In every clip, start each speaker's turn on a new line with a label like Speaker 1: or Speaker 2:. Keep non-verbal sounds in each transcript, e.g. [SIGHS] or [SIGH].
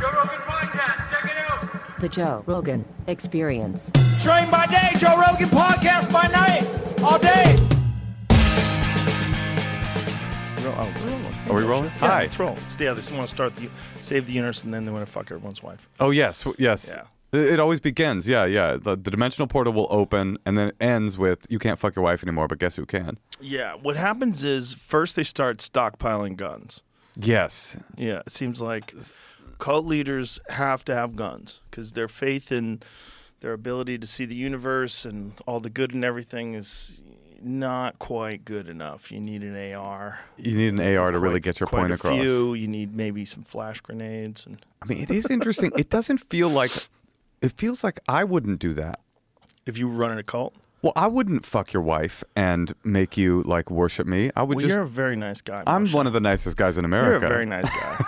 Speaker 1: Joe Rogan Podcast. Check it out.
Speaker 2: The Joe Rogan Experience.
Speaker 3: Train by day, Joe Rogan podcast by night, all day.
Speaker 4: Oh,
Speaker 5: Are we rolling?
Speaker 4: Yeah,
Speaker 5: Hi.
Speaker 4: It's rolling. Yeah, they just want to start the save the universe and then they want to fuck everyone's wife.
Speaker 5: Oh yes, w- yes.
Speaker 4: Yeah.
Speaker 5: It, it always begins. Yeah, yeah. The, the dimensional portal will open, and then it ends with you can't fuck your wife anymore, but guess who can?
Speaker 4: Yeah. What happens is first they start stockpiling guns.
Speaker 5: Yes.
Speaker 4: Yeah. It seems like cult leaders have to have guns because their faith in their ability to see the universe and all the good and everything is not quite good enough. You need an AR.
Speaker 5: You need an AR to really
Speaker 4: Quite-
Speaker 5: get your
Speaker 4: quite
Speaker 5: point
Speaker 4: a
Speaker 5: across.
Speaker 4: Few. You need maybe some flash grenades and
Speaker 5: I mean, it is interesting. it doesn't feel like it feels like I wouldn't do that.
Speaker 4: if you run in a cult.
Speaker 5: Well, I wouldn't fuck your wife and make you like worship me. I would
Speaker 4: Well,
Speaker 5: just.
Speaker 4: you're a very nice guy.
Speaker 5: I'm
Speaker 4: Moshe.
Speaker 5: one of the nicest guys in America.
Speaker 4: You're a very nice [LAUGHS] guy.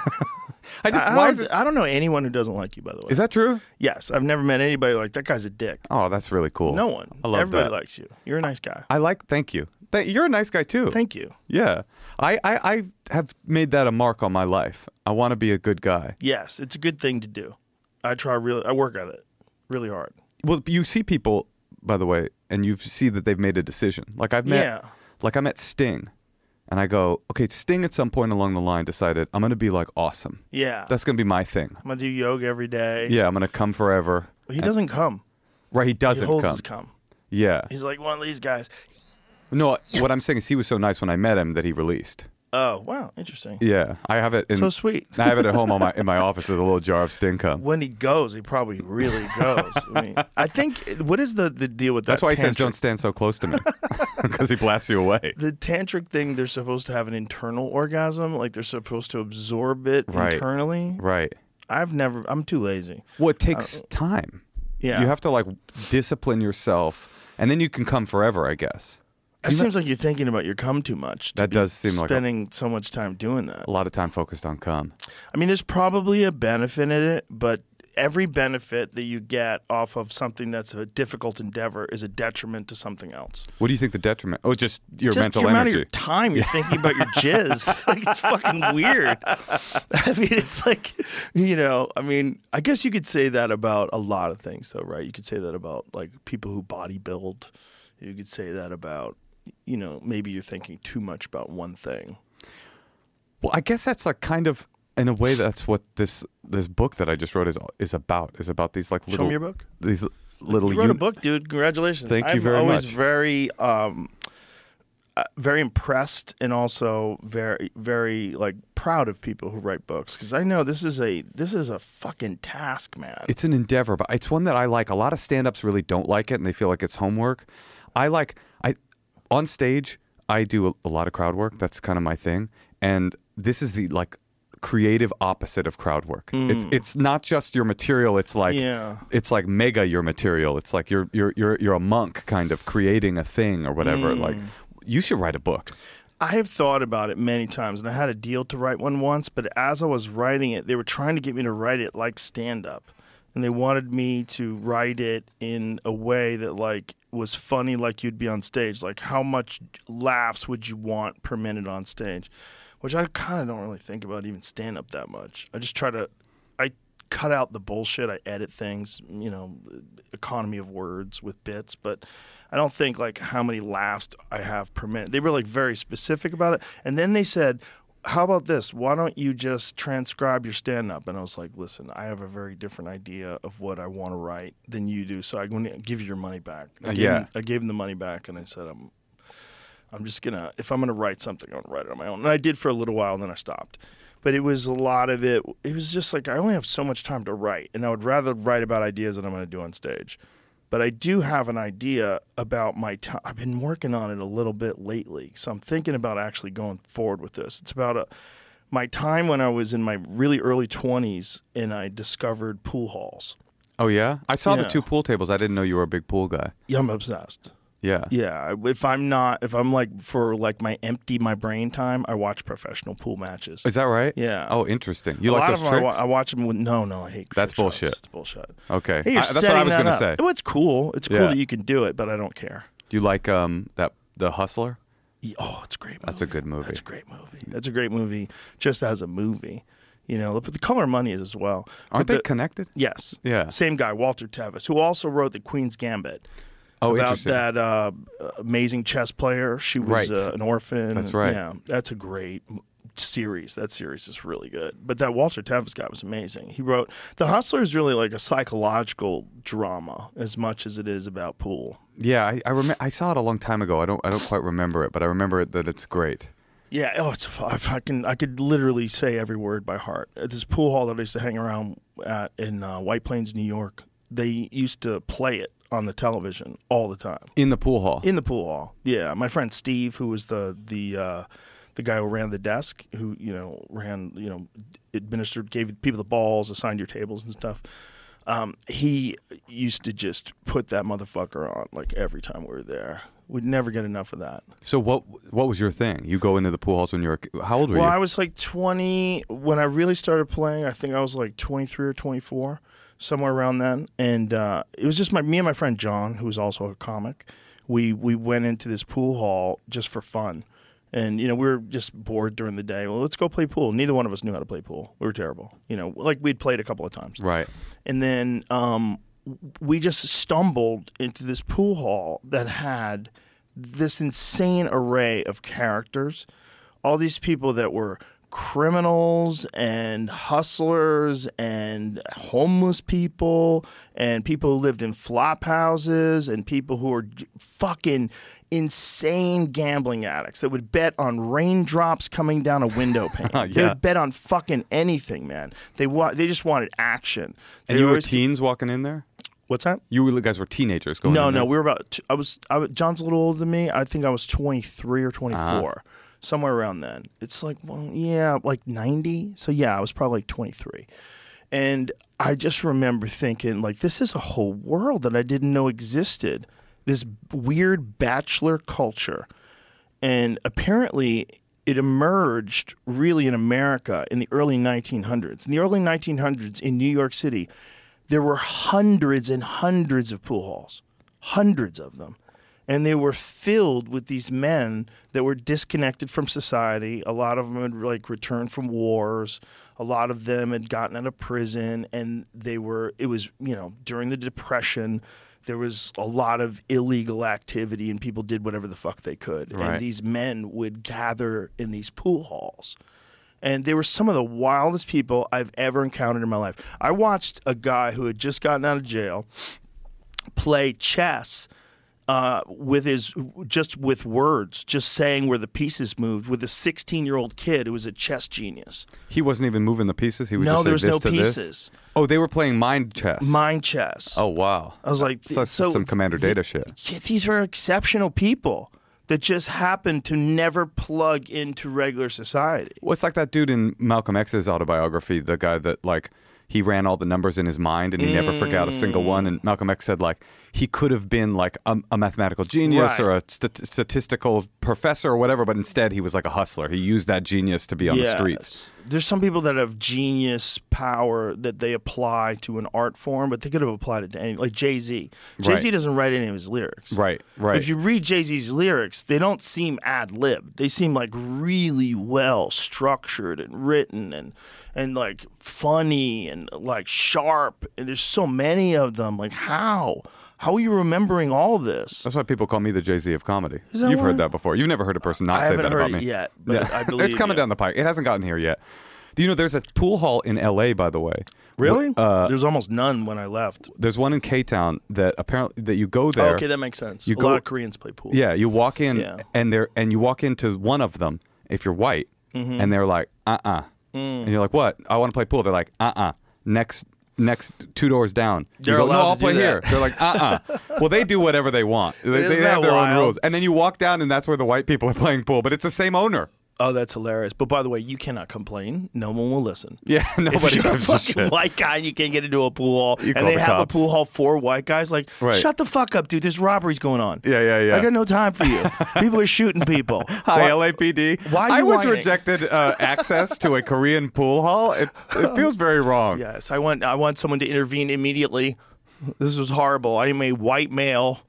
Speaker 5: I just,
Speaker 4: I,
Speaker 5: why
Speaker 4: don't-
Speaker 5: is, it,
Speaker 4: I don't know anyone who doesn't like you, by the way.
Speaker 5: is that true?
Speaker 4: yes, I've never met anybody like that guy's a dick.
Speaker 5: Oh, that's really cool.
Speaker 4: No one.
Speaker 5: I love
Speaker 4: Everybody
Speaker 5: that.
Speaker 4: likes you. You're a nice guy.
Speaker 5: I like. Thank you. Th- you're a nice guy too.
Speaker 4: Thank you.
Speaker 5: Yeah. I, I, I have made that a mark on my life. I want to be a good guy.
Speaker 4: Yes, it's a good thing to do. I try really. I work at it really hard.
Speaker 5: Well, you see people, by the way, and you see that they've made a decision. Like I've met,
Speaker 4: Yeah.
Speaker 5: like I met Sting, and I go, okay, Sting at some point along the line decided I'm going to be like awesome.
Speaker 4: Yeah.
Speaker 5: That's going to be my thing.
Speaker 4: I'm gonna do yoga every day.
Speaker 5: Yeah, I'm going to come forever.
Speaker 4: He doesn't come.
Speaker 5: Right, he
Speaker 4: He
Speaker 5: doesn't
Speaker 4: holds
Speaker 5: come.
Speaker 4: his cum.
Speaker 5: Yeah.
Speaker 4: He's like one of these guys.
Speaker 5: No, what I'm saying is he was so nice when I met him that he released.
Speaker 4: Oh wow, interesting.
Speaker 5: Yeah, I have it in
Speaker 4: So sweet.
Speaker 5: [LAUGHS] I have it at home on my in my office as a little jar of Sting cum.
Speaker 4: When he goes, he probably really goes. I mean, I think what is the the deal with that?
Speaker 5: That's why he says
Speaker 4: tantric-
Speaker 5: don't stand so close
Speaker 4: [LAUGHS]
Speaker 5: to me [LAUGHS] because he blasts you away.
Speaker 4: the tantric thing they're supposed to have an internal orgasm like they're supposed to absorb it
Speaker 5: Right.
Speaker 4: internally
Speaker 5: Right.
Speaker 4: i've never i'm too lazy
Speaker 5: Well, it
Speaker 4: Uh,
Speaker 5: takes time.
Speaker 4: yeah
Speaker 5: You have to like discipline yourself, and then you can come forever, I guess.
Speaker 4: it seems like you're thinking about your cum too much to
Speaker 5: That
Speaker 4: be
Speaker 5: does seem like a-
Speaker 4: spending so much time doing that
Speaker 5: A lot of time focused on come.
Speaker 4: i mean there's probably a benefit in it but every benefit that you get off of something that's a difficult endeavor is a detriment to something else
Speaker 5: What do you think the detriment? Oh, just your
Speaker 4: just
Speaker 5: mental
Speaker 4: the amount
Speaker 5: energy.
Speaker 4: of your time
Speaker 5: [LAUGHS]
Speaker 4: you're thinking about your jizz. [LAUGHS] like it's fucking weird. [LAUGHS] I mean, it's like, you know, I mean, I guess you could say that about a lot of things, though, right? You could say that about like people who bodybuild. You could say that about, you know, maybe you're thinking too much about one thing.
Speaker 5: well, I guess that's like kind of in a way that's what this this book that I just wrote is is about. Is about these like little
Speaker 4: me your book.
Speaker 5: These little
Speaker 4: You wrote a
Speaker 5: uni-
Speaker 4: book, dude. Congratulations.
Speaker 5: Thank you
Speaker 4: I'm
Speaker 5: very
Speaker 4: always
Speaker 5: much.
Speaker 4: very um uh, very impressed and also very very like proud of people who write books cuz I know this is a this is a fucking task, man.
Speaker 5: It's an endeavor, but it's one that I like. A lot of stand-ups really don't like it and they feel like it's homework. I like I on stage, I do a, a lot of crowd work. That's kind of my thing. And this is the like creative opposite of crowd work. It's it's not just your material, it's like
Speaker 4: Hmm. Yeah.
Speaker 5: it's like mega your material. It's like you're you're you're you're a monk kind of creating a thing or whatever.
Speaker 4: Hmm.
Speaker 5: Like you should write a book.
Speaker 4: I have thought about it many times and I had a deal to write one once, but as I was writing it, they were trying to get me to write it like stand up. And they wanted me to write it in a way that like was funny like you'd be on stage. Like how much laughs would you want per minute on stage? Which I kind of don't really think about even stand up that much. I just try to I cut out the bullshit. I edit things, you know, economy of words with bits, but I don't think like how many laughs I have per minute. They were like very specific about it. And then they said, how about this? Why don't you just transcribe your stand up? And I was like, listen, I have a very different idea of what I want to write than you do. So I'm going to give you your money back. I
Speaker 5: Uh,
Speaker 4: gave
Speaker 5: yeah.
Speaker 4: him- I gave him the money back and I said, I'm, I'm just gonna if I'm gonna write something, I'm gonna write it on my own. And I did for a little while, and then I stopped. But it was a lot of it. It was just like I only have so much time to write, and I would rather write about ideas that I'm gonna do on stage. But I do have an idea about my time. I've been working on it a little bit lately, so I'm thinking about actually going forward with this. It's about a my time when I was in my really early 20s and I discovered pool halls.
Speaker 5: Oh yeah? I saw
Speaker 4: Yeah.
Speaker 5: the two pool tables. I didn't know you were a big pool guy.
Speaker 4: Yeah, I'm obsessed.
Speaker 5: Yeah.
Speaker 4: Yeah, if I'm not, if I'm like for like my empty my brain time, I watch professional pool matches.
Speaker 5: Is that right?
Speaker 4: Yeah.
Speaker 5: Oh, interesting. You
Speaker 4: a
Speaker 5: like
Speaker 4: lot
Speaker 5: those
Speaker 4: of them I, wa-
Speaker 5: tricks?
Speaker 4: I watch them with no, no, I hate.
Speaker 5: That's
Speaker 4: trick shots.
Speaker 5: bullshit.
Speaker 4: It's bullshit.
Speaker 5: Okay.
Speaker 4: Hey, you're
Speaker 5: I- that's what
Speaker 4: setting
Speaker 5: I was
Speaker 4: that
Speaker 5: gonna
Speaker 4: up.
Speaker 5: say.
Speaker 4: Well, it's cool. It's cool
Speaker 5: Yeah.
Speaker 4: that you can do it, but I don't care.
Speaker 5: You like um that the hustler?
Speaker 4: Ye- Oh, it's a great. Movie.
Speaker 5: That's a good movie.
Speaker 4: That's a great movie. That's a great movie. Just as a movie, You know, but the color money is as well. But
Speaker 5: Aren't they
Speaker 4: the-
Speaker 5: connected?
Speaker 4: Yes.
Speaker 5: Yeah.
Speaker 4: Same guy, Walter Tevis, who also wrote the Queen's Gambit.
Speaker 5: Oh,
Speaker 4: about
Speaker 5: interesting.
Speaker 4: that uh, amazing chess player. She was
Speaker 5: Right.
Speaker 4: uh, an orphan.
Speaker 5: That's right.
Speaker 4: Yeah, that's a great m- series. That series is really good. But that Walter Tevis guy was amazing. He wrote The Hustler is really like a psychological drama as much as it is about pool.
Speaker 5: Yeah, I I, remem- I saw it a long time ago. I don't I don't quite remember it, but I remember it, that it's great.
Speaker 4: Yeah, oh, it's I fucking I could literally say every word by heart. At this pool hall that I used to hang around at in uh, White Plains, New York, they used to play it on the television all the time.
Speaker 5: In the pool hall.
Speaker 4: in the pool hall. Yeah, my friend Steve, who was the the uh, the guy who ran the desk, who you know ran you know administered, gave people the balls, assigned your tables and stuff. Um, he used to just put that motherfucker on like every time we were there. We'd never get enough of that.
Speaker 5: so what what was your thing? You go into the pool halls when you were how old were
Speaker 4: Well,
Speaker 5: you?
Speaker 4: I was like 20 when I really started playing. I think I was like 23 or 24, somewhere around then. And uh, it was just my me and my friend John, who was also a comic. We we went into this pool hall just for fun, and you know we were just bored during the day. Well, let's go play pool. Neither one of us knew how to play pool. We were terrible. You know, like we'd played a couple of times
Speaker 5: right.
Speaker 4: and then um, we just stumbled into this pool hall that had this insane array of characters all these people that were criminals and hustlers and homeless people and people who lived in flop houses and people who were j- fucking insane gambling addicts that would bet on raindrops coming down a window pane they
Speaker 5: Yeah.
Speaker 4: would bet on fucking anything man they wa- they just wanted action
Speaker 5: And
Speaker 4: they
Speaker 5: you were
Speaker 4: always-
Speaker 5: teens walking in there?
Speaker 4: What's that?
Speaker 5: You were- guys were teenagers going
Speaker 4: No,
Speaker 5: in
Speaker 4: no,
Speaker 5: there?
Speaker 4: we were about. T- I was. I was. John's a little older than me. I think I was twenty three
Speaker 5: Uh-huh.
Speaker 4: or twenty somewhere around then. It's like, well, yeah, like ninety. So yeah, I was probably like twenty three, and I just remember thinking, like, this is a whole world that I didn't know existed. This weird bachelor culture and apparently it emerged really in America in the early 1900s. In the early 1900s in New York City, there were hundreds and hundreds of pool halls, hundreds of them. And they were filled with these men that were disconnected from society. A lot of them had like returned from wars. A lot of them had gotten out of prison, and they were. It was you know during the depression, there was a lot of illegal activity, and people did whatever the fuck they could.
Speaker 5: Right.
Speaker 4: And these men would gather in these pool halls. And they were some of the wildest people I've ever encountered in my life. I watched a guy who had just gotten out of jail play chess uh, with his just with words, just saying where the pieces moved with a 16 year old kid who was a chess genius.
Speaker 5: He wasn't even moving the pieces. He was
Speaker 4: No,
Speaker 5: just
Speaker 4: there was
Speaker 5: like, this
Speaker 4: no
Speaker 5: to this?
Speaker 4: pieces.
Speaker 5: Oh, they were playing mind chess.
Speaker 4: Mind chess.
Speaker 5: Oh wow.
Speaker 4: I was like,
Speaker 5: so,
Speaker 4: so-
Speaker 5: some commander data shit.
Speaker 4: Yeah, these are exceptional people that just happen to never plug into regular society.
Speaker 5: Well, it's like that dude in Malcolm X's autobiography, the guy that like he ran all the numbers in his mind and he never forgot a single one. And Malcolm X said like he could have been like a, a mathematical genius
Speaker 4: Right.
Speaker 5: or a stat- statistical professor or whatever, but instead he was like a hustler. He used that genius to be on the streets.
Speaker 4: There's some people that have genius power that they apply to an art form, but they could have applied it to any, like Jay Z. Jay Z
Speaker 5: Right.
Speaker 4: doesn't write any of his lyrics.
Speaker 5: Right, right.
Speaker 4: If you read Jay Z's lyrics, they don't seem ad lib. They seem like really well structured and written and and like funny and like sharp. And there's so many of them. Like how? How are you remembering all this?
Speaker 5: That's why people call me the Jay Z of comedy.
Speaker 4: that
Speaker 5: You've
Speaker 4: why?
Speaker 5: heard that before. You've never heard a person not
Speaker 4: I
Speaker 5: say
Speaker 4: haven't
Speaker 5: that
Speaker 4: heard
Speaker 5: about
Speaker 4: it
Speaker 5: me.
Speaker 4: yet, but I believe
Speaker 5: [LAUGHS] it's coming
Speaker 4: you.
Speaker 5: down the pike. It hasn't gotten here yet. Do you know there's a pool hall in L.A. by the way?
Speaker 4: Really?
Speaker 5: Uh,
Speaker 4: There's almost none when I left.
Speaker 5: there's one in K Town that apparently that you go there.
Speaker 4: okay, that makes sense.
Speaker 5: you
Speaker 4: a
Speaker 5: go-
Speaker 4: lot of Koreans play pool.
Speaker 5: Yeah, you walk in
Speaker 4: Yeah.
Speaker 5: and they're and you walk into one of them if you're white,
Speaker 4: Mm-hmm.
Speaker 5: and they're like, uh uh
Speaker 4: Mm.
Speaker 5: and you're like, what? I want to play pool. They're like, uh uh next. Next two doors down, You
Speaker 4: They're
Speaker 5: go,
Speaker 4: allowed
Speaker 5: no, I'll
Speaker 4: to do
Speaker 5: play
Speaker 4: that."
Speaker 5: here. They're like, uh, uh
Speaker 4: [LAUGHS]
Speaker 5: Well, they do whatever they want. They,
Speaker 4: Isn't
Speaker 5: they
Speaker 4: that
Speaker 5: have their
Speaker 4: wild?
Speaker 5: own rules. And then you walk down, and that's where the white people are playing pool. But it's the same owner. [LAUGHS]
Speaker 4: Oh, that's hilarious. But by the way, you cannot complain. No one will listen.
Speaker 5: Yeah,
Speaker 4: If
Speaker 5: [LAUGHS] nobody
Speaker 4: you're a
Speaker 5: gives a
Speaker 4: fucking
Speaker 5: shit.
Speaker 4: white guy, and you can't get into a pool hall,
Speaker 5: You
Speaker 4: and
Speaker 5: call
Speaker 4: they
Speaker 5: the
Speaker 4: have a
Speaker 5: cops.
Speaker 4: pool hall for white guys. Like,
Speaker 5: Right.
Speaker 4: shut the fuck up, dude. There's robberies going on.
Speaker 5: Yeah, yeah, yeah.
Speaker 4: I got no time for
Speaker 5: [LAUGHS]
Speaker 4: you. people are shooting people.
Speaker 5: Hi,
Speaker 4: Why-
Speaker 5: LAPD.
Speaker 4: why are
Speaker 5: I
Speaker 4: you
Speaker 5: was
Speaker 4: whining?
Speaker 5: rejected uh, access to a Korean pool hall. It, it
Speaker 4: [LAUGHS]
Speaker 5: feels very wrong.
Speaker 4: Yes, I want. I want someone to intervene immediately. This was horrible. I am a white male.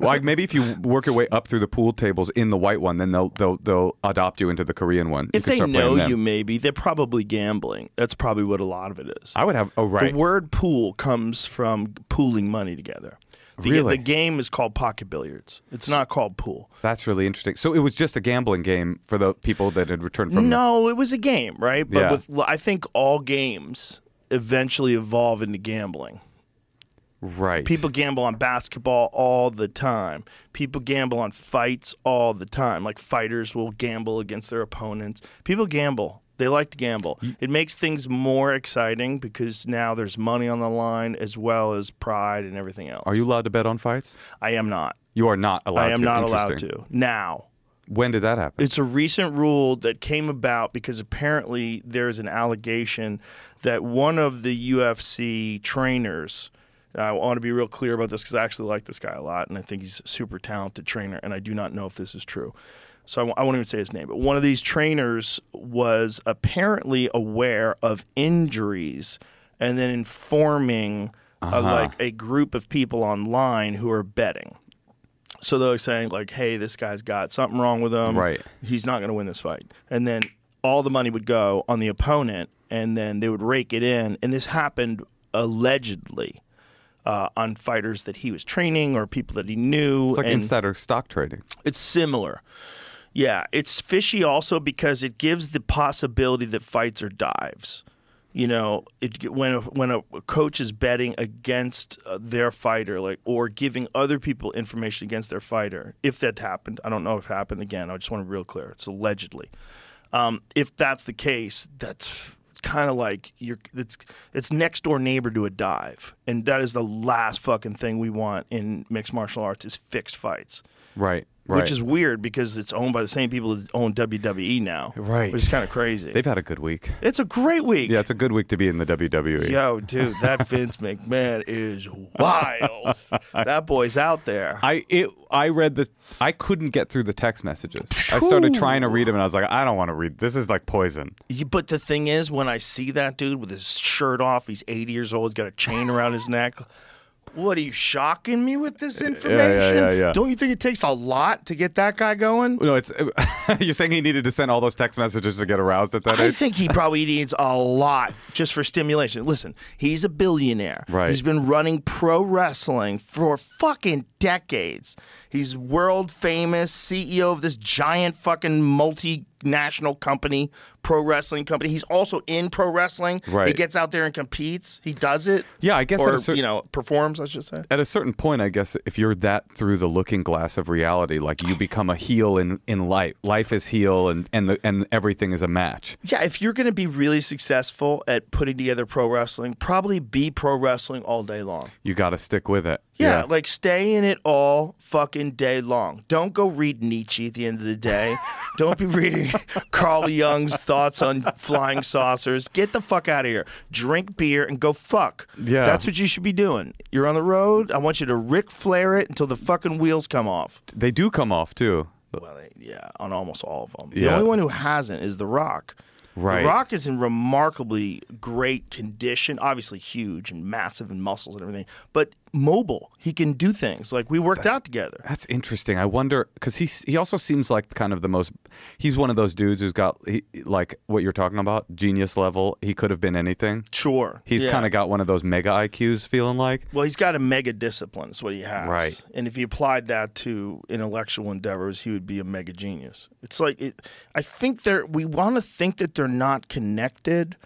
Speaker 5: like maybe if you work your way up through the pool tables in the white one, then they'll they'll they'll adopt you into the Korean one.
Speaker 4: If
Speaker 5: you can
Speaker 4: they
Speaker 5: start playing
Speaker 4: know
Speaker 5: them.
Speaker 4: you, maybe they're probably gambling. That's probably what a lot of it is.
Speaker 5: I would have. Oh right.
Speaker 4: The word pool comes from pooling money together. The,
Speaker 5: Really?
Speaker 4: the game is called pocket billiards. It's not called pool.
Speaker 5: That's really interesting. So it was just a gambling game for the people that had returned from.
Speaker 4: No, it was a game, right? But
Speaker 5: Yeah.
Speaker 4: with, I think all games eventually evolve into gambling.
Speaker 5: Right.
Speaker 4: People gamble on basketball all the time. People gamble on fights all the time. Like fighters will gamble against their opponents. People gamble. They like to gamble. It makes things more exciting because now there's money on the line as well as pride and everything else.
Speaker 5: Are you allowed to bet on fights?
Speaker 4: I am not.
Speaker 5: You are not allowed.
Speaker 4: I am
Speaker 5: to.
Speaker 4: not allowed
Speaker 5: Interesting.
Speaker 4: to. Now,
Speaker 5: When did that happen?
Speaker 4: it's a recent rule that came about because apparently there's an allegation that one of the UFC trainers. and I want to be real clear about this because I actually like this guy a lot, and I think he's a super talented trainer. And I do not know if this is true, so I w- I won't even say his name. But one of these trainers was apparently aware of injuries, and then informing uh,
Speaker 5: Uh-huh.
Speaker 4: like a group of people online who are betting. So they're saying like, "Hey, this guy's got something wrong with him.
Speaker 5: Right.
Speaker 4: He's not going to win this fight." And then all the money would go on the opponent, and then they would rake it in. And this happened allegedly uh, on fighters that he was training or people that he knew.
Speaker 5: It's like
Speaker 4: and
Speaker 5: insider stock trading.
Speaker 4: it's similar. Yeah, it's fishy also because it gives the possibility that fights are dives. You know, it, when a, when a coach is betting against uh, their fighter, like or giving other people information against their fighter, if that happened, I don't know if it happened again. I just want to be real clear. It's allegedly. Um, if that's the case, that's kind of like you're it's it's next door neighbor to a dive, and that is the last fucking thing we want in mixed martial arts is fixed fights
Speaker 5: Right. Right.
Speaker 4: which is weird because it's owned by the same people that own WWE now.
Speaker 5: Right.
Speaker 4: Which is kind of crazy.
Speaker 5: They've had a good week.
Speaker 4: it's a great week.
Speaker 5: Yeah, it's a good week to be in the E. WWE.
Speaker 4: Yo, dude, that Vince McMahon
Speaker 5: [LAUGHS]
Speaker 4: is wild. that boy's out there.
Speaker 5: I it I read the I couldn't get through the text messages. I started trying to read them and I was like, I don't want to read. This is like poison.
Speaker 4: You- But the thing is, when I see that dude with his shirt off, he's 80 years old, he's got a chain around his neck. What are you shocking me with this information?
Speaker 5: yeah, yeah.
Speaker 4: Don't you think it takes a lot to get that guy going?
Speaker 5: No, it's [LAUGHS] you're saying he needed to send all those text messages to get aroused at that
Speaker 4: I
Speaker 5: age.
Speaker 4: think he probably needs a lot just for stimulation. Listen, he's a billionaire.
Speaker 5: Right.
Speaker 4: He's been running pro wrestling for fucking decades. He's world famous CEO of this giant fucking multinational company, pro wrestling company. He's also in pro wrestling. He
Speaker 5: Right.
Speaker 4: gets out there and competes. He does it.
Speaker 5: Yeah, I guess at
Speaker 4: or
Speaker 5: a cer-
Speaker 4: you know performs. I should say.
Speaker 5: At a certain point, I guess if you're that through the looking glass of reality, like you become a heel in in life. Life is heel, and and the, and everything is a match.
Speaker 4: Yeah, if you're going to be really successful at putting together pro wrestling, probably be pro wrestling all day long.
Speaker 5: You got to stick with it.
Speaker 4: Yeah, like stay in it all fucking day long. Don't go read Nietzsche at the end of the day. Don't be reading Carl Jung's thoughts on flying saucers. Get the fuck out of here. Drink beer and go fuck.
Speaker 5: Yeah.
Speaker 4: That's what you should be doing. You're on the road. I want you to Ric Flair it until the fucking wheels come off.
Speaker 5: they do come off too.
Speaker 4: Well, they- yeah, on almost all of them. The
Speaker 5: Yeah.
Speaker 4: only one who hasn't is The Rock.
Speaker 5: Right.
Speaker 4: The Rock is in remarkably great condition, obviously huge and massive and muscles and everything, but mobile. He can do things. Like we worked out together.
Speaker 5: That's interesting. I wonder because he he also seems like kind of the most. He's one of those dudes who's got he, like what you're talking about, genius level. He could have been anything.
Speaker 4: Sure.
Speaker 5: He's
Speaker 4: Yeah.
Speaker 5: kind of got one of those mega IQs feeling like.
Speaker 4: Well, he's got a mega discipline, is what he has.
Speaker 5: Right.
Speaker 4: And if he applied that to intellectual endeavors, he would be a mega genius. It's like it, I think they're we want to think that they're not connected,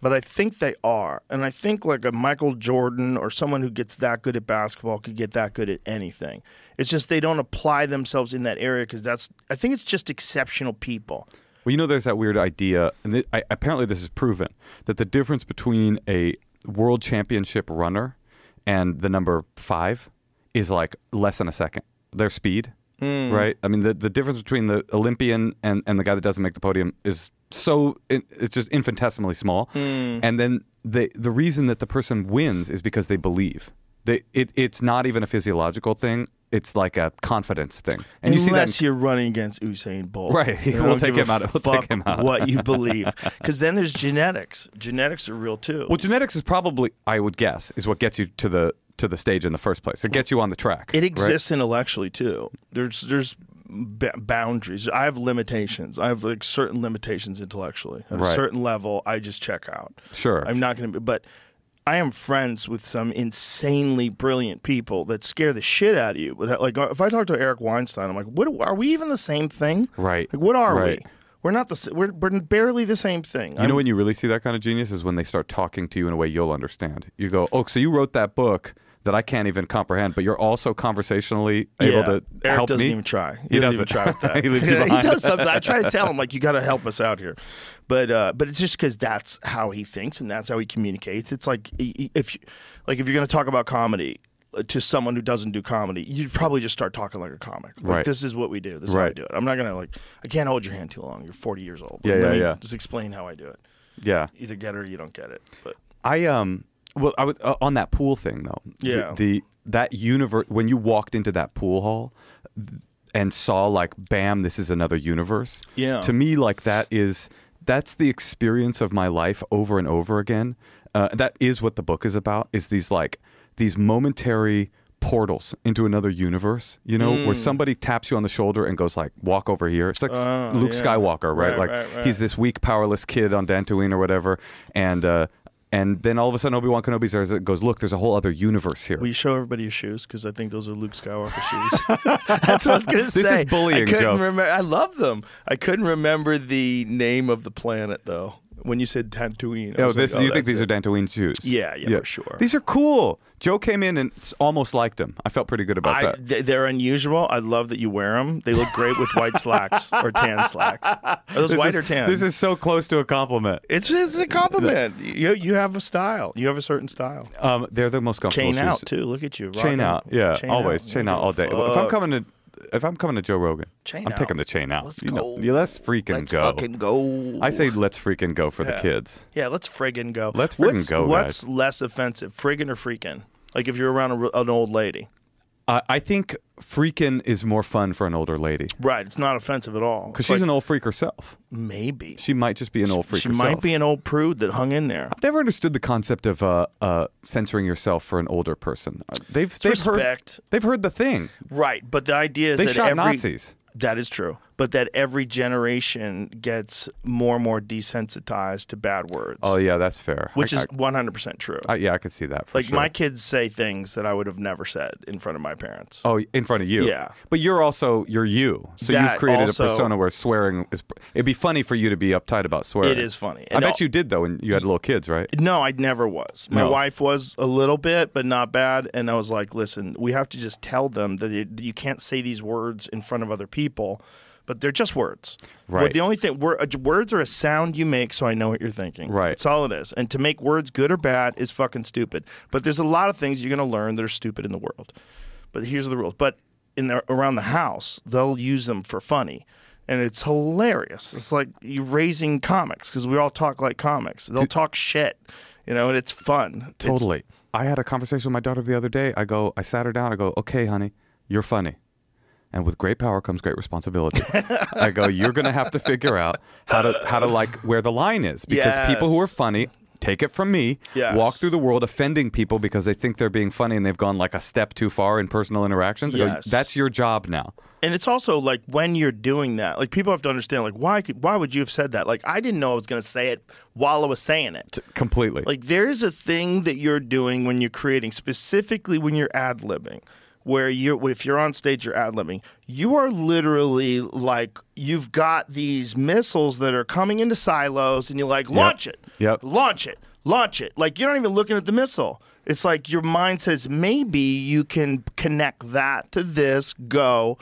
Speaker 4: but I think they are. And I think like a Michael Jordan or someone who gets that good at basketball could get that good at anything. It's just they don't apply themselves in that area because that's I think it's just exceptional people.
Speaker 5: Well, you know, there's that weird idea, and thi- I, apparently this is proven that the difference between a world championship runner and the number five is like less than a second. Their speed, right? I mean, the, the difference between the Olympian and, and the guy that doesn't make the podium is so it, it's just infinitesimally small. And then the the reason that the person wins is because they believe. They, it, it's not even a physiological thing. It's like a confidence thing, and you see that.
Speaker 4: Unless
Speaker 5: in-
Speaker 4: you're running against Usain Bolt,
Speaker 5: Right. [LAUGHS]
Speaker 4: They don't
Speaker 5: We'll take
Speaker 4: give a
Speaker 5: him out. We'll take
Speaker 4: fuck
Speaker 5: him out.
Speaker 4: What
Speaker 5: [LAUGHS]
Speaker 4: you believe, because then there's genetics. Genetics are real too.
Speaker 5: Well, genetics is probably, I would guess, is what gets you to the to the stage in the first place. It gets you on the track.
Speaker 4: It
Speaker 5: right?
Speaker 4: exists intellectually too. There's there's b- boundaries. I have limitations. I have like certain limitations intellectually. At a
Speaker 5: Right.
Speaker 4: certain level, I just check out.
Speaker 5: Sure.
Speaker 4: I'm not going to be but I am friends with some insanely brilliant people that scare the shit out of you. But like if I talk to Eric Weinstein, I'm like, "What are we even the same thing?"
Speaker 5: Right.
Speaker 4: Like what are
Speaker 5: Right.
Speaker 4: we? We're not the s- we're, we're barely the same thing.
Speaker 5: You know when you really see that kind of genius is when they start talking to you in a way you'll understand. You go, "Oh, so you wrote that book that I can't even comprehend, but you're also conversationally able to
Speaker 4: Eric
Speaker 5: help
Speaker 4: doesn't
Speaker 5: me."
Speaker 4: even try.
Speaker 5: He,
Speaker 4: doesn't,
Speaker 5: doesn't
Speaker 4: even
Speaker 5: [LAUGHS]
Speaker 4: try with that. [LAUGHS]
Speaker 5: he leaves you behind.
Speaker 4: does sometimes. I try to tell him like you got to help us out here, but uh, but it's just because that's how he thinks and that's how he communicates. It's like he- he- if you, like if you're going to talk about comedy uh, to someone who doesn't do comedy, you'd probably just start talking like a comic. Like,
Speaker 5: Right.
Speaker 4: This is what we do. This is how I
Speaker 5: Right.
Speaker 4: do it. I'm not gonna like I can't hold your hand too long. You're 40 years old.
Speaker 5: Yeah,
Speaker 4: Let
Speaker 5: yeah,
Speaker 4: me
Speaker 5: yeah.
Speaker 4: Just explain how I do it.
Speaker 5: Yeah.
Speaker 4: Either get it or you don't get it. But
Speaker 5: I um well I was uh, on that pool thing though. The-
Speaker 4: Yeah.
Speaker 5: The, that universe when you walked into that pool hall and saw like bam this is another universe.
Speaker 4: Yeah.
Speaker 5: To me like that is that's the experience of my life over and over again. Uh, that is what the book is about is these like these momentary portals into another universe, you know,
Speaker 4: Mm.
Speaker 5: where somebody taps you on the shoulder and goes like walk over here. It's like
Speaker 4: Oh,
Speaker 5: Luke
Speaker 4: yeah.
Speaker 5: Skywalker, right?
Speaker 4: Right,
Speaker 5: like
Speaker 4: right, right.
Speaker 5: he's this weak, powerless kid on Dantooine or whatever, and uh, and then all of a sudden Obi Wan Kenobi's there. and Goes, look, there's a whole other universe here.
Speaker 4: Will you show everybody your shoes? Because I think those are Luke
Speaker 5: [LAUGHS]
Speaker 4: Skywalker shoes. [LAUGHS] That's what I was gonna
Speaker 5: is
Speaker 4: say.
Speaker 5: bullying,
Speaker 4: I couldn't
Speaker 5: Joe.
Speaker 4: remember. I love them. I couldn't remember the name of the planet though. When you said Tatooine, I
Speaker 5: oh,
Speaker 4: was
Speaker 5: this,
Speaker 4: like,
Speaker 5: you think
Speaker 4: that's
Speaker 5: these
Speaker 4: it.
Speaker 5: are Dantooine shoes?
Speaker 4: Yeah, yeah, for sure.
Speaker 5: These are cool. Joe came in and s- almost liked them. I felt pretty good about
Speaker 4: I,
Speaker 5: that.
Speaker 4: th- they're unusual. I love that you wear them. They look great with white slacks or
Speaker 5: [LAUGHS]
Speaker 4: tan slacks. Are those
Speaker 5: This
Speaker 4: white
Speaker 5: is-
Speaker 4: or tan?
Speaker 5: This is so close to a compliment.
Speaker 4: It's, it's a compliment. You you have a style. You have a certain style.
Speaker 5: Um, they're the most comfortable
Speaker 4: Chain
Speaker 5: shoes.
Speaker 4: out too. Look at you.
Speaker 5: Chain
Speaker 4: rocking-
Speaker 5: out. Yeah, always chain
Speaker 4: Look
Speaker 5: out
Speaker 4: at
Speaker 5: all
Speaker 4: the
Speaker 5: day. If I'm
Speaker 4: fuck.
Speaker 5: coming to. If I'm coming to Joe Rogan,
Speaker 4: Chain
Speaker 5: I'm
Speaker 4: out.
Speaker 5: taking the chain out.
Speaker 4: Let's
Speaker 5: you know,
Speaker 4: go.
Speaker 5: Yeah, let's freaking
Speaker 4: Let's
Speaker 5: go.
Speaker 4: fucking go. [LAUGHS]
Speaker 5: I say let's freaking go for the
Speaker 4: Yeah.
Speaker 5: kids.
Speaker 4: Yeah, let's friggin' go.
Speaker 5: Let's friggin'
Speaker 4: what's,
Speaker 5: go,
Speaker 4: What's
Speaker 5: guys.
Speaker 4: less offensive, friggin' or freakin'? Like if you're around a, re- an old lady,
Speaker 5: Uh, I think freaking is more fun for an older lady
Speaker 4: right? It's not offensive at all.
Speaker 5: because
Speaker 4: It's
Speaker 5: she's
Speaker 4: like,
Speaker 5: an old freak herself.
Speaker 4: maybe
Speaker 5: She might just be an old freak.
Speaker 4: she
Speaker 5: herself.
Speaker 4: might be an old prude that hung in there.
Speaker 5: I've never understood the concept of uh, uh, censoring yourself for an older person. Uh, They've they've
Speaker 4: respect.
Speaker 5: heard they've heard the thing.
Speaker 4: Right, but the idea is
Speaker 5: They
Speaker 4: that
Speaker 5: shot
Speaker 4: every,
Speaker 5: Nazis.
Speaker 4: That is true, but that every generation gets more and more desensitized to bad words,
Speaker 5: Oh yeah, that's fair.
Speaker 4: which
Speaker 5: I-
Speaker 4: is 100 percent true.
Speaker 5: I, I- yeah, I can see that. For
Speaker 4: like
Speaker 5: sure.
Speaker 4: my kids say things that I would have never said in front of my parents.
Speaker 5: Oh, in front of you.
Speaker 4: Yeah.
Speaker 5: But you're also you're you. So you've
Speaker 4: That
Speaker 5: created
Speaker 4: also-
Speaker 5: a persona where swearing is. It'd be funny for you to be uptight about swearing.
Speaker 4: It is funny.
Speaker 5: I
Speaker 4: And
Speaker 5: bet
Speaker 4: al-
Speaker 5: you did though when you had little kids, right?
Speaker 4: No, I never was. My
Speaker 5: No.
Speaker 4: wife was a little bit, but not bad. And I was like, listen, we have to just tell them that you, that you can't say these words in front of other people, but they're just words. Well,
Speaker 5: Right.
Speaker 4: the only thing, wor- uh, words are a sound you make, so I know what you're thinking.
Speaker 5: Right.
Speaker 4: That's all it is. And to make words good or bad is fucking stupid. But there's a lot of things you're going to learn that are stupid in the world. But here's the rules. But in the, around the house, they'll use them for funny. And it's hilarious. It's like you raising comics because we all talk like comics. They'll talk shit, you know, and it's fun. It's-
Speaker 5: Totally. I had a conversation with my daughter the other day. I go, I sat her down. I go, okay, honey, you're funny. And with great power comes great responsibility. I go, you're going to have to figure out how to, how to like where the line is because people who are
Speaker 4: Yes.
Speaker 5: funny, take it from me,
Speaker 4: Yes.
Speaker 5: walk through the world offending people because they think they're being funny and they've gone like a step too far in personal interactions. I go,
Speaker 4: Yes.
Speaker 5: that's your job now.
Speaker 4: and it's also like when you're doing that, like people have to understand, like why could why would you have said that? Like I didn't know I was gonna say it while I was saying it.
Speaker 5: Completely.
Speaker 4: Like there is a thing that you're doing when you're creating, specifically when you're ad libbing, where you're if you're on stage, you're ad libbing. You are literally like you've got these missiles that are coming into silos, and you're like, launch it,
Speaker 5: Yep.
Speaker 4: launch it, launch it. Like you're not even looking at the missile. It's like your mind says maybe you can connect that to this. Go.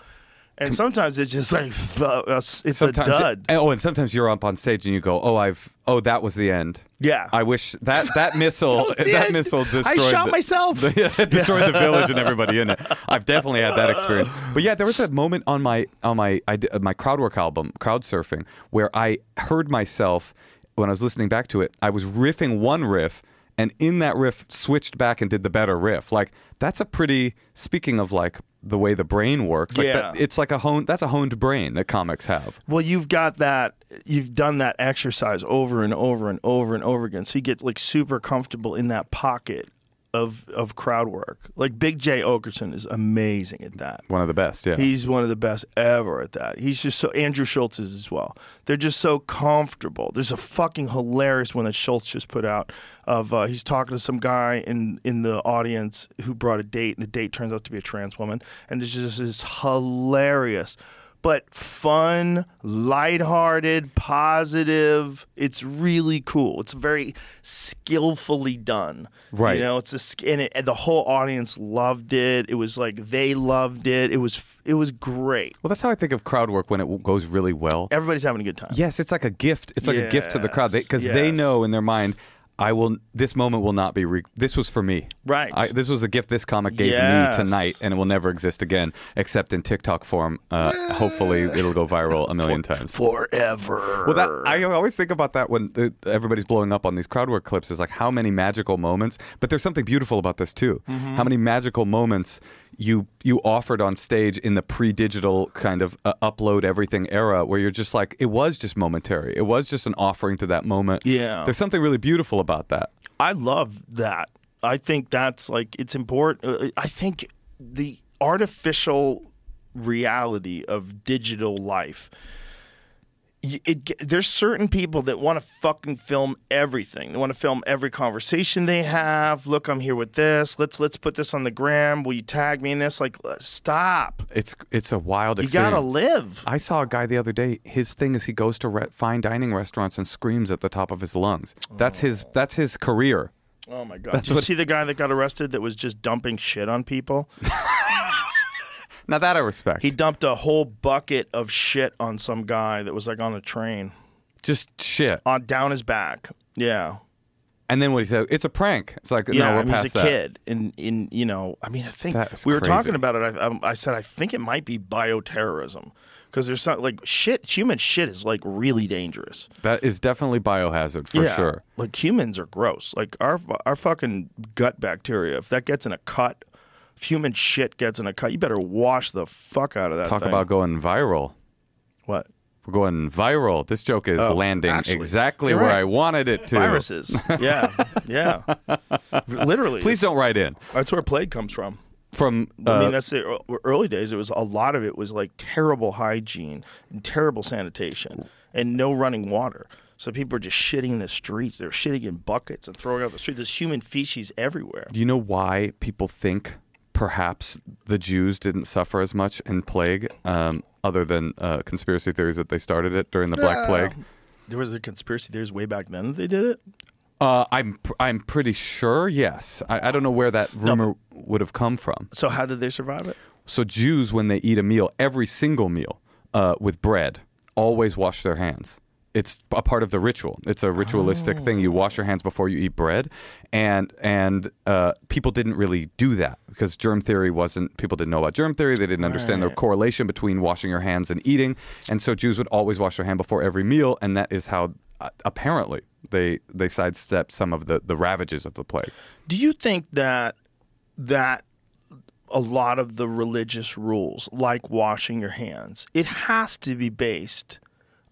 Speaker 4: And sometimes it's just like th- it's it's a dud.
Speaker 5: and- oh, and sometimes you're up on stage and you go, "Oh, I've oh that was the end."
Speaker 4: Yeah.
Speaker 5: I wish that
Speaker 4: [LAUGHS]
Speaker 5: that missile [LAUGHS] that,
Speaker 4: was the end.
Speaker 5: missile
Speaker 4: I
Speaker 5: destroyed.
Speaker 4: shot
Speaker 5: the-
Speaker 4: myself.
Speaker 5: the- [LAUGHS] it destroyed the village and everybody in it. I've definitely had that experience. But yeah, there was a moment on my on my I, did- my crowd work album, crowd surfing, where I heard myself when I was listening back to it. I was riffing one riff. And in that riff, switched back and did the better riff. Like that's a pretty. Speaking of like the way the brain works, like
Speaker 4: Yeah.
Speaker 5: that, it's like a honed. That's a honed brain that comics have.
Speaker 4: Well, you've got that. You've done that exercise over and over and over and over and over again, so you get like super comfortable in that pocket of of crowd work. Like Big J Okerson is amazing at that.
Speaker 5: One of the best. Yeah.
Speaker 4: He's one of the best ever at that. He's just so Andrew Schultz is as well. They're just so comfortable. There's a fucking hilarious one that Schultz just put out of uh, he's talking to some guy in in the audience who brought a date, and the date turns out to be a trans woman, and it's just this hilarious. But fun, lighthearted, positive. It's really cool. It's very skillfully done.
Speaker 5: Right.
Speaker 4: You know, it's a sk- and, it, and the whole audience loved it. It was like they loved it. It was f- it was great.
Speaker 5: well, that's how I think of crowd work when it w- goes really well.
Speaker 4: Everybody's having a good time.
Speaker 5: Yes, it's like a gift. It's like a gift to the crowd
Speaker 4: Yes,
Speaker 5: because they
Speaker 4: yes.
Speaker 5: know in their mind, I will. This moment will not be. Re- this was for me.
Speaker 4: Right.
Speaker 5: I, this was a gift this comic gave
Speaker 4: Yes.
Speaker 5: me tonight, and it will never exist again, except in TikTok form. Uh, hopefully, it'll go viral a million times.
Speaker 4: Forever.
Speaker 5: Well, that I always think about that when the, everybody's blowing up on these crowd work clips is like how many magical moments. But there's something beautiful about this too.
Speaker 4: Mm-hmm.
Speaker 5: How many magical moments you you offered on stage in the pre-digital kind of uh, upload everything era, where you're just like it was just momentary. It was just an offering to that moment.
Speaker 4: Yeah.
Speaker 5: there's something really beautiful about that.
Speaker 4: I love that. I think that's like it's important. uh, I think the artificial reality of digital life. y- It, ge- there's certain people that want to fucking film everything. They want to film every conversation they have. Look, I'm here with this. Let's let's put this on the gram. Will you tag me in this? Like, uh, stop.
Speaker 5: It's it's a wild
Speaker 4: You
Speaker 5: experience.
Speaker 4: gotta live.
Speaker 5: I saw a guy the other day. His thing is he goes to re- fine dining restaurants and screams at the top of his lungs. That's his. That's his career.
Speaker 4: Oh my god! Did you
Speaker 5: what-
Speaker 4: see the guy that got arrested that was just dumping shit on people?
Speaker 5: Now that I respect.
Speaker 4: He dumped a whole bucket of shit on some guy that was like on a train,
Speaker 5: just shit.
Speaker 4: on down his back. Yeah,
Speaker 5: And then what he said, it's a prank. It's like,
Speaker 4: yeah.
Speaker 5: no, we're
Speaker 4: and he's
Speaker 5: past
Speaker 4: a
Speaker 5: that.
Speaker 4: kid, and in you know, I mean, I think
Speaker 5: That is
Speaker 4: we were
Speaker 5: crazy.
Speaker 4: talking about it. I, I, I said I think it might be bioterrorism because there's some like shit. Human shit is like really dangerous.
Speaker 5: That is definitely biohazard for
Speaker 4: Yeah.
Speaker 5: sure.
Speaker 4: Like humans are gross. Like our our fucking gut bacteria. If that gets in a cut, if human shit gets in a cut, you better wash the fuck out of that.
Speaker 5: Talk
Speaker 4: thing.
Speaker 5: about going viral.
Speaker 4: what
Speaker 5: We're going viral. This joke is landing
Speaker 4: Oh, actually,
Speaker 5: exactly
Speaker 4: you're
Speaker 5: where
Speaker 4: right.
Speaker 5: I wanted it to.
Speaker 4: viruses.
Speaker 5: [LAUGHS]
Speaker 4: yeah, yeah. Literally.
Speaker 5: Please
Speaker 4: it's-
Speaker 5: don't write in.
Speaker 4: That's where plague comes from.
Speaker 5: From
Speaker 4: I
Speaker 5: uh,
Speaker 4: mean, that's the ear- early days. It was a lot of it was like terrible hygiene and terrible sanitation and no running water. So people were just shitting in the streets. They were shitting in buckets and throwing out the street. There's human feces everywhere.
Speaker 5: Do you know why people think perhaps the Jews didn't suffer as much in plague, um, other than uh, conspiracy theories that they started it during the Black Plague?
Speaker 4: There was a conspiracy theories way back then that they did it.
Speaker 5: Uh, I'm pr- I'm pretty sure. Yes, I, I don't know where that rumor would have come from.
Speaker 4: So how did they survive it?
Speaker 5: So Jews, when they eat a meal, every single meal uh, with bread, always wash their hands. It's a part of the ritual. It's a ritualistic thing. You wash your hands before you eat bread, and and uh, people didn't really do that because germ theory wasn't. People didn't know about germ theory. They didn't understand the correlation between washing your hands and eating. And so Jews would always wash their hand before every meal, and that is how uh, apparently they they sidestepped some of the the ravages of the plague.
Speaker 4: Do you think that that a lot of the religious rules, like washing your hands, it has to be based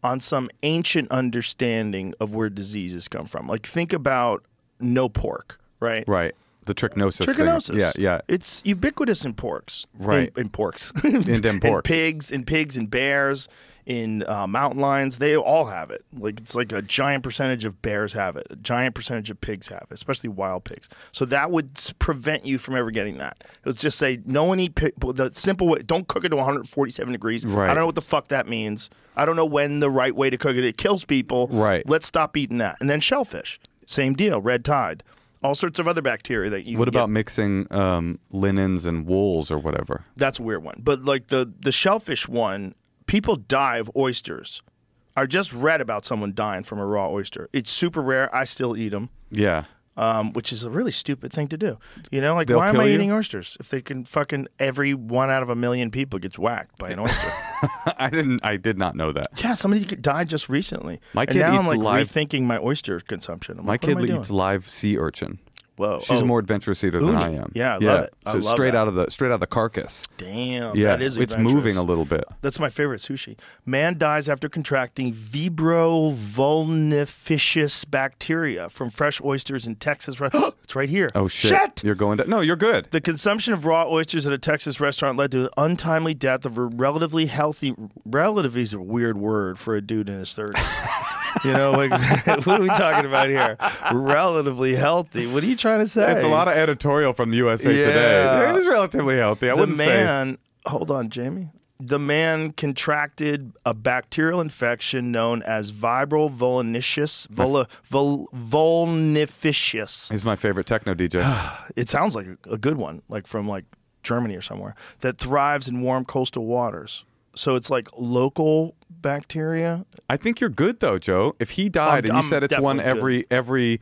Speaker 4: on some ancient understanding of where diseases come from? Like think about no pork, right?
Speaker 5: Right. The trichinosis. thing.
Speaker 4: Trichinosis.
Speaker 5: Yeah. Yeah.
Speaker 4: It's ubiquitous in porks.
Speaker 5: Right.
Speaker 4: In, in
Speaker 5: [LAUGHS]
Speaker 4: porks.
Speaker 5: In them porks.
Speaker 4: pigs, in pigs, and bears, in uh, mountain lions. They all have it. Like it's like a giant percentage of bears have it. A giant percentage of pigs have it, especially wild pigs. So that would s- prevent you from ever getting that. Let's just say no one eat pig. The simple way. Don't cook it to 147 degrees.
Speaker 5: Right.
Speaker 4: I don't know what the fuck that means. I don't know when the right way to cook it. It kills people.
Speaker 5: Right.
Speaker 4: Let's stop eating that. And then shellfish. Same deal. Red tide. All sorts of other bacteria that you
Speaker 5: What
Speaker 4: can
Speaker 5: about
Speaker 4: get.
Speaker 5: mixing um, linens and wools or whatever?
Speaker 4: That's a weird one. But like the the shellfish one, people die of oysters. I just read about someone dying from a raw oyster. It's super rare. I still eat them,
Speaker 5: Yeah.
Speaker 4: um, which is a really stupid thing to do. You know, like
Speaker 5: They'll
Speaker 4: why am
Speaker 5: kill
Speaker 4: I
Speaker 5: you?
Speaker 4: eating oysters if they can fucking every one out of a million people gets whacked by an
Speaker 5: [LAUGHS]
Speaker 4: oyster? Uh,
Speaker 5: I didn't. I did not know that.
Speaker 4: yeah, somebody died just recently.
Speaker 5: My
Speaker 4: and
Speaker 5: kid
Speaker 4: now
Speaker 5: eats
Speaker 4: I'm like
Speaker 5: live-
Speaker 4: rethinking my oyster consumption. I'm
Speaker 5: My
Speaker 4: like, what
Speaker 5: kid
Speaker 4: am I doing?
Speaker 5: eats live sea urchin.
Speaker 4: Whoa.
Speaker 5: She's
Speaker 4: Oh,
Speaker 5: a more adventurous eater than
Speaker 4: Uni.
Speaker 5: I am.
Speaker 4: Yeah, I love it. I
Speaker 5: so
Speaker 4: love
Speaker 5: straight
Speaker 4: that.
Speaker 5: out of the straight out of the carcass.
Speaker 4: Damn.
Speaker 5: Yeah,
Speaker 4: That is
Speaker 5: it's
Speaker 4: adventurous.
Speaker 5: moving a little bit.
Speaker 4: That's my favorite sushi. Man dies after contracting Vibro vulnificus bacteria from fresh oysters in Texas. Re- it's right here.
Speaker 5: Oh shit. You're going to No, you're good.
Speaker 4: The consumption of raw oysters at a Texas restaurant led to the untimely death of a relatively healthy. Relatively is a weird word for a dude in his 30s. you know, like, [LAUGHS] what are we talking about here? Relatively healthy. What are you trying to say?
Speaker 5: It's a lot of editorial from USA
Speaker 4: Yeah.
Speaker 5: Today. It is relatively healthy. I
Speaker 4: the
Speaker 5: wouldn't say
Speaker 4: man, hold on, Jamie. The man contracted a bacterial infection known as vibral vulnificus. Vul, vul, vulnificus.
Speaker 5: he's my favorite
Speaker 4: [SIGHS]
Speaker 5: techno DJ.
Speaker 4: It sounds like a, a good one, like from like Germany or somewhere that thrives in warm coastal waters. So it's like local bacteria.
Speaker 5: I think you're good though, Joe. If he died and you
Speaker 4: I'm
Speaker 5: said it's one
Speaker 4: definitely
Speaker 5: every every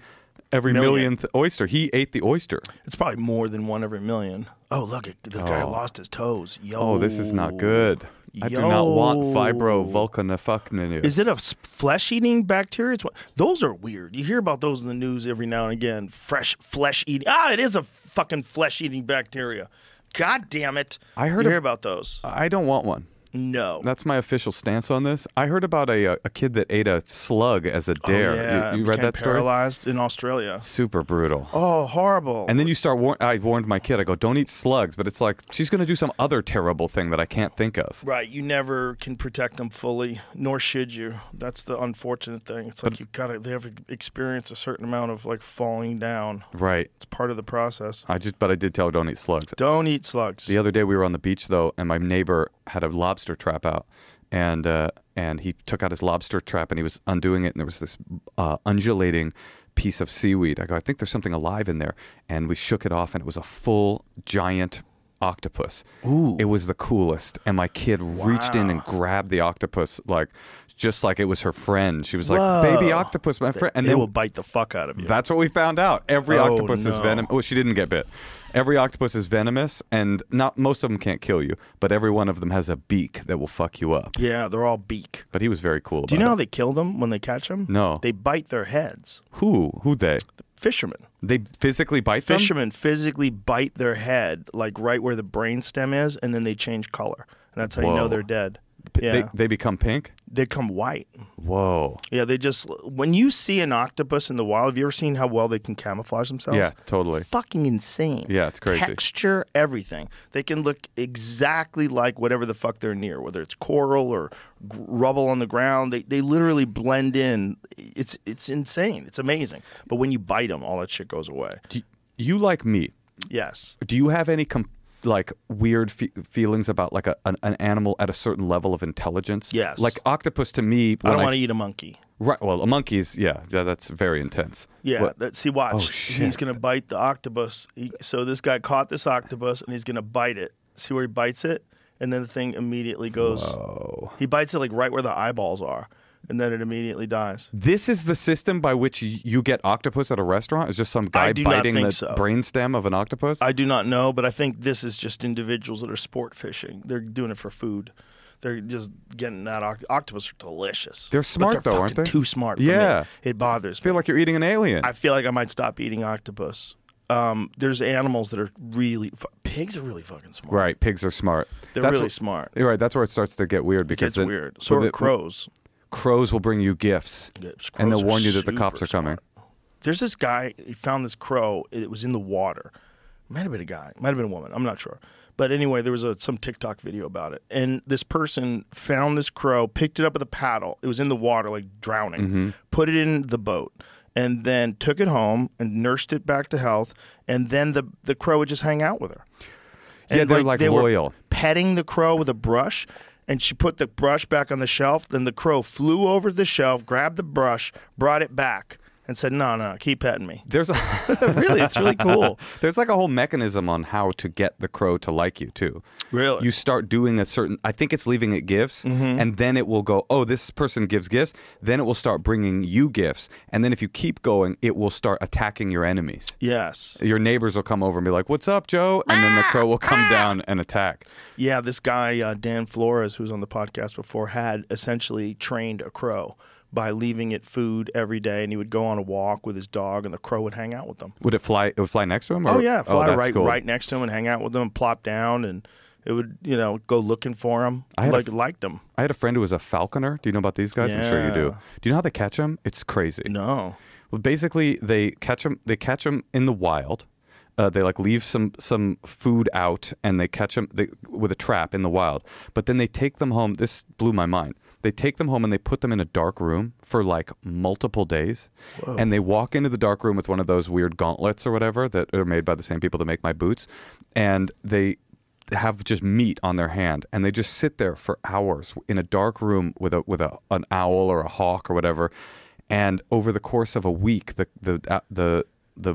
Speaker 5: every
Speaker 4: Million.
Speaker 5: millionth oyster, he ate the oyster.
Speaker 4: It's probably more than one every million. Oh, look, it, the guy lost his toes. Yo.
Speaker 5: Oh, this is not good. I do not want fibro vulcanifuckninus.
Speaker 4: Is it a flesh eating bacteria? It's, what- those are weird. You hear about those in the news every now and again. Fresh flesh eating. Ah, it is a fucking flesh eating bacteria. God damn it.
Speaker 5: I heard
Speaker 4: you
Speaker 5: a-
Speaker 4: hear about those.
Speaker 5: I don't want one.
Speaker 4: No.
Speaker 5: That's my official stance on this. I heard about a uh, a kid that ate a slug as a dare. You-
Speaker 4: Oh, Yeah,
Speaker 5: you,
Speaker 4: it
Speaker 5: read
Speaker 4: became
Speaker 5: that story?
Speaker 4: Paralyzed in Australia.
Speaker 5: Super brutal.
Speaker 4: Oh, horrible.
Speaker 5: And then you start. War- I warned my kid. I go, don't eat slugs. But it's like she's going to do some other terrible thing that I can't think of.
Speaker 4: Right, you never can protect them fully, nor should you. That's the unfortunate thing. It's like you gotta they have to experience a certain amount of like falling down.
Speaker 5: Right.
Speaker 4: It's part of the process.
Speaker 5: I just. But I did tell her don't eat slugs.
Speaker 4: Don't eat slugs.
Speaker 5: The other day we were on the beach though, and my neighbor had a lobster trap out, and uh, and he took out his lobster trap and he was undoing it, and there was this uh, undulating piece of seaweed. I go, I think there's something alive in there, and we shook it off, and it was a full giant octopus. Ooh. It was the coolest, and my kid reached in and grabbed the octopus like. Just like it was her friend, she was like, "Baby
Speaker 4: Whoa.
Speaker 5: octopus, my friend," and
Speaker 4: they
Speaker 5: then
Speaker 4: will bite the fuck out of you.
Speaker 5: that's what we found out. Every
Speaker 4: Oh,
Speaker 5: octopus is
Speaker 4: no.
Speaker 5: venomous. Well, she didn't get bit. Every octopus is venomous, and not most of them can't kill you, but every one of them has a beak that will fuck you up.
Speaker 4: yeah, they're all beak.
Speaker 5: But he was very cool.
Speaker 4: Do you know
Speaker 5: about
Speaker 4: how they kill them when they catch them?
Speaker 5: No.
Speaker 4: They bite their heads.
Speaker 5: it. who? Who they?
Speaker 4: Fishermen.
Speaker 5: They physically bite them.
Speaker 4: Fishermen physically bite their head, like right where the brain stem is, and then they change color. And that's how you know
Speaker 5: Whoa.
Speaker 4: they're dead.
Speaker 5: P-
Speaker 4: Yeah.
Speaker 5: They, they become pink.
Speaker 4: they come white.
Speaker 5: Whoa.
Speaker 4: Yeah, they just when you see an octopus in the wild, have you ever seen how well they can camouflage themselves?
Speaker 5: Yeah, totally.
Speaker 4: Fucking insane.
Speaker 5: Yeah, it's crazy.
Speaker 4: Texture, everything. They can look exactly like whatever the fuck they're near, whether it's coral or g- rubble on the ground. They they literally blend in. It's it's insane. It's amazing. But when you bite them, all that shit goes away.
Speaker 5: Do you, you like meat?
Speaker 4: Yes.
Speaker 5: Do you have any com- like weird fe- feelings about like a, an, an animal at a certain level of intelligence?
Speaker 4: Yes.
Speaker 5: Like octopus to me.
Speaker 4: I
Speaker 5: when
Speaker 4: don't want
Speaker 5: s-
Speaker 4: to eat a monkey.
Speaker 5: Right. Well, a monkey's yeah, yeah. That's very intense.
Speaker 4: Yeah,
Speaker 5: What-
Speaker 4: that, see, watch.
Speaker 5: Oh,
Speaker 4: He's
Speaker 5: shit.
Speaker 4: gonna bite the octopus. He, so this guy caught this octopus and he's gonna bite it. See where he bites it, and then the thing immediately goes. He bites it like right where the eyeballs are, and then it immediately dies.
Speaker 5: This is the system by which y- you get octopus at a restaurant? Is just some guy
Speaker 4: I do not
Speaker 5: biting
Speaker 4: think
Speaker 5: the
Speaker 4: so.
Speaker 5: brainstem of an octopus?
Speaker 4: I do not know, but I think this is just individuals that are sport fishing. They're doing it for food. They're just getting that oct- octopus are delicious.
Speaker 5: They're
Speaker 4: But
Speaker 5: smart, though, aren't
Speaker 4: fucking
Speaker 5: they?
Speaker 4: Too smart. For
Speaker 5: Yeah.
Speaker 4: me. it bothers me.
Speaker 5: feel like you're eating an alien.
Speaker 4: I feel like I might stop eating octopus. Um, there's animals that are really fu- pigs are really fucking smart.
Speaker 5: right, pigs are smart.
Speaker 4: They're
Speaker 5: That's
Speaker 4: really
Speaker 5: wh-
Speaker 4: smart.
Speaker 5: You're right. That's where it starts to get weird because
Speaker 4: It's
Speaker 5: then-
Speaker 4: weird. So
Speaker 5: well,
Speaker 4: are
Speaker 5: the-
Speaker 4: crows.
Speaker 5: Crows will bring you gifts,
Speaker 4: Yeah,
Speaker 5: and
Speaker 4: crows
Speaker 5: they'll
Speaker 4: are
Speaker 5: warn you that the cops
Speaker 4: super
Speaker 5: are coming.
Speaker 4: There's this guy. He found this crow. It was in the water. Might have been a guy. Might have been a woman. I'm not sure. But anyway, there was a, some TikTok video about it, and this person found this crow, picked it up with a paddle. It was in the water, like drowning. Put it in the boat, and then took it home and nursed it back to health. And then the the crow would just hang out with her.
Speaker 5: Yeah, they're, like,
Speaker 4: they were
Speaker 5: loyal.
Speaker 4: petting the crow with a brush, and she put the brush back on the shelf. Then the crow flew over the shelf, grabbed the brush, brought it back, and said, "No, no, keep petting
Speaker 5: [LAUGHS]
Speaker 4: me." [LAUGHS]
Speaker 5: There's a
Speaker 4: really, it's really cool.
Speaker 5: There's like a whole mechanism on how to get the crow to like you too.
Speaker 4: Really? Mm-hmm.
Speaker 5: You start doing a certain. I think it's leaving it gifts, and then it will go. Oh, this person gives gifts. Then it will start bringing you gifts, and then if you keep going, it will start attacking your enemies.
Speaker 4: Yes.
Speaker 5: Your neighbors will come over and be like, "What's up, Joe?" And then the crow will come down and attack.
Speaker 4: Yeah, this guy uh, Dan Flores, who's on the podcast before, had essentially trained a crow by leaving it food every day, and he would go on a walk with his dog, and the crow would hang out with them.
Speaker 5: Would it fly? It would fly next to him? Or,
Speaker 4: Oh yeah, fly
Speaker 5: that's
Speaker 4: right
Speaker 5: cool.
Speaker 4: right next to him and hang out with him, and plop down, and it would you know go looking for him.
Speaker 5: I had a
Speaker 4: like
Speaker 5: f-
Speaker 4: liked him.
Speaker 5: I had a friend who was a falconer. Do you know about these guys? I'm sure you do.
Speaker 4: Yeah.
Speaker 5: Do you know how they catch them? It's crazy.
Speaker 4: No,
Speaker 5: Well, basically, they catch them. They catch 'em in the wild. Uh, they like leave some some food out, and they catch them they, with a trap in the wild. But then they take them home. This blew my mind. They take them home and they put them in a dark room for like multiple days, and they walk into the dark room with one of those weird gauntlets or whatever that are made by the same people that make my boots, and they have just meat on their hand and they just sit there for hours in a dark room with a with a an owl or a hawk or whatever and over the course of a week the the uh, the the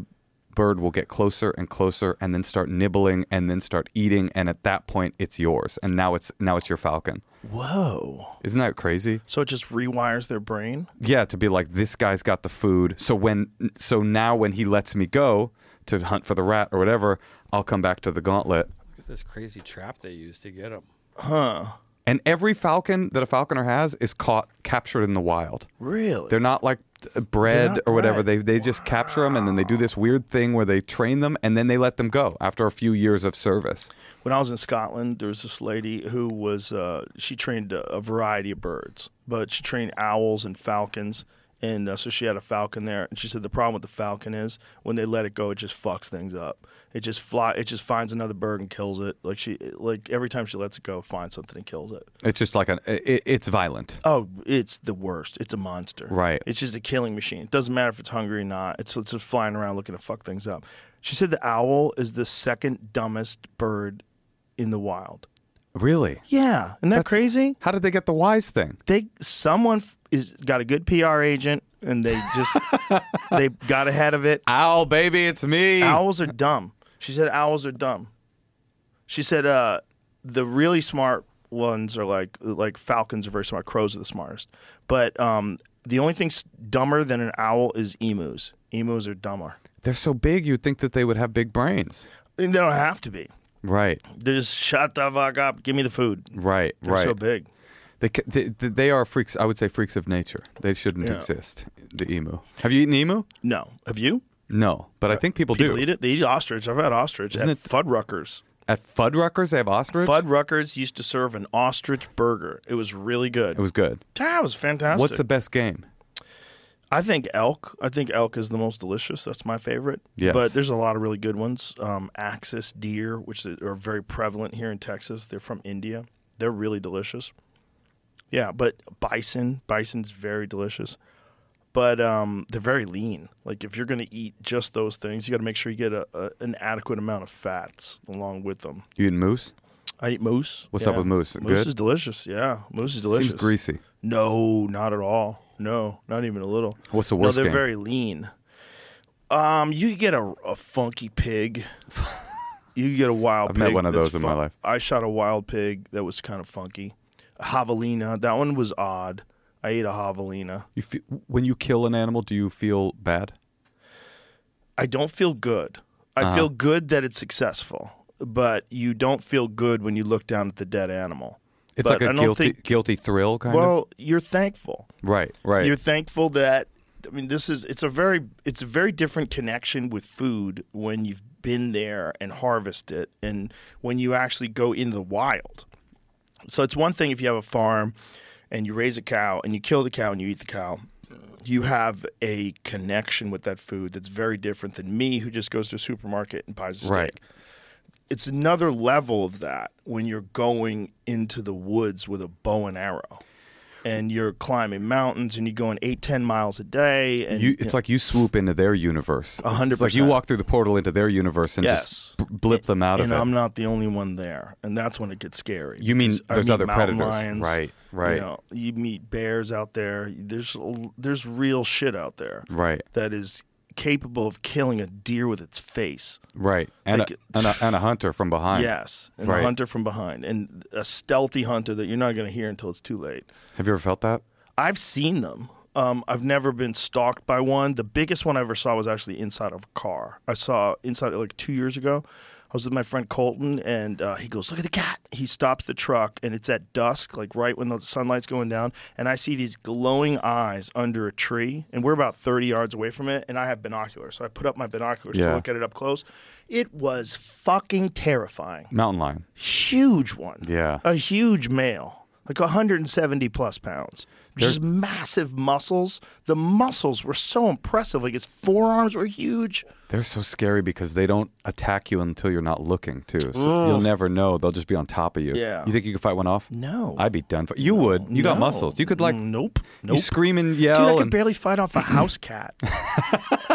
Speaker 5: bird will get closer and closer and then start nibbling and then start eating and at that point it's yours and now it's now it's your falcon
Speaker 4: whoa.
Speaker 5: isn't that crazy
Speaker 4: So it just rewires their brain.
Speaker 5: yeah to be like this guy's got the food so when so now when he lets me go to hunt for the rat or whatever I'll come back to the gauntlet
Speaker 6: Look at this crazy trap they used to get them.
Speaker 5: And every falcon that a falconer has is caught captured in the wild.
Speaker 4: Really?
Speaker 5: They're not like uh, bred
Speaker 4: not
Speaker 5: or whatever. They
Speaker 4: bred.
Speaker 5: they just capture them and then they do this weird thing where they train them and then they let them go after a few years of service.
Speaker 4: when I was in Scotland, there was this lady who was uh, she trained a, a variety of birds, but she trained owls and falcons, and uh, so she had a falcon there. And she said the problem with the falcon is when they let it go, it just fucks things up. It just fly, it just finds another bird and kills it. Like she, like every time she lets it go, it finds something and kills it.
Speaker 5: It's just like an it, it's violent.
Speaker 4: Oh, it's the worst. It's a monster.
Speaker 5: Right.
Speaker 4: It's just a killing machine. It doesn't matter if it's hungry or not. It's, it's just flying around looking to fuck things up. She said the owl is the second dumbest bird in the wild.
Speaker 5: Really?
Speaker 4: Yeah, isn't that
Speaker 5: That's-
Speaker 4: crazy?
Speaker 5: How did they get the wise thing?
Speaker 4: They someone f- is got a good PR agent, and they
Speaker 5: [LAUGHS]
Speaker 4: just they got ahead of it.
Speaker 5: Owl baby, it's me.
Speaker 4: [LAUGHS] Owls
Speaker 5: [LAUGHS]
Speaker 4: are dumb. She said owls are dumb. She said uh, the really smart ones are like like falcons are very smart. Crows are the smartest, but um, the only thing s- dumber than an owl is emus. Emus are dumber.
Speaker 5: They're so big you'd think that they would have big brains.
Speaker 4: And they don't have to be.
Speaker 5: Right.
Speaker 4: They just shut the fuck up. Give me the food.
Speaker 5: Right,
Speaker 4: They're
Speaker 5: right.
Speaker 4: so big.
Speaker 5: They, ca- they they are freaks. I would say freaks of nature. They shouldn't
Speaker 4: Yeah.
Speaker 5: exist. The emu. Have you eaten emu?
Speaker 4: No, have you?
Speaker 5: No, but I think people,
Speaker 4: Uh, People
Speaker 5: do.
Speaker 4: eat it. They eat ostrich. I've had ostrich
Speaker 5: Isn't
Speaker 4: at
Speaker 5: it-
Speaker 4: Fuddruckers.
Speaker 5: At Fuddruckers, they have ostrich.
Speaker 4: Fuddruckers used to serve an ostrich burger. It was really good.
Speaker 5: It was good.
Speaker 4: Ah, it was fantastic.
Speaker 5: What's the best game?
Speaker 4: I think elk. I think elk is the most delicious. That's my favorite.
Speaker 5: Yes.
Speaker 4: But there's a lot of really good ones. Um, Axis deer, which are very prevalent here in Texas. They're from India. They're really delicious. Yeah, but bison, bison's very delicious. But um, they're very lean. Like if you're going to eat just those things, you got to make sure you get a, a, an adequate amount of fats along with them.
Speaker 5: You eating moose?
Speaker 4: I eat moose.
Speaker 5: What's up with moose?
Speaker 4: Moose
Speaker 5: Good?
Speaker 4: is delicious. Yeah, moose is delicious.
Speaker 5: Seems greasy.
Speaker 4: No, not at all. No, not even a little.
Speaker 5: What's the worst
Speaker 4: No, they're
Speaker 5: game?
Speaker 4: very lean. Um, you could get a, a funky
Speaker 5: [LAUGHS]
Speaker 4: pig. you could get a wild.
Speaker 5: I've
Speaker 4: pig
Speaker 5: met one of
Speaker 4: that's
Speaker 5: those in my life.
Speaker 4: I shot a wild pig that was kind of funky. A javelina. That one was odd. I ate a javelina.
Speaker 5: You fe when you kill an animal, do you feel bad?
Speaker 4: I don't feel good. I
Speaker 5: Uh-huh.
Speaker 4: feel good that it's successful, but you don't feel good when you look down at the dead animal.
Speaker 5: It's
Speaker 4: But
Speaker 5: like
Speaker 4: I
Speaker 5: a
Speaker 4: don't
Speaker 5: guilty
Speaker 4: think-
Speaker 5: guilty thrill kind of.
Speaker 4: Well, you're thankful.
Speaker 5: Right, right.
Speaker 4: You're thankful that I mean this is it's a very it's a very different connection with food when you've been there and harvest it and when you actually go into the wild. So it's one thing if you have a farm and you raise a cow and you kill the cow and you eat the cow. You have a connection with that food that's very different than me who just goes to a supermarket and buys a steak
Speaker 5: right.
Speaker 4: it's another level of that when you're going into the woods with a bow and arrow and you're climbing mountains and you're going eight ten miles a day and
Speaker 5: You, it's like you swoop into their universe.
Speaker 4: A hundred
Speaker 5: It's like you
Speaker 4: percent.
Speaker 5: walk through the portal into their universe and
Speaker 4: Yes.
Speaker 5: just b- blip them out
Speaker 4: and
Speaker 5: of it.
Speaker 4: i'm not the only one there and that's when it gets scary
Speaker 5: You mean
Speaker 4: because I
Speaker 5: there's
Speaker 4: meet
Speaker 5: other
Speaker 4: mountain
Speaker 5: predators.
Speaker 4: lions,
Speaker 5: Right,
Speaker 4: you,
Speaker 5: right.
Speaker 4: know, you meet bears out there there's there's real shit out there
Speaker 5: Right.
Speaker 4: that is capable of killing a deer with its face
Speaker 5: Right. And,
Speaker 4: Like-
Speaker 5: a, and, a, and a hunter from behind.
Speaker 4: yes and
Speaker 5: Right.
Speaker 4: a hunter from behind and a stealthy hunter that you're not going to hear until it's too late
Speaker 5: Have you ever felt that?
Speaker 4: I've seen them. Um, I've never been stalked by one. The biggest one I ever saw was actually inside of a car. I saw inside like two years ago. I was with my friend Colton, and uh, he goes, "Look at the cat." He stops the truck, and it's at dusk, like right when the sunlight's going down, and I see these glowing eyes under a tree, and we're about thirty yards away from it, and I have binoculars, so I put up my binoculars to
Speaker 5: Yeah.
Speaker 4: look at it up close. It was fucking terrifying
Speaker 5: Mountain lion.
Speaker 4: huge one.
Speaker 5: Yeah.
Speaker 4: A huge male, like 170 plus pounds. Just massive muscles. The muscles were so impressive. Like his forearms were huge.
Speaker 5: They're so scary because they don't attack you until you're not looking too. So you'll never know. They'll just be on top of you.
Speaker 4: Yeah.
Speaker 5: You think you could fight one off?
Speaker 4: No.
Speaker 5: I'd be done for. You would. You got
Speaker 4: No.
Speaker 5: muscles. You could like
Speaker 4: Nope.
Speaker 5: you
Speaker 4: Nope.
Speaker 5: scream and
Speaker 4: Dude,
Speaker 5: yell.
Speaker 4: I could
Speaker 5: and-
Speaker 4: barely fight
Speaker 5: [CLEARS THROAT]
Speaker 4: off a house cat.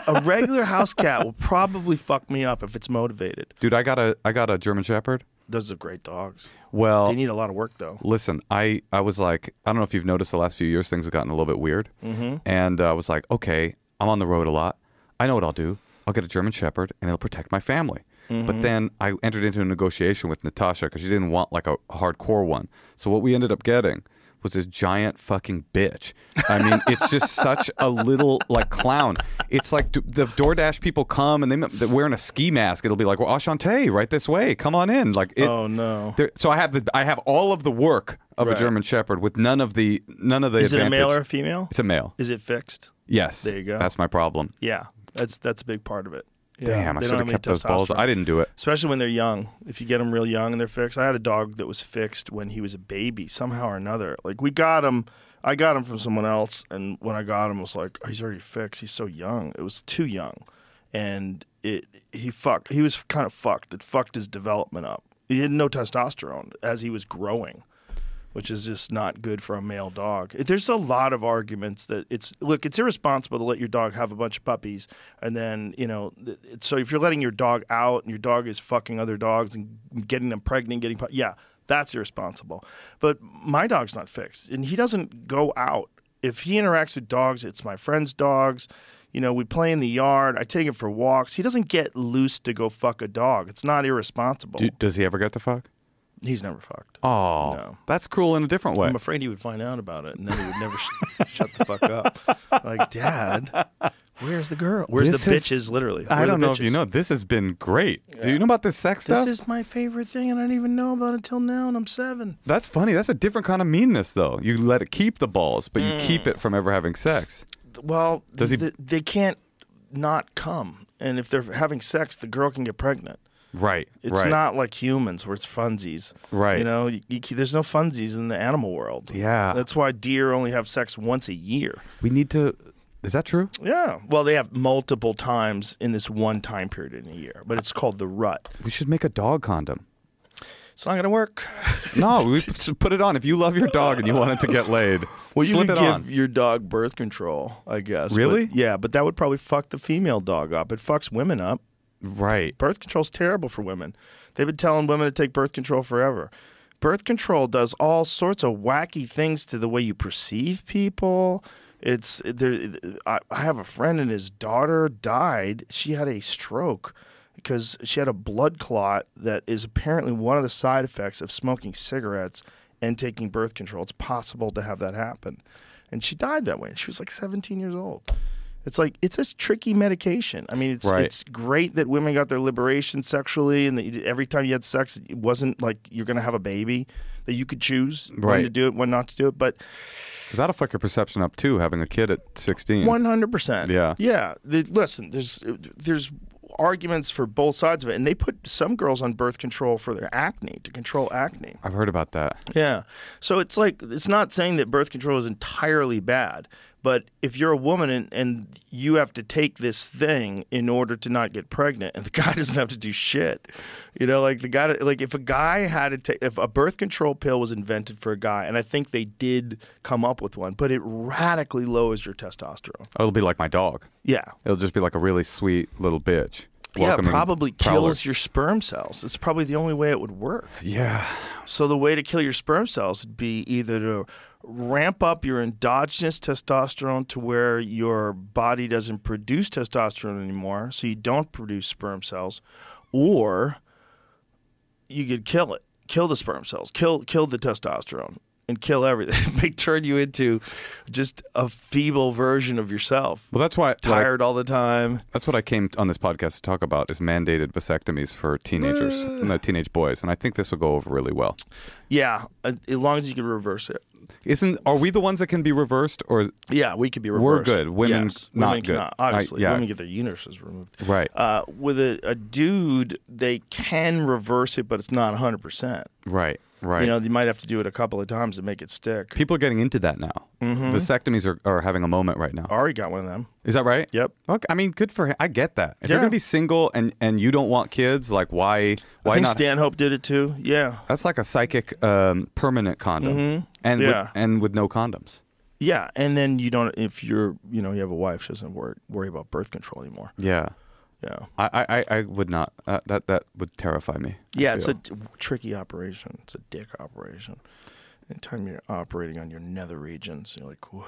Speaker 4: a regular house cat will probably fuck me up if it's motivated.
Speaker 5: Dude, I got a I got a German Shepherd.
Speaker 4: Those are great dogs.
Speaker 5: Well,
Speaker 4: They need a lot of work though.
Speaker 5: Listen, I, I was like, I don't know if you've noticed the last few years, things have gotten a little bit weird. Mm-hmm. And uh, I was like, okay, I'm on the road a lot. I know what I'll do. I'll get a German Shepherd and it'll protect my family. But then I entered into a negotiation with Natasha because she didn't want like a hardcore one. So what we ended up getting was this giant fucking bitch. I mean, it's
Speaker 4: [LAUGHS]
Speaker 5: just such a little like clown. It's like d- the DoorDash people come and they, they're wearing a ski mask. It'll be like, well, Ashante, right this way. Come on in. Like, it,
Speaker 4: Oh, no.
Speaker 5: there- so I have the I have all of the work of
Speaker 4: Right.
Speaker 5: a German Shepherd with none of the none of the.
Speaker 4: Is it a male
Speaker 5: advantage.
Speaker 4: or a female?
Speaker 5: It's a male.
Speaker 4: Is it fixed?
Speaker 5: Yes.
Speaker 4: There you go.
Speaker 5: That's my problem.
Speaker 4: Yeah. That's that's a big part of it. Yeah.
Speaker 5: Damn, I
Speaker 4: They
Speaker 5: should
Speaker 4: don't
Speaker 5: have
Speaker 4: any
Speaker 5: kept those balls.
Speaker 4: testosterone.
Speaker 5: I didn't do it.
Speaker 4: especially when they're young. If you get them real young and they're fixed, I had a dog that was fixed when he was a baby, somehow or another. Like we got him, I got him from someone else, and when I got him, I was like, oh, he's already fixed. He's so young. It was too young, and it he fucked. He was kind of fucked. It fucked his development up. He had no testosterone as he was growing. Which is just not good for a male dog. There's a lot of arguments that it's look, it's irresponsible to let your dog have a bunch of puppies, and then you know. th- it- So if you're letting your dog out and your dog is fucking other dogs and getting them pregnant, getting pu- yeah, that's irresponsible. But my dog's not fixed, and he doesn't go out. If he interacts with dogs, it's my friend's dogs. You know, we play in the yard. I take him for walks. He doesn't get loose to go fuck a dog. It's not irresponsible.
Speaker 5: Do, does he ever get to fuck?
Speaker 4: He's never fucked.
Speaker 5: Oh,
Speaker 4: No.
Speaker 5: that's cruel in a different way.
Speaker 4: I'm afraid he would find out about it, and then he would never sh- [LAUGHS] shut the fuck up. Like, Dad, where's the girl? Where's
Speaker 5: This
Speaker 4: the
Speaker 5: is-
Speaker 4: bitches? Literally, Where
Speaker 5: I
Speaker 4: are the
Speaker 5: don't know if
Speaker 4: bitches?
Speaker 5: you know. This has been great. Do you know about this sex
Speaker 4: This
Speaker 5: stuff?
Speaker 4: is my favorite thing, and I didn't even know about it till now, and I'm seven.
Speaker 5: That's funny. That's a different kind of meanness, though. You let it keep the balls, but you
Speaker 4: Mm.
Speaker 5: keep it from ever having sex.
Speaker 4: Well,
Speaker 5: Does he-
Speaker 4: th- they can't not come, and if they're having sex, the girl can get pregnant.
Speaker 5: Right.
Speaker 4: It's
Speaker 5: right.
Speaker 4: not like humans where it's funsies.
Speaker 5: Right.
Speaker 4: You know, you, you, there's no funsies in the animal world.
Speaker 5: Yeah.
Speaker 4: That's why deer only have sex once a year.
Speaker 5: We need to. Is that true?
Speaker 4: Yeah. Well, they have multiple times in this one time period in a year, but it's called the rut.
Speaker 5: We should make a
Speaker 4: [LAUGHS]
Speaker 5: dog condom.
Speaker 4: It's not going to work.
Speaker 5: No, we p- put it on. If you love your dog and you want it to [LAUGHS] get laid,
Speaker 4: Well, you
Speaker 5: slip
Speaker 4: could
Speaker 5: it
Speaker 4: give
Speaker 5: on.
Speaker 4: your dog birth control, I guess. but-
Speaker 5: Really?
Speaker 4: yeah, but that would probably fuck the female dog up. It fucks women up.
Speaker 5: [LAUGHS] Right.
Speaker 4: Birth control's terrible for women. They've been telling women to take birth control forever. Birth control does all sorts of wacky things to the way you perceive people. It's there. I I have a friend and his daughter died. She had a stroke because she had a blood clot that is apparently one of the side effects of smoking cigarettes and taking birth control. It's possible to have that happen, and she died that way. She was like 17 years old. It's like it's a tricky medication. I mean, it's
Speaker 5: Right.
Speaker 4: it's great that women got their liberation sexually and that you, every time you had sex it wasn't like you're going to have a baby that you could choose when
Speaker 5: Right.
Speaker 4: to do it when not to do it but
Speaker 5: Because that'll fuck your perception up too, having a kid at 16.
Speaker 4: 100%
Speaker 5: Yeah.
Speaker 4: yeah The- listen there's there's arguments for both sides of it and they put some girls on birth control for their acne to control acne
Speaker 5: I've heard about that.
Speaker 4: Yeah. So it's like it's not saying that birth control is entirely bad, but if you're a woman and, and you have to take this thing in order to not get pregnant, and the [LAUGHS] guy doesn't have to do shit, you know, like the guy, like if a guy had to take, if a birth control pill was invented for a guy, and I think they did come up with one, but it radically lowers your testosterone.
Speaker 5: Oh, it'll be like my dog.
Speaker 4: Yeah.
Speaker 5: It'll just be like a really sweet little bitch.
Speaker 4: yeah,
Speaker 5: welcoming
Speaker 4: it probably
Speaker 5: prowler.
Speaker 4: kills your sperm cells. It's probably the only way it would work.
Speaker 5: Yeah.
Speaker 4: So the way to kill your sperm cells would be either to ramp up your endogenous testosterone to where your body doesn't produce testosterone anymore, so you don't produce sperm cells, or you could kill it, kill the sperm cells, kill kill the testosterone. and kill everything. [LAUGHS] they turn you into just a feeble version of yourself.
Speaker 5: Well, that's why what I-
Speaker 4: tired all the time.
Speaker 5: That's what I came on this podcast to talk about is mandated vasectomies for teenagers, no, teenage boys, and I think this will go over really well.
Speaker 4: Yeah, uh, as long as you can reverse it.
Speaker 5: Isn't are we the ones that can be reversed or
Speaker 4: Yeah, we could be reversed.
Speaker 5: We're good. Women
Speaker 4: Yes.
Speaker 5: not
Speaker 4: women
Speaker 5: good.
Speaker 4: cannot.
Speaker 5: I-
Speaker 4: Obviously,
Speaker 5: yeah.
Speaker 4: women get their uteruses removed.
Speaker 5: Right.
Speaker 4: Uh, with a, a dude, they can reverse it, but it's not 100. percent
Speaker 5: right, right?
Speaker 4: You know, you might have to do it a couple of times to make it stick.
Speaker 5: people are getting into that now.
Speaker 4: Mm-hmm.
Speaker 5: Vasectomies are, are having a moment right now.
Speaker 4: Ari got one of them.
Speaker 5: Is that right?
Speaker 4: Yep.
Speaker 5: Okay. I mean, good for him. I get that. If you're
Speaker 4: Yeah.
Speaker 5: gonna be single and and you don't want kids, like why
Speaker 4: I
Speaker 5: why
Speaker 4: think
Speaker 5: not?
Speaker 4: Stanhope did it too. Yeah.
Speaker 5: that's like a psychic um, permanent condom, and with,
Speaker 4: Mm-hmm. Yeah.
Speaker 5: and with no condoms.
Speaker 4: Yeah, and then you don't if you're you know you have a wife, she doesn't worry worry about birth control anymore.
Speaker 5: Yeah.
Speaker 4: Yeah,
Speaker 5: I, I, I- I would not. Uh, that that would terrify me. I
Speaker 4: yeah, it's a
Speaker 5: feel.
Speaker 4: t- tricky operation. It's a dick operation. Anytime you're operating on your nether regions, you're [LAUGHS] like, what?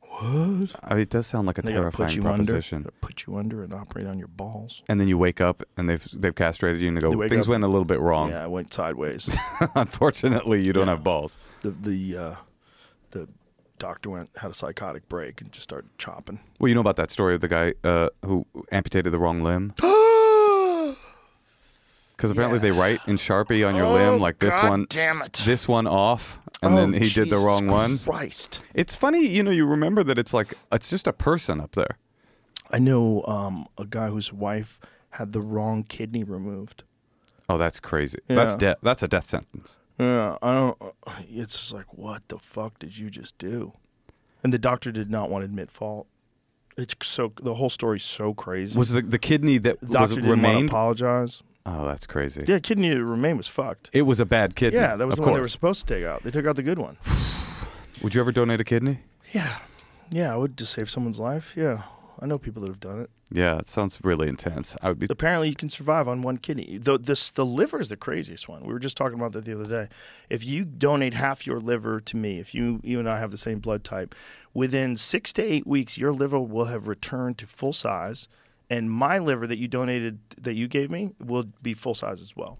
Speaker 4: What? what?
Speaker 5: I mean, it does sound like a
Speaker 4: They gotta
Speaker 5: terrifying
Speaker 4: put you
Speaker 5: proposition.
Speaker 4: under, They put you under, and operate on your balls.
Speaker 5: And then you wake up and they've they've castrated you and they
Speaker 4: They
Speaker 5: go
Speaker 4: wake
Speaker 5: things
Speaker 4: up-
Speaker 5: went a little bit wrong.
Speaker 4: Yeah, I went sideways.
Speaker 5: [LAUGHS] Unfortunately, you don't have balls.
Speaker 4: the the uh, the doctor went had a psychotic break and just started chopping.
Speaker 5: Well, you know about that story of the guy uh, who amputated the
Speaker 4: [GASPS]
Speaker 5: wrong limb. Because apparently they write in Sharpie on your limb like this
Speaker 4: Oh, God
Speaker 5: one,
Speaker 4: damn it.
Speaker 5: this one off, and
Speaker 4: Oh,
Speaker 5: then he did the
Speaker 4: Jesus
Speaker 5: wrong one.
Speaker 4: Christ.
Speaker 5: It's funny, you know. You remember that it's like it's just a person up there.
Speaker 4: I know um, a guy whose wife had the wrong kidney removed.
Speaker 5: Oh, that's crazy. That's
Speaker 4: Yeah.
Speaker 5: death. That's a death sentence.
Speaker 4: Yeah, I don't. uh, It's just like, what the fuck did you just do? And the doctor did not want to admit fault. It's so the whole story's so crazy.
Speaker 5: Was the the kidney that
Speaker 4: the doctor
Speaker 5: was
Speaker 4: didn't want
Speaker 5: remained?
Speaker 4: to apologize?
Speaker 5: Oh, that's crazy.
Speaker 4: Yeah, kidney to remain was fucked.
Speaker 5: It was a bad kidney.
Speaker 4: yeah, that was
Speaker 5: of
Speaker 4: the
Speaker 5: course.
Speaker 4: one they were supposed to take out. They took out the good
Speaker 5: [SIGHS]
Speaker 4: one.
Speaker 5: Would you ever donate a kidney?
Speaker 4: yeah, yeah, I would just save someone's life. Yeah, I know people that have done it.
Speaker 5: Yeah, it sounds really intense. I would be.
Speaker 4: apparently you can survive on one kidney. The this the liver is the craziest one. We were just talking about that the other day. If you donate half your liver to me, if you you and I have the same blood type, within 6 to 8 weeks your liver will have returned to full size and my liver that you donated that you gave me will be full size as well.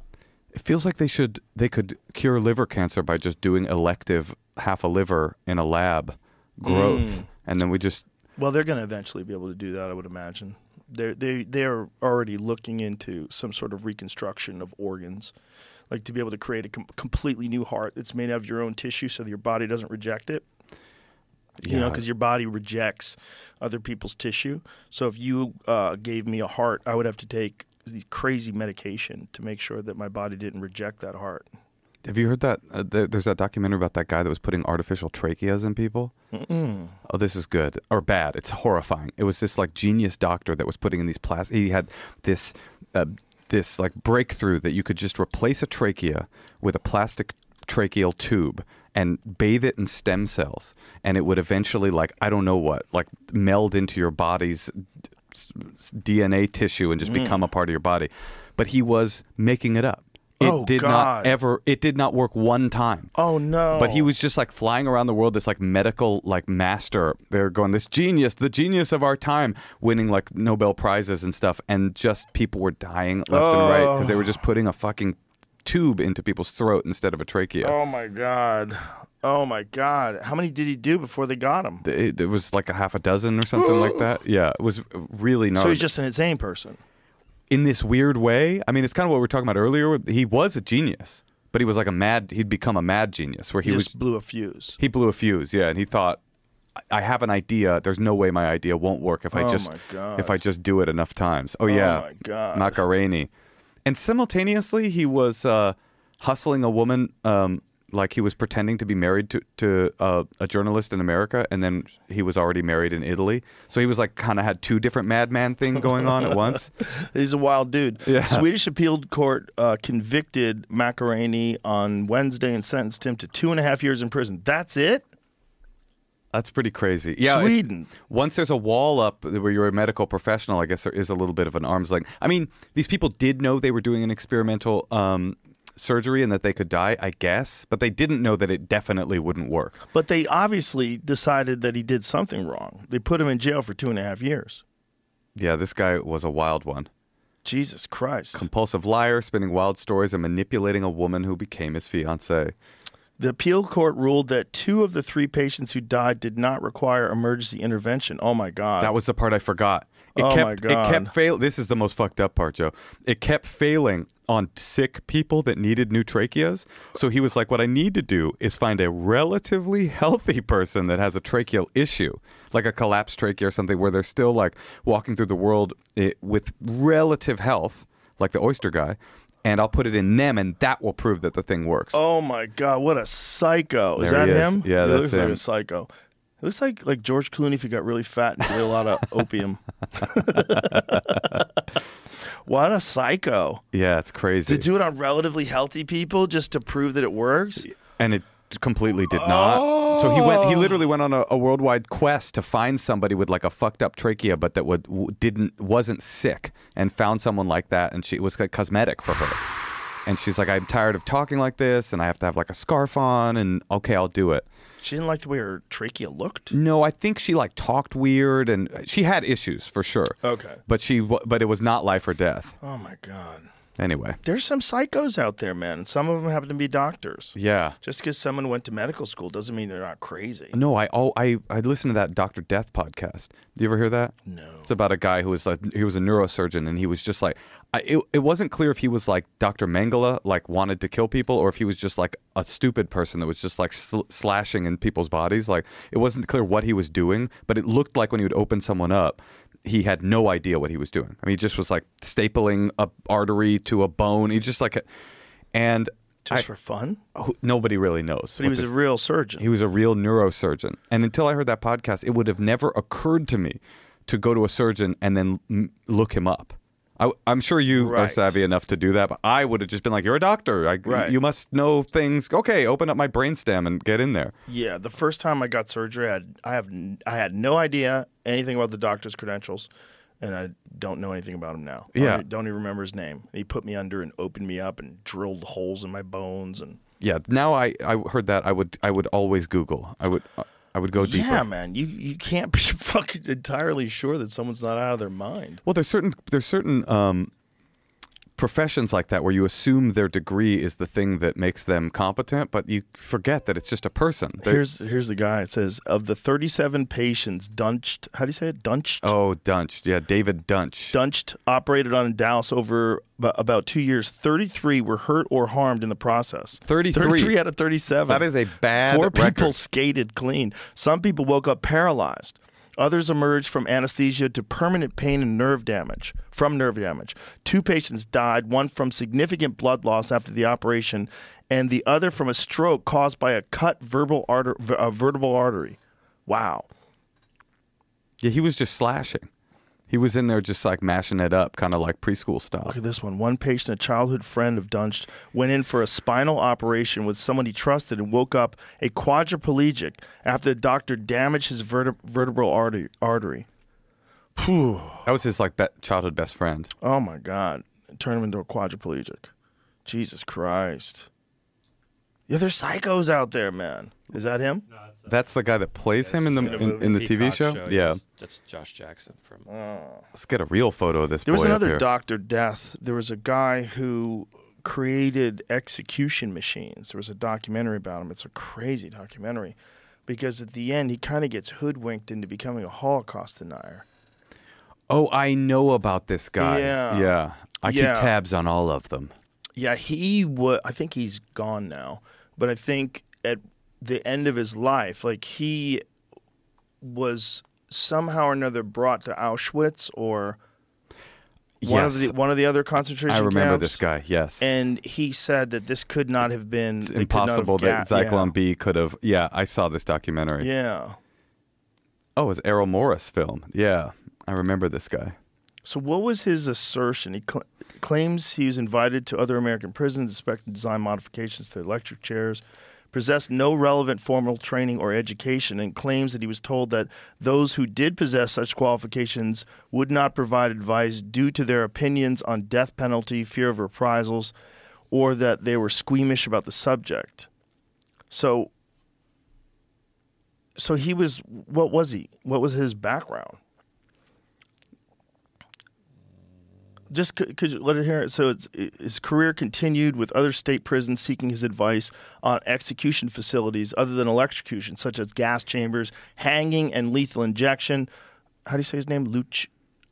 Speaker 5: It feels like they should. They could cure liver cancer by just doing elective half a liver in a lab growth, and then we just.
Speaker 4: Well, they're going to eventually be able to do that, I would imagine. They they they're already looking into some sort of reconstruction of organs, like to be able to create a com- completely new heart that's made out of your own tissue, so that your body doesn't reject it. You know,
Speaker 5: Yeah.
Speaker 4: because your body rejects other people's tissue. So if you uh, gave me a heart, I would have to take the crazy medication to make sure that my body didn't reject that heart.
Speaker 5: Have you heard that? Uh, there, there's that documentary about that guy that was putting artificial tracheas in people. Oh, this is good or bad. It's horrifying. It was this like genius doctor that was putting in these plastic. He had this, uh, this like breakthrough that you could just replace a trachea with a plastic tracheal tube and bathe it in stem cells, and it would eventually like I don't know what like meld into your body's DNA tissue and just
Speaker 4: Mm.
Speaker 5: become a part of your body. But he was making it up. It
Speaker 4: Oh,
Speaker 5: did not
Speaker 4: God.
Speaker 5: ever. It did not work one time.
Speaker 4: Oh no!
Speaker 5: But he was just like flying around the world, this like medical like master. They're going this genius, the genius of our time, winning like Nobel prizes and stuff, and just people were dying left and right because they were just
Speaker 4: Oh.
Speaker 5: putting a fucking tube into people's throat instead of a trachea.
Speaker 4: Oh my god! Oh my god! How many did he do before they got him?
Speaker 5: It, it was like a half a dozen or something like
Speaker 4: [GASPS]
Speaker 5: that. Yeah, it was really gnarly.
Speaker 4: So he's just an insane person.
Speaker 5: in this weird way. I mean, it's kind of what we were talking about earlier. He was a genius, but he was like a mad. He'd become a mad genius where he,
Speaker 4: He,
Speaker 5: was.
Speaker 4: just blew a fuse.
Speaker 5: He blew a fuse, yeah, and he thought, "I- "I have an idea. There's no way my idea won't work if I
Speaker 4: Oh
Speaker 5: just
Speaker 4: my God.
Speaker 5: if I just do it enough times." Oh yeah,
Speaker 4: my God.
Speaker 5: Macaroni. And simultaneously, he was uh, hustling a woman. Um, like he was pretending to be married to to uh, a journalist in America, and then he was already married in Italy. So he was like kind of had two different madman thing going on at
Speaker 4: [LAUGHS]
Speaker 5: once.
Speaker 4: He's a wild dude.
Speaker 5: [LAUGHS] Yeah.
Speaker 4: Swedish appeal court uh, convicted Macaroni on Wednesday and sentenced him to two and a half years in prison. That's it.
Speaker 5: That's pretty crazy. Yeah, it-
Speaker 4: Sweden.
Speaker 5: Once there's a wall up where you're a medical professional, I guess there is a little bit of an arm's length. I mean, these people did know they were doing an experimental um, surgery and that they could die, I guess, but they didn't know that it definitely wouldn't work.
Speaker 4: But they obviously decided that he did something wrong. They put him in jail for two and a half years.
Speaker 5: Yeah, this guy was a wild one.
Speaker 4: Jesus Christ.
Speaker 5: Impulsive liar, spinning wild stories and manipulating a woman who became his fiance.
Speaker 4: The appeal court ruled that two of the three patients who died did not require emergency intervention. Oh my God.
Speaker 5: That was the part I forgot. It
Speaker 4: Oh my
Speaker 5: kept it kept
Speaker 4: God.
Speaker 5: fail. This is the most fucked up part, Joe. It kept failing on sick people that needed new tracheas. So he was like, "What I need to do is find a relatively [LAUGHS] healthy person that has a tracheal issue, like a collapsed trachea or something, where they're still like walking through the world eh, with relative health, like the oyster guy." And I'll put it in them, and that will prove that the thing works.
Speaker 4: Oh my God. What a psycho. Is
Speaker 5: There
Speaker 4: that
Speaker 5: he is.
Speaker 4: him?
Speaker 5: Yeah,
Speaker 4: he
Speaker 5: that's
Speaker 4: looks
Speaker 5: him.
Speaker 4: like a psycho. He looks like, like George Clooney if he got really fat and did a
Speaker 5: [LAUGHS]
Speaker 4: lot of opium. [LAUGHS] what a psycho.
Speaker 5: Yeah, it's crazy.
Speaker 4: To do it on relatively healthy people just to prove that it works?
Speaker 5: and it completely did not. So he went. He literally went on a, a worldwide quest to find somebody with like a fucked up trachea, but that would w- didn't wasn't sick, and found someone like that, and she it was like cosmetic for her. And she's like, I'm tired of talking like this, and I have to have like a scarf on, and okay, I'll do it.
Speaker 4: She didn't like the way her trachea looked.
Speaker 5: No, I think she like talked weird, and uh, she had issues for sure.
Speaker 4: Okay.
Speaker 5: but she, w- but it was not life or death.
Speaker 4: Oh my God.
Speaker 5: Anyway,
Speaker 4: There's some psychos out there, man. and Some of them happen to be doctors.
Speaker 5: yeah.
Speaker 4: Just because someone went to medical school doesn't mean they're not crazy.
Speaker 5: No, I oh I I listened to that Doctor Death podcast. Do you ever hear that? No. It's about a guy who was like he was a neurosurgeon and he was just like I, it, it wasn't clear if he was like Dr. Mengele like wanted to kill people or if he was just like a stupid person that was just like sl- slashing in people's bodies. Like it wasn't clear what he was doing, but it looked like when he would open someone up, he had no idea what he was doing. I mean, he just was like stapling a artery to a bone. He just like and
Speaker 4: Just for fun.
Speaker 5: who- nobody really knows.
Speaker 4: But he was a real surgeon.
Speaker 5: He was a real neurosurgeon. And until I heard that podcast, it would have never occurred to me to go to a surgeon and then m- look him up. I, am sure you are
Speaker 4: Right.
Speaker 5: savvy enough to do that, but I would have just been like, "You're a doctor. I,
Speaker 4: Right.
Speaker 5: You must know things. Okay, open up my brainstem and get in there."
Speaker 4: yeah, the first time I got surgery, I had, I have n- I had no idea anything about the doctor's credentials, and I don't know anything about him now. I
Speaker 5: Yeah.
Speaker 4: don't, e- don't even remember his name. He put me under and opened me up and drilled holes in my bones and.
Speaker 5: Yeah. Now I, I heard that I would I would always Google. I would I would go deeper.
Speaker 4: Yeah, man, you you can't be [LAUGHS] fucking entirely sure that someone's not out of their mind.
Speaker 5: Well, there's certain there's certain um, professions like that where you assume their degree is the thing that makes them competent, but you forget that it's just a person. They're-
Speaker 4: Here's here's the guy. It says of the 37 patients dunched. How do you say it? Dunched.
Speaker 5: Oh, Dunch. Yeah, David Dunch.
Speaker 4: Dunched operated on in Dallas over ab- about two years. 33 were hurt or harmed in the process.
Speaker 5: 33.
Speaker 4: 33 out of 37.
Speaker 5: That is a bad
Speaker 4: Four people
Speaker 5: record.
Speaker 4: skated clean. Some people woke up paralyzed. Others emerged from anesthesia to permanent pain and nerve damage. From nerve damage, two patients died. One from significant blood loss after the operation, and the other from a stroke caused by a cut verbal arter- v- uh, vertebral artery. Wow.
Speaker 5: Yeah, he was just slashing. He was in there just like mashing it up, kind of like preschool style.
Speaker 4: Look at this one. One patient, a childhood friend of Dunst, went in for a spinal operation with someone he trusted and woke up a quadriplegic after the doctor damaged his verte- vertebral artery. artery.
Speaker 5: That was his like be- childhood best friend.
Speaker 4: Oh my God. Turn him into a quadriplegic. Jesus Christ. Yeah, there's psychos out there, man. Is that him?
Speaker 5: That's the guy that plays him in the in, in the TV
Speaker 6: Peacock
Speaker 5: show. yeah,
Speaker 6: yes. That's Josh Jackson from.
Speaker 5: let's get a real photo of this.
Speaker 4: There was
Speaker 5: boy up
Speaker 4: another
Speaker 5: here.
Speaker 4: Doctor Death. There was a guy who created execution machines. There was a documentary about him. It's a crazy documentary because at the end he kind of gets hoodwinked into becoming a Holocaust denier.
Speaker 5: Oh, I know about this guy.
Speaker 4: Yeah.
Speaker 5: yeah. I
Speaker 4: Yeah.
Speaker 5: keep tabs on all of them.
Speaker 4: Yeah, he was. I think he's gone now, but I think at the end of his life, like he was somehow or another brought to Auschwitz or one
Speaker 5: yes,
Speaker 4: of the one of the other concentration
Speaker 5: I remember
Speaker 4: camps.
Speaker 5: this guy. Yes,
Speaker 4: And he said that this could not have been
Speaker 5: it's impossible that Zyklon
Speaker 4: Zyklon
Speaker 5: B could have. Yeah, I saw this documentary.
Speaker 4: Yeah.
Speaker 5: Oh, it was Errol Morris film. Yeah, I remember this guy.
Speaker 4: So what was his assertion? He cl- claims he was invited to other American prisons, expected design modifications to electric chairs, possessed no relevant formal training or education, and claims that he was told that those who did possess such qualifications would not provide advice due to their opinions on death penalty, fear of reprisals, or that they were squeamish about the subject. So so he was what was he? What was his background? just could, could you let it hear it? So it's, his career continued with other state prisons seeking his advice on execution facilities other than electrocution, such as gas chambers, hanging, and lethal injection. How do you say his name? Luch,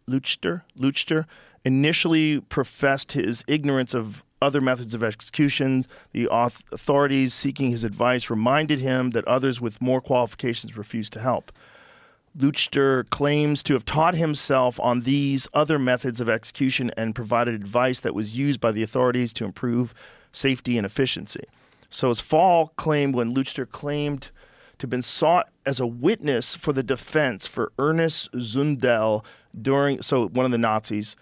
Speaker 4: Luchter? Luchter initially professed his ignorance of other methods of execution. The auth- authorities seeking his advice reminded him that others with more qualifications refused to help. Luchter claims to have taught himself on these other methods of execution and provided advice that was used by the authorities to improve safety and efficiency. So, as Fall claimed when Luchter claimed to have been sought as a witness for the defense for Ernest Zundel during, so one of the Nazis,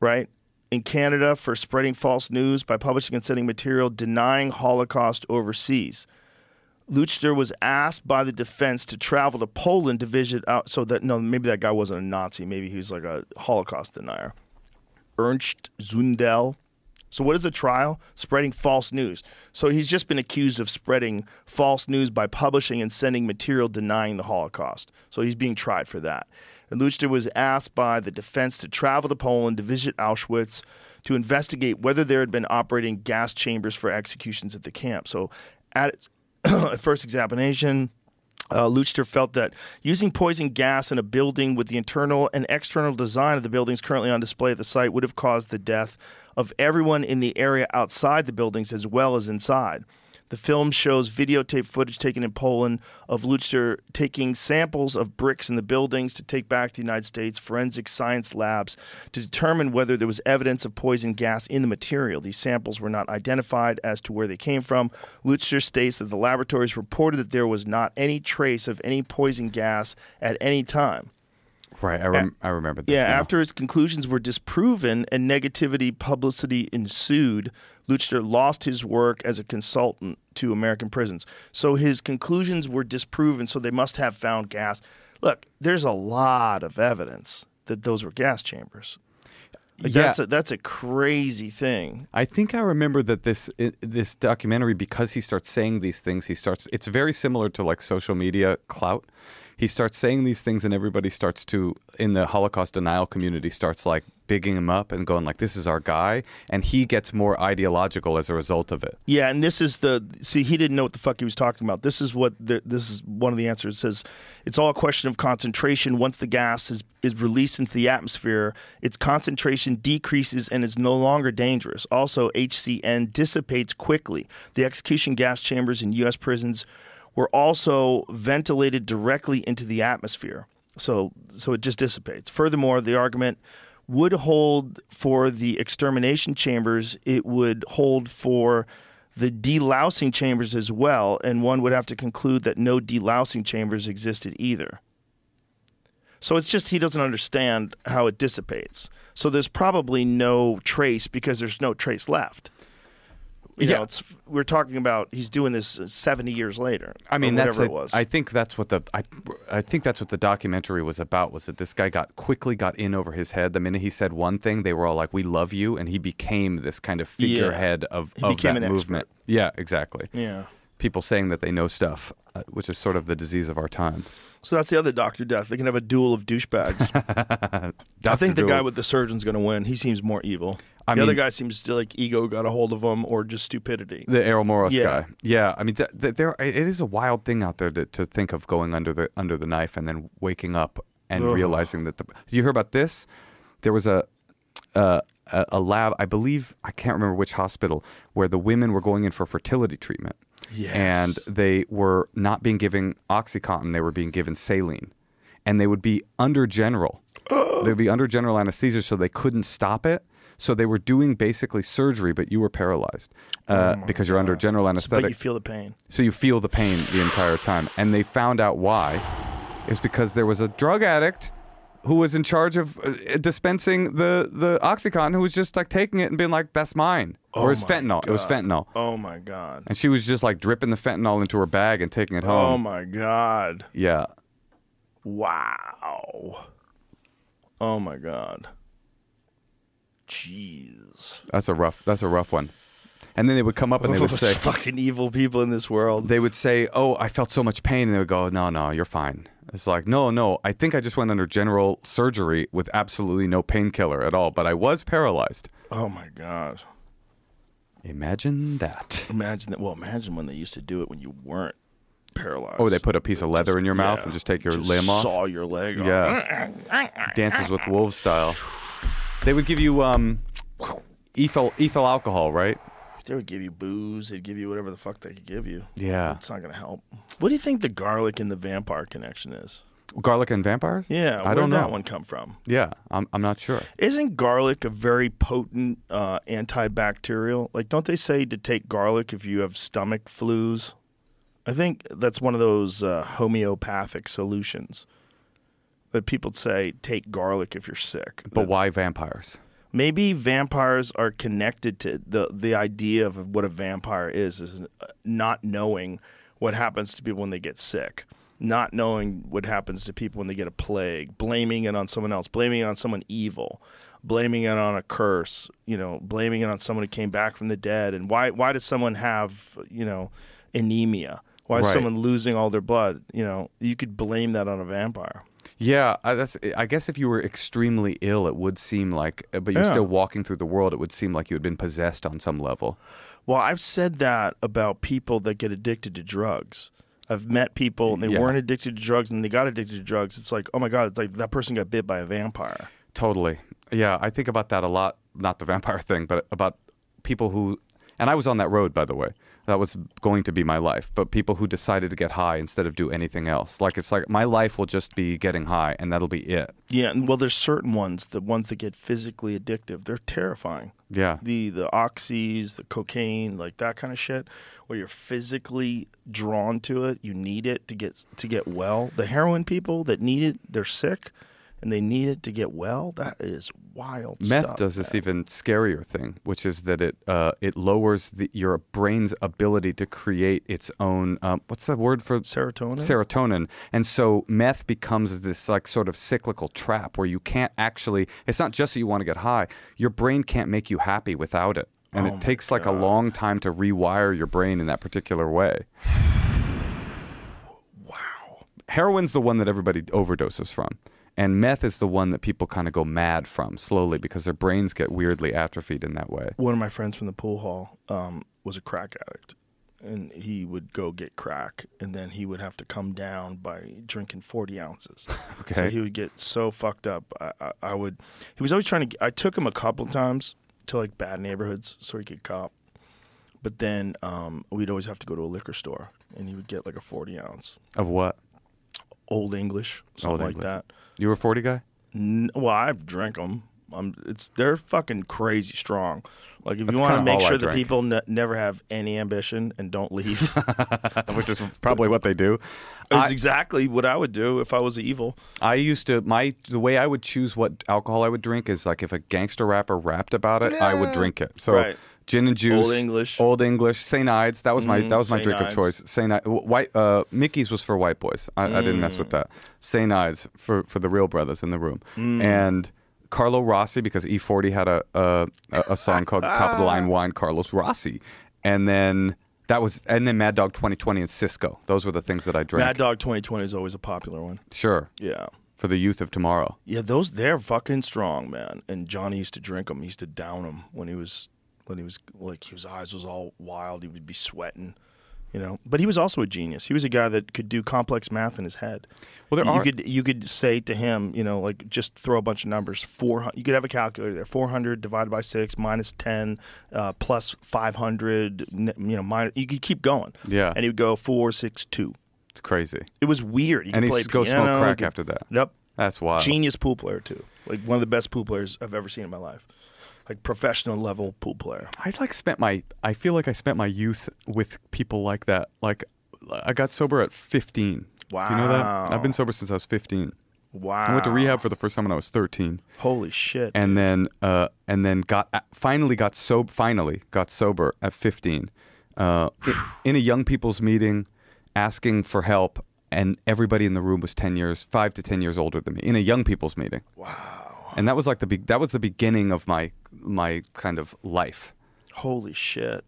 Speaker 4: right? In Canada for spreading false news by publishing and sending material denying Holocaust overseas. Luchter was asked by the defense to travel to Poland to visit out. So that no, maybe that guy wasn't a Nazi. Maybe he was like a Holocaust denier. Ernst Zundel. So what is the trial? Spreading false news. So he's just been accused of spreading false news by publishing and sending material denying the Holocaust. So he's being tried for that. And Luchter was asked by the defense to travel to Poland to visit Auschwitz to investigate whether there had been operating gas chambers for executions at the camp. So at [COUGHS] at first examination, uh, Luchter felt that using poison gas in a building with the internal and external design of the buildings currently on display at the site would have caused the death of everyone in the area outside the buildings as well as inside. The film shows videotape footage taken in Poland of Luchter taking samples of bricks in the buildings to take back to the United States forensic science labs to determine whether there was evidence of poison gas in the material. These samples were not identified as to where they came from. Luchter states that the laboratories reported that there was not any trace of any poison gas at any time.
Speaker 5: Right. I, rem- I remember this.
Speaker 4: Yeah,
Speaker 5: now.
Speaker 4: after his conclusions were disproven and negativity publicity ensued, Luchter lost his work as a consultant to American prisons. So his conclusions were disproven, so they must have found gas. Look, there's a lot of evidence that those were gas chambers. Like,
Speaker 5: Yeah.
Speaker 4: That's a, that's a crazy thing.
Speaker 5: I think I remember that this i- this documentary because he starts saying these things, he starts. It's very similar to like social media clout. He starts saying these things, and everybody starts to in the Holocaust denial community starts like bigging him up and going like, "This is our guy," and he gets more ideological as a result of it.
Speaker 4: Yeah, and this is the see he didn't know what the fuck he was talking about. This is what the, this is one of the answers. It says it's all a question of concentration. Once the gas is is released into the atmosphere, its concentration decreases and is no longer dangerous. Also, HCN dissipates quickly. The execution gas chambers in U.S. prisons were also ventilated directly into the atmosphere. So so it just dissipates. Furthermore, the argument would hold for the extermination chambers, it would hold for the delousing chambers as well, and one would have to conclude that no delousing chambers existed either. So it's just he doesn't understand how it dissipates. So there's probably no trace because there's no trace left. You
Speaker 5: Yeah.
Speaker 4: know, it's we're talking about he's doing this 70 years later.
Speaker 5: I mean,
Speaker 4: or
Speaker 5: that's
Speaker 4: whatever
Speaker 5: a,
Speaker 4: it was.
Speaker 5: I think that's what the I, I think that's what the documentary was about. Was that this guy got quickly got in over his head the minute he said one thing, they were all like, "We love you," and he became this kind of figurehead of,
Speaker 4: He
Speaker 5: of
Speaker 4: became
Speaker 5: that
Speaker 4: an
Speaker 5: movement. Yeah, exactly.
Speaker 4: yeah.
Speaker 5: people saying that they know stuff, uh, which is sort of the disease of our time.
Speaker 4: So that's the other Doctor Death. They can have a duel of
Speaker 5: [LAUGHS]
Speaker 4: douchebags. I think the
Speaker 5: Dr.
Speaker 4: guy
Speaker 5: Dole-
Speaker 4: with the surgeon's going to win. He seems more evil.
Speaker 5: I
Speaker 4: the other
Speaker 5: mean-
Speaker 4: guy seems to, like ego got a hold of him or just stupidity.
Speaker 5: the Errol Morris
Speaker 4: Yeah.
Speaker 5: guy. Yeah, I mean, th- th- there it is a wild thing out there to, to think of going under the under the knife and then waking up and realizing that the. You hear about this? There was a. Uh, a a lab, I believe, I can't remember which hospital, where the women were going in for fertility treatment.
Speaker 4: Yes.
Speaker 5: And they were not being given Oxycontin, they were being given saline. And they would be
Speaker 4: [GASPS]
Speaker 5: under general. They'd be under general anesthesia, so they couldn't stop it. So they were doing basically surgery, but you were paralyzed uh,
Speaker 4: Oh
Speaker 5: because you're under general
Speaker 4: but you
Speaker 5: anesthetic.
Speaker 4: feel the pain.
Speaker 5: so you feel the pain the entire time. And they found out why. It's because there was a drug addict who was in charge of uh, dispensing the, the Oxycontin who was just like taking it and being like, that's mine. or it's
Speaker 4: Oh my
Speaker 5: fentanyl. It was fentanyl.
Speaker 4: Oh my god.
Speaker 5: And she was just like dripping the fentanyl into her bag and taking it home.
Speaker 4: Oh my god.
Speaker 5: Yeah.
Speaker 4: Wow. Oh my god. Jeez.
Speaker 5: That's a rough that's a rough one. And then they would come up
Speaker 4: [LAUGHS]
Speaker 5: and they would say
Speaker 4: fucking evil people in this world.
Speaker 5: they would say, "Oh, I felt so much pain." And they would go, "No, no, you're fine." It's like, no, no, I think I just went under general surgery with absolutely no painkiller at all, but I was paralyzed.
Speaker 4: Oh my god!
Speaker 5: Imagine that.
Speaker 4: Imagine that. Well, imagine when they used to do it when you weren't paralyzed.
Speaker 5: Oh, they put a piece of leather in your mouth
Speaker 4: Yeah.
Speaker 5: and just take your
Speaker 4: Just
Speaker 5: limb off.
Speaker 4: Saw your leg off.
Speaker 5: Yeah. Dances with Wolves style. They would give you um, ethyl ethyl alcohol, right?
Speaker 4: They would give you booze. They'd give you whatever the fuck they could give you.
Speaker 5: Yeah.
Speaker 4: It's not gonna help. What do you think the garlic and the vampire connection is?
Speaker 5: Garlic and vampires?
Speaker 4: Yeah,
Speaker 5: I
Speaker 4: where
Speaker 5: don't
Speaker 4: did
Speaker 5: know.
Speaker 4: that one come from?
Speaker 5: Yeah, I'm I'm not sure.
Speaker 4: Isn't garlic a very potent uh, antibacterial? Like, don't they say to take garlic if you have stomach flus? I think that's one of those uh, homeopathic solutions that people say take garlic if you're sick.
Speaker 5: But why vampires?
Speaker 4: Maybe vampires are connected to the the idea of what a vampire is is uh, not knowing what happens to people when they get sick, not knowing what happens to people when they get a plague, blaming it on someone else, blaming it on someone evil, blaming it on a curse, you know, blaming it on someone who came back from the dead. And why why does someone have you know anemia? Why is
Speaker 5: Right.
Speaker 4: someone losing all their blood? You know, you could blame that on a vampire.
Speaker 5: Yeah, I, that's. I guess if you were extremely ill, it would seem like, uh, but you're
Speaker 4: Yeah.
Speaker 5: still walking through the world. It would seem like you had been possessed on some level.
Speaker 4: Well, I've said that about people that get addicted to drugs. I've met people and they
Speaker 5: Yeah.
Speaker 4: weren't addicted to drugs and they got addicted to drugs. It's like, oh my God, it's like that person got bit by a vampire.
Speaker 5: Totally. Yeah, I think about that a lot. Not the vampire [LAUGHS] thing, but about people who, and I was on that road, by the way. That was going to be my life. But people who decided to get high instead of do anything else. Like, it's like my life will just be getting high and that'll be it.
Speaker 4: Yeah, and well, there's certain ones, the ones that get physically addictive, they're terrifying.
Speaker 5: Yeah.
Speaker 4: The the oxys, the cocaine, like that kind of shit, where you're physically drawn to it, you need it to get to get well. The heroin people that need it, they're sick, and they need it to get well. That is wild.
Speaker 5: Meth
Speaker 4: stuff,
Speaker 5: does this
Speaker 4: man.
Speaker 5: even scarier thing, which is that it uh, it lowers the, your brain's ability to create its own um, what's the word for
Speaker 4: Serotonin?
Speaker 5: Serotonin, and so meth becomes this like sort of cyclical trap where you can't actually. It's not just that you want to get high; your brain can't make you happy without it,
Speaker 4: Oh
Speaker 5: and it takes like a long time to rewire your brain in that particular way. wow, heroin's the one that everybody overdoses from. And meth is the one that people kind of go mad from slowly because their brains get weirdly atrophied in that way.
Speaker 4: one of my friends from the pool hall um, was a crack addict and he would go get crack and then he would have to come down by drinking 40
Speaker 5: [LAUGHS]
Speaker 4: ounces so
Speaker 5: Okay.
Speaker 4: he would get so fucked up I, I, I would he was always trying to i took him a couple times to like bad neighborhoods so he could cop but then um, we'd always have to go to a liquor store and he would get like a 40 ounce
Speaker 5: Of what?
Speaker 4: old english something
Speaker 5: Old
Speaker 4: like
Speaker 5: English.
Speaker 4: that
Speaker 5: You were a 40 guy?
Speaker 4: N- well, I've drank them. Um, it's they're fucking crazy strong. Like if
Speaker 5: That's
Speaker 4: you want to
Speaker 5: kinda
Speaker 4: make
Speaker 5: all I
Speaker 4: sure that
Speaker 5: drank.
Speaker 4: people ne- never have any ambition and don't leave,
Speaker 5: [LAUGHS]
Speaker 4: [LAUGHS]
Speaker 5: Which is probably what they do.
Speaker 4: is exactly what I would do if I was evil.
Speaker 5: I used to my the way I would choose what alcohol I would drink is like if a gangster rapper rapped about it, I would drink it. So
Speaker 4: Right.
Speaker 5: gin and juice,
Speaker 4: Old English.
Speaker 5: Old English, St. Ides. That was my that was my
Speaker 4: St.
Speaker 5: drink
Speaker 4: Ides.
Speaker 5: of choice. St. I, wh- white uh, Mickey's was for white boys. I, I didn't mess with
Speaker 4: Mm.
Speaker 5: that. St. Ides for for the real brothers in the room
Speaker 4: Mm.
Speaker 5: and. Carlo Rossi, because E40 had a a, a a song called "Top of
Speaker 4: [LAUGHS]
Speaker 5: the Line Wine." Carlos Rossi, and then that was, and then Mad Dog 2020 and Cisco. Those were the things that I drank.
Speaker 4: Mad Dog Twenty Twenty is always a popular one.
Speaker 5: Sure,
Speaker 4: Yeah,
Speaker 5: for the youth of tomorrow.
Speaker 4: yeah, those they're fucking strong, man. And Johnny used to drink them. He used to down them when he was when he was like his eyes was all wild. He would be sweating. You know, but he was also a genius. He was a guy that could do complex math in his head.
Speaker 5: Well, there
Speaker 4: you
Speaker 5: are-
Speaker 4: could you could say to him, you know, like just throw a bunch of numbers. Four hundred. You could have a calculator there. Four hundred divided by six, minus ten, uh, plus five hundred. You know, minus, you could keep going.
Speaker 5: Yeah.
Speaker 4: And he would go four, six, two.
Speaker 5: It's crazy.
Speaker 4: It was weird. You
Speaker 5: And
Speaker 4: could
Speaker 5: he
Speaker 4: play
Speaker 5: s- go smoke
Speaker 4: piano, you
Speaker 5: crack
Speaker 4: could-
Speaker 5: after that.
Speaker 4: Yep.
Speaker 5: That's wild.
Speaker 4: Genius pool player too. Like one of the best pool players I've ever seen in my life. Like professional level pool player.
Speaker 5: I like spent my. I feel like I spent my youth with people like that. Like, I got sober at 15. Do you know that? I've been sober since I was 15.
Speaker 4: Wow.
Speaker 5: I went to rehab for the first time when I was 13,
Speaker 4: Holy shit.
Speaker 5: and then uh, and then got finally got sober. Finally got sober at 15, uh, in, [SIGHS] in a young people's meeting, asking for help, and everybody in the room was 10 years, five to 10 years older than me. In a young people's meeting. Wow. And that was like the be- that was the beginning of my my kind of life.
Speaker 4: Holy shit.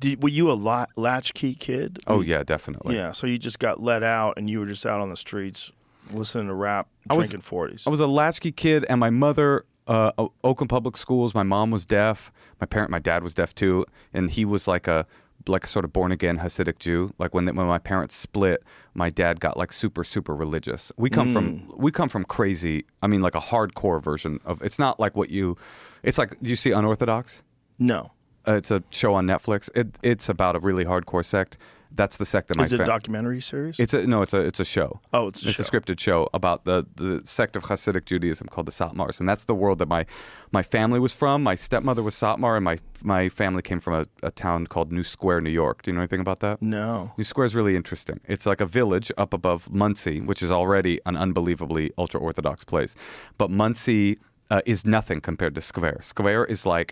Speaker 4: Did, were you a la- latchkey kid?
Speaker 5: Oh yeah, definitely.
Speaker 4: Yeah. So you just got let out and you were just out on the streets listening to rap,
Speaker 5: I was-
Speaker 4: drinking forties.
Speaker 5: I was a latchkey kid, and my mother, uh, O- Oakland Public Schools. My mom was deaf. My parent, my dad was deaf too, and he was like a like a sort of born again Hasidic Jew. Like when when my parents split, my dad got like super super religious. We come from
Speaker 4: Hmm.
Speaker 5: we come from crazy. I mean, like a hardcore version of. It's not like what you. It's like do you see unorthodox.
Speaker 4: no,
Speaker 5: Uh, it's a show on Netflix. It, it's about a really hardcore sect. That's the sect that my
Speaker 4: is it a
Speaker 5: fam-
Speaker 4: documentary series?
Speaker 5: it's a no, it's a it's a show.
Speaker 4: Oh, it's a
Speaker 5: it's
Speaker 4: show.
Speaker 5: a scripted show about the the sect of Hasidic Judaism called the Satmars, and that's the world that my my family was from. My stepmother was Satmar, and my my family came from a, a town called New Square, New York. Do you know anything about that?
Speaker 4: no.
Speaker 5: New Square is really interesting. It's like a village up above Muncie, which is already an unbelievably ultra orthodox place. But Muncie uh, is nothing compared to Square. Square is like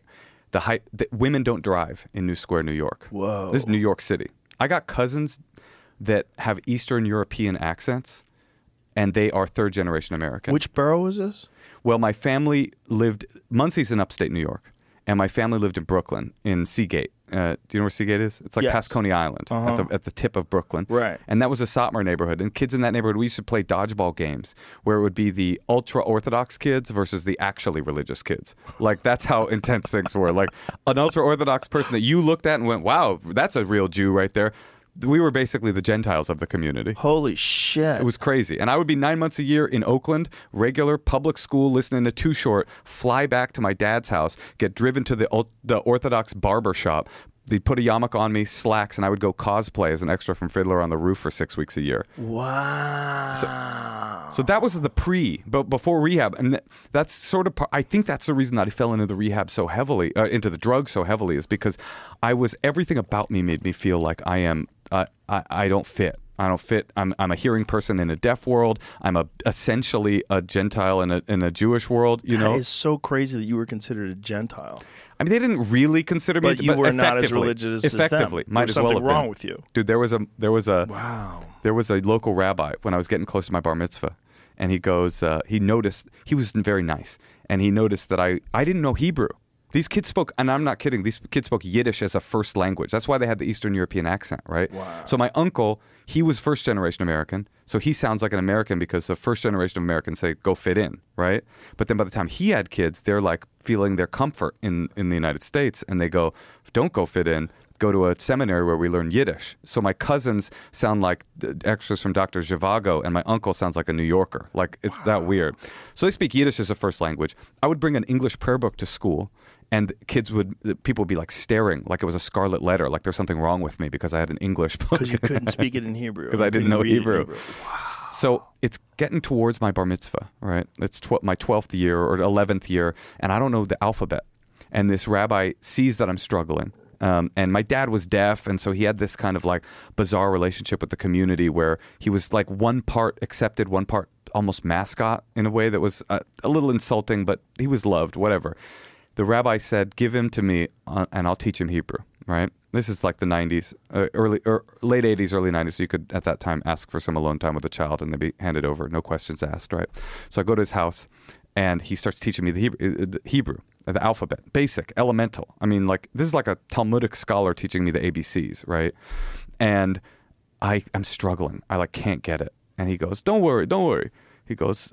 Speaker 5: the height. The, women don't drive in New Square, New York.
Speaker 4: Whoa.
Speaker 5: This is New York City. I got cousins that have Eastern European accents, and they are third generation American.
Speaker 4: Which borough is this?
Speaker 5: Well, my family lived Muncie's in upstate New York, and my family lived in Brooklyn in Seagate. Uh, do you know where Seagate is? It's like
Speaker 4: Yes. Uh-huh.
Speaker 5: past Coney Island at, the, at the tip of Brooklyn.
Speaker 4: Right.
Speaker 5: And that was a Satmar neighborhood. And kids in that neighborhood, we used to play dodgeball games where it would be the ultra orthodox kids versus the actually religious kids. Like that's how [LAUGHS] intense things were. Like an ultra orthodox person that you looked at and went, "Wow, that's a real Jew right there." We were basically the Gentiles of the community.
Speaker 4: Holy shit!
Speaker 5: It was crazy. And I would be nine months a year in Oakland, regular public school, listening to Too Short, fly back to my dad's house, get driven to the, ul- the Orthodox barber shop. They'd put a yarmulke on me, slacks, and I would go cosplay as an extra from Fiddler on the Roof for six weeks a year.
Speaker 4: wow.
Speaker 5: So that was the pre, but before rehab, and th- that's sort of. Par- I think that's the reason that I fell into the rehab so heavily, uh, into the drug so heavily, is because I was everything about me made me feel like I am. Uh, I I don't fit. I don't fit. I'm I'm a hearing person in a deaf world. I'm a essentially a Gentile in a in a Jewish world. You know,
Speaker 4: it's so crazy that you were considered a Gentile.
Speaker 5: I mean, they didn't really consider me,
Speaker 4: But you were not as
Speaker 5: effectively-
Speaker 4: religious as them.
Speaker 5: Effectively,
Speaker 4: There
Speaker 5: might
Speaker 4: was
Speaker 5: as well
Speaker 4: something
Speaker 5: have been.
Speaker 4: wrong with you.
Speaker 5: dude. There was a there was a
Speaker 4: Wow.
Speaker 5: there was a local rabbi when I was getting close to my bar mitzvah, and he goes, uh, he noticed he was very nice, and he noticed that I I didn't know Hebrew. These kids spoke, and I'm not kidding. These kids spoke Yiddish as a first language. That's why they had the Eastern European accent, right?
Speaker 4: Wow.
Speaker 5: So my uncle, he was first generation American, so he sounds like an American because the first generation of Americans say go fit in, right? But then by the time he had kids, they're like feeling their comfort in in the United States, and they go, don't go fit in, go to a seminary where we learn Yiddish. So my cousins sound like the extras from Dr. Zhivago, and my uncle sounds like a New Yorker. Like it's that weird. So they speak Yiddish as a first language. I would bring an English prayer book to school, and kids would the people would be like staring, like it was a scarlet letter, like there's something wrong with me because I had an English [LAUGHS] book.
Speaker 4: Because you couldn't speak it in
Speaker 5: [LAUGHS]
Speaker 4: Hebrew.
Speaker 5: Because I
Speaker 4: You
Speaker 5: didn't
Speaker 4: couldn't
Speaker 5: know
Speaker 4: read it in
Speaker 5: Hebrew. So it's getting towards my bar mitzvah, right? It's tw- my 12th year or 11th year, and I don't know the alphabet. And this rabbi sees that I'm struggling. Um, and my dad was deaf, and so he had this kind of like bizarre relationship with the community where he was like one part accepted, one part almost mascot in a way that was uh, a little insulting, but he was loved, whatever. The rabbi said, Give him to me, uh, and I'll teach him Hebrew, right? This is like the 90s, uh, early, or late 80s, early 90s. So you could, at that time, ask for some alone time with a child and they'd be handed over, no questions asked, right? So I go to his house and he starts teaching me the Hebrew, uh, the, Hebrew, uh, the alphabet, basic, elemental. I mean, like, this is like a Talmudic scholar teaching me the ABCs, right? And I am struggling. I like can't get it. And he goes, "Don't worry, don't worry." He goes,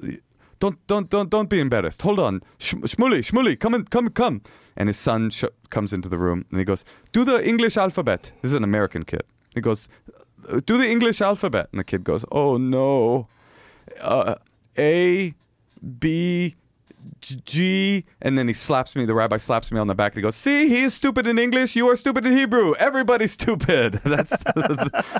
Speaker 5: "Don't don't don't don't be embarrassed. Hold on, Sh- Shmuley, Shmuley, come in, come come." And his son sh- comes into the room and he goes, "Do the English alphabet." This is an American kid. He goes, "Uh, "Do the English alphabet." And the kid goes, "Oh no, uh, A, B." G, and then he slaps me. The rabbi slaps me on the back. And he goes, "See, he is stupid in English. You are stupid in Hebrew. Everybody's stupid." [LAUGHS] That's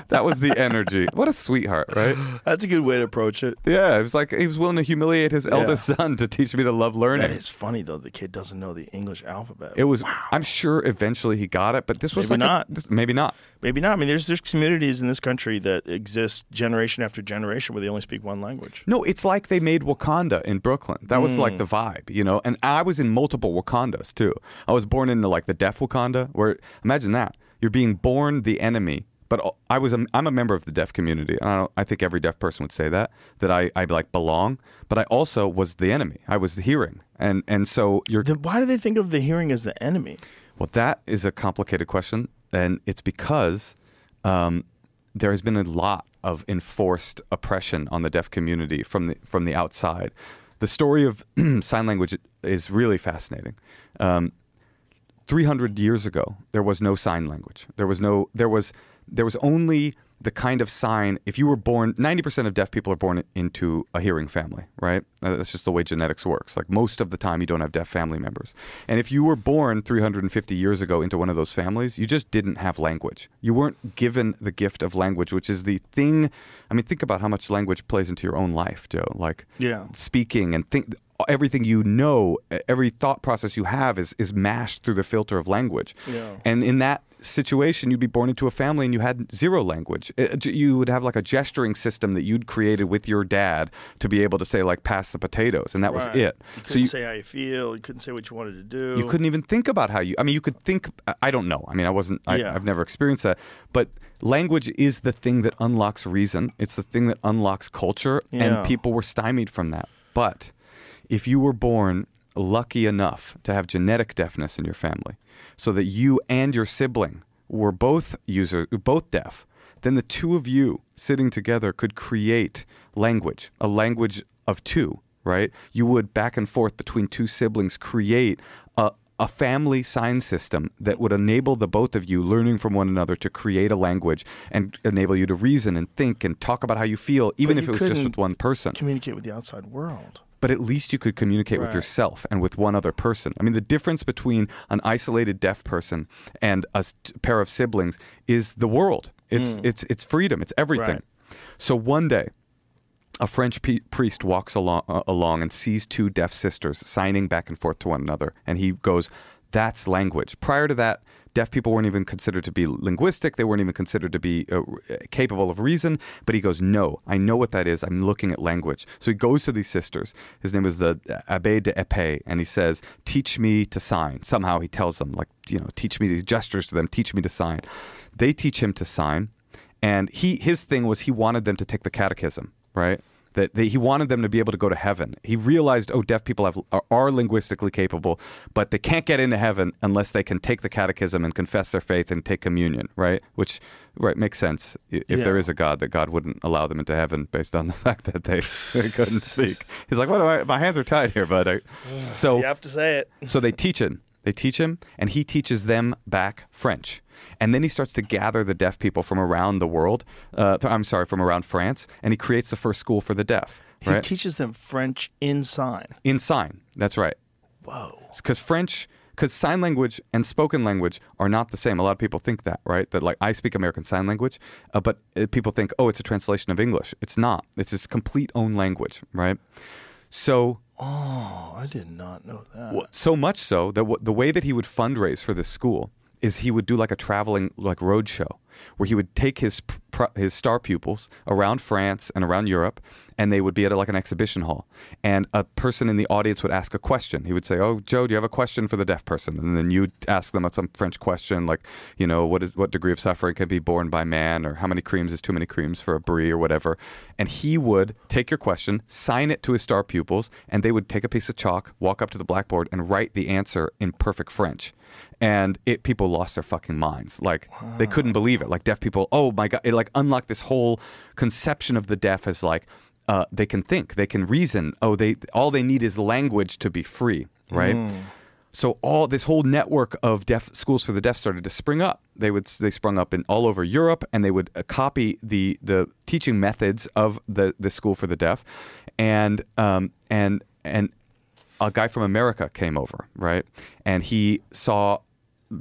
Speaker 5: that was the [LAUGHS] energy. What a sweetheart, right?
Speaker 4: That's a good way to approach it.
Speaker 5: Yeah, it was like he was willing to humiliate his eldest son to teach me to love learning. [CLEARS THROAT]
Speaker 4: That is funny though. The kid doesn't know the English alphabet.
Speaker 5: it was. I'm sure eventually he got it, but this was
Speaker 4: Maybe
Speaker 5: like a-
Speaker 4: not.
Speaker 5: this- maybe not.
Speaker 4: Maybe not. I mean, there's there's communities in this country that exist generation after generation where they only speak one language.
Speaker 5: No, it's like they made Wakanda in Brooklyn. That was like the vibe, you know. And I was in multiple Wakandas too. I was born into like the deaf Wakanda, where imagine that you're being born the enemy. But I was a, I'm a member of the deaf community, and I, don't, I think every deaf person would say that that I, I like belong. But I also was the enemy. I was the hearing, and and so you're
Speaker 4: Then why do they think of the hearing as the enemy?
Speaker 5: Well, that is a complicated question, and it's because um, there has been a lot of enforced oppression on the deaf community from the from the outside. The story of [CLEARS THROAT] sign language is really fascinating. Um, 300 years ago there was no sign language there was no there was there was only the kind of sign if you were born 90% of deaf people are born into a hearing family right Uh, that's just the way genetics works like most of the time you don't have deaf family members and if you were born 350 years ago into one of those families you just didn't have language you weren't given the gift of language which is the thing i mean think about how much language plays into your own life joe like
Speaker 4: Yeah.
Speaker 5: speaking and think everything you know every thought process you have is is mashed through the filter of language
Speaker 4: Yeah.
Speaker 5: and in that situation you'd be born into a family and you had zero language It- it- you would have like a gesturing system that you'd created with your dad to be able to say like pass the potatoes and that was
Speaker 4: Right.
Speaker 5: it
Speaker 4: You
Speaker 5: so
Speaker 4: couldn't
Speaker 5: you,
Speaker 4: say how you feel. You couldn't say what you wanted to do.
Speaker 5: you couldn't even think about how you i mean you could think I- i don't know i mean i wasn't I,
Speaker 4: Yeah.
Speaker 5: i've never experienced that but language is the thing that unlocks reason it's the thing that unlocks culture
Speaker 4: Yeah.
Speaker 5: and people were stymied from that but if you were born lucky enough to have genetic deafness in your family so that you and your sibling were both user both deaf then the two of you sitting together could create language a language of two right? You would back and forth between two siblings create a, a family sign system that would enable the both of you learning from one another to create a language and enable you to reason and think and talk about how you feel, even
Speaker 4: But
Speaker 5: if
Speaker 4: you
Speaker 5: it was just
Speaker 4: couldn't
Speaker 5: with one person.
Speaker 4: communicate with the outside world.
Speaker 5: but at least you could communicate with
Speaker 4: Right.
Speaker 5: yourself and with one other person. I mean, the difference between an isolated deaf person and a s- pair of siblings is the world. It's it's it's freedom. It's everything.
Speaker 4: Hmm. Right.
Speaker 5: So one day, a French pe- priest walks along, uh, along and sees two deaf sisters signing back and forth to one another, and he goes, "That's language." Prior to that, deaf people weren't even considered to be linguistic; they weren't even considered to be uh, r- capable of reason. But he goes, "No, I know what that is. I'm looking at language." So he goes to these sisters. His name is the uh, Abbé de Epée, and he says, "Teach me to sign." Somehow he tells them, like you know, teach me. He gestures to them, "Teach me to sign." They teach him to sign and he his thing was he wanted them to take the catechism right that they, he wanted them to be able to go to heaven he realized oh deaf people have, are, are linguistically capable but they can't get into heaven unless they can take the catechism and confess their faith and take communion right which right makes sense I- if there
Speaker 4: Yeah.
Speaker 5: is a god that god wouldn't allow them into heaven based on the [LAUGHS] fact that they, they couldn't speak he's like what do I, my hands are tied here but I, so
Speaker 4: You have to say it.
Speaker 5: so they teach him. They teach him, and he teaches them back French. And then he starts to gather the deaf people from around the world. Uh, th- I'm sorry, from around France, and he creates the first school for the deaf.
Speaker 4: He
Speaker 5: Right
Speaker 4: teaches them French in sign.
Speaker 5: in sign. That's right. Whoa. Because French, because sign language and spoken language are not the same. A lot of people think that, right? That like I speak American Sign Language, uh, but uh, people think, oh, it's a translation of English. It's not. It's its complete own language, right? So
Speaker 4: Oh, I did not know that.
Speaker 5: Well, So much so that w- the way that he would fundraise for this school is he would do like a traveling like road show where he would take his p- pr- his star pupils around France and around Europe and they would be at like an exhibition hall and a person in the audience would ask a question he would say oh Joe do you have a question for the deaf person and then you'd ask them some French question like you know what is what degree of suffering can be borne by man or how many creams is too many creams for a brie or whatever and he would take your question sign it to his star pupils and they would take a piece of chalk walk up to the blackboard and write the answer in perfect french and it people lost their fucking minds like they couldn't believe it like deaf people oh my god it like unlocked this whole conception of the deaf as like uh, they can think they can reason oh they all they need is language to be free right so all this whole network of deaf schools for the deaf started to spring up. They would they sprung up in all over Europe, and they would uh, copy the the teaching methods of the the school for the deaf, and um and and a guy from America came over, right, and he saw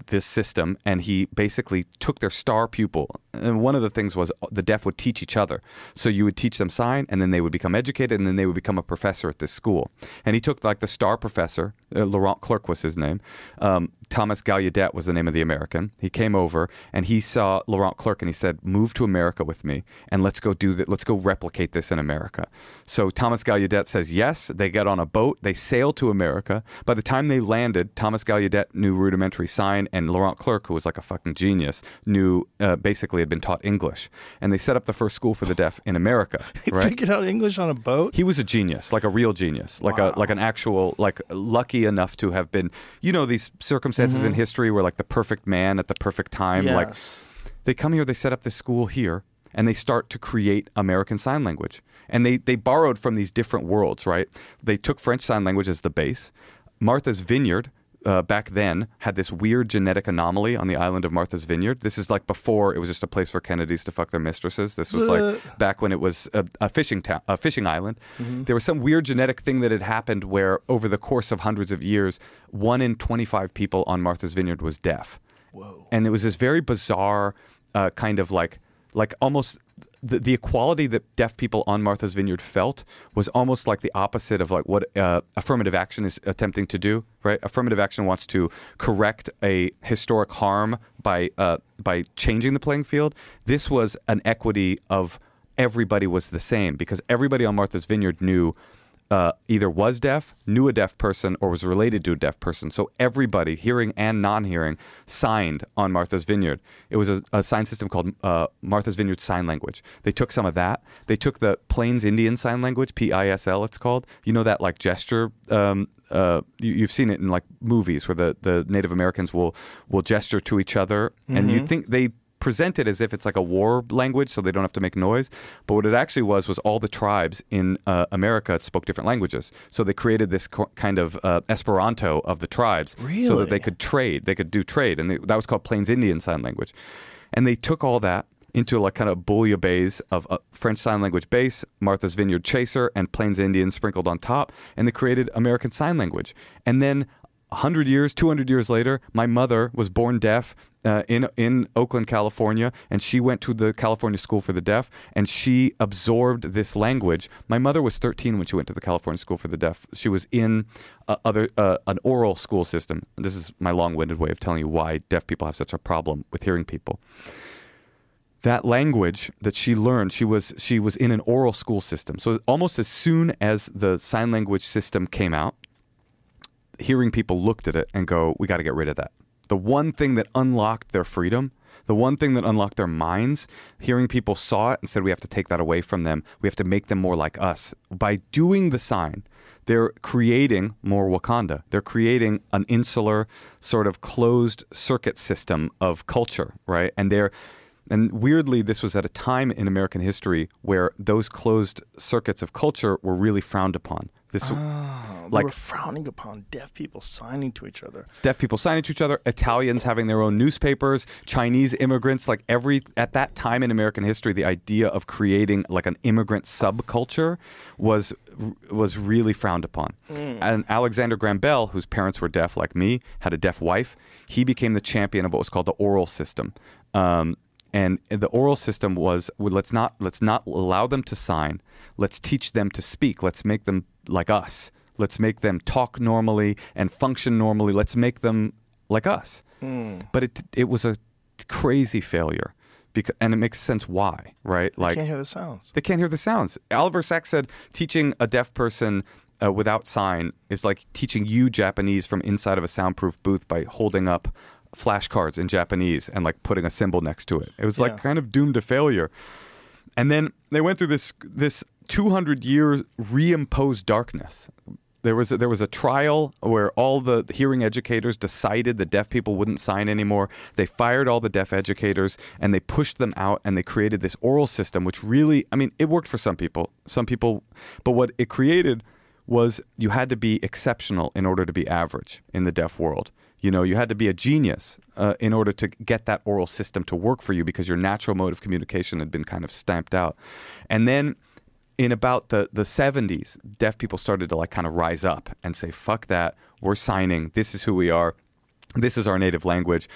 Speaker 5: this system and he basically took their star pupil and one of the things was uh, the deaf would teach each other so you would teach them sign and then they would become educated and then they would become a professor at this school and he took like the star professor uh, laurent clerc was his name um, thomas gallaudet was the name of the american he came over and he saw laurent clerc and he said move to america with me and let's go do that let's go replicate this in america so thomas gallaudet says yes they get on a boat they sail to america by the time they landed thomas gallaudet knew rudimentary sign and laurent clerc who was like a fucking genius knew uh, basically had been taught english and they set up the first school for the deaf in america
Speaker 4: He
Speaker 5: right
Speaker 4: figured out English on a boat.
Speaker 5: he was a genius, like a real genius, like a like an actual like lucky enough to have been, you know, these circumstances in history where like the perfect man at the perfect time,
Speaker 4: Yes.
Speaker 5: like they come here, they set up this school here, and they start to create American Sign Language. And they, they borrowed from these different worlds, right? They took French Sign Language as the base. Martha's Vineyard, uh, back then had this weird genetic anomaly on the island of Martha's Vineyard. This is like before it was just a place for Kennedys to fuck their mistresses. This was like back when it was a, a fishing town, a fishing island. There was some weird genetic thing that had happened where over the course of hundreds of years, one in 25 people on Martha's Vineyard was deaf. Whoa. And it was this very bizarre uh, kind of like, like almost the, the equality that deaf people on Martha's Vineyard felt was almost like the opposite of like what uh, affirmative action is attempting to do. Right? Affirmative action wants to correct a historic harm by uh, by changing the playing field. This was an equity of everybody was the same because everybody on Martha's Vineyard knew. Uh, either was deaf, knew a deaf person, or was related to a deaf person. So everybody, hearing and non-hearing, signed on Martha's Vineyard. It was a, a sign system called uh, Martha's Vineyard Sign Language. They took some of that. They took the Plains Indian Sign Language (PISL). It's called. You know that like gesture. Um, uh, you, you've seen it in like movies where the, the Native Americans will will gesture to each other, and you think they present it as if it's like a war language, so they don't have to make noise. But what it actually was was all the tribes in uh, America spoke different languages, so they created this co- kind of uh, Esperanto of the tribes, so that
Speaker 4: Really?
Speaker 5: they could trade, they could do trade, and it, that was called Plains Indian Sign Language. And they took all that into like kind of bouillabaisse of uh, French Sign Language base, Martha's Vineyard chaser, and Plains Indian sprinkled on top, and they created American Sign Language. And then 100 years, 200 years later, my mother was born deaf uh, in in Oakland, California, and she went to the California School for the Deaf, and she absorbed this language. My mother was 13 when she went to the California School for the Deaf. She was in uh, other uh, an oral school system. This is my long-winded way of telling you why deaf people have such a problem with hearing people that language that she learned she was she was in an oral school system so almost as soon as the sign language system came out hearing people looked at it and go we got to get rid of that the one thing that unlocked their freedom the one thing that unlocked their minds hearing people saw it and said we have to take that away from them we have to make them more like us by doing the sign they're creating more Wakanda. They're creating an insular, sort of closed circuit system of culture, right? And they're and weirdly, this was at a time in American history where those closed circuits of culture were really frowned upon. This
Speaker 4: Like,
Speaker 5: Like-
Speaker 4: we're frowning upon deaf people signing to each other.
Speaker 5: deaf people signing to each other, Italians having their own newspapers, Chinese immigrants, like every at that time in American history, the idea of creating like an immigrant subculture was was really frowned upon. And Alexander Graham Bell, whose parents were deaf like me, had a deaf wife. He became the champion of what was called the oral system. Um, and the oral system was well, let's not let's not allow them to sign. Let's teach them to speak. Let's make them like us. Let's make them talk normally and function normally. Let's make them like us. But it it was a crazy failure, because and it makes sense why, right? Like
Speaker 4: Can't hear the sounds.
Speaker 5: they can't hear the sounds. Oliver Sacks said teaching a deaf person uh, without sign is like teaching you Japanese from inside of a soundproof booth by holding up flashcards in Japanese and like putting a symbol next to it. It was like
Speaker 4: Yeah.
Speaker 5: kind of doomed to failure. And then they went through this this 200 year reimposed darkness. There was a, there was a trial where all the hearing educators decided the deaf people wouldn't sign anymore. They fired all the deaf educators and they pushed them out and they created this oral system which really I mean it worked for some people. Some people but what it created was you had to be exceptional in order to be average in the deaf world. You know, you had to be a genius uh, in order to get that oral system to work for you because your natural mode of communication had been kind of stamped out. And then in about the, the 70s, deaf people started to like kind of rise up and say, fuck that, we're signing, this is who we are, this is our native language.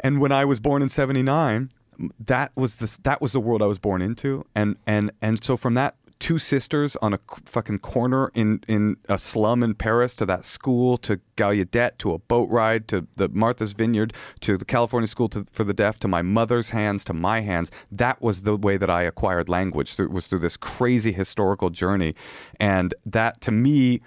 Speaker 5: And when I was born in 79, that was the that was the world I was born into, and and and so from that two sisters on a c- fucking corner in in a slum in Paris to that school to Gallaudet to a boat ride to the Martha's Vineyard to the California School to, for the Deaf to my mother's hands to my hands that was the way that I acquired language through, was through this crazy historical journey, and that to me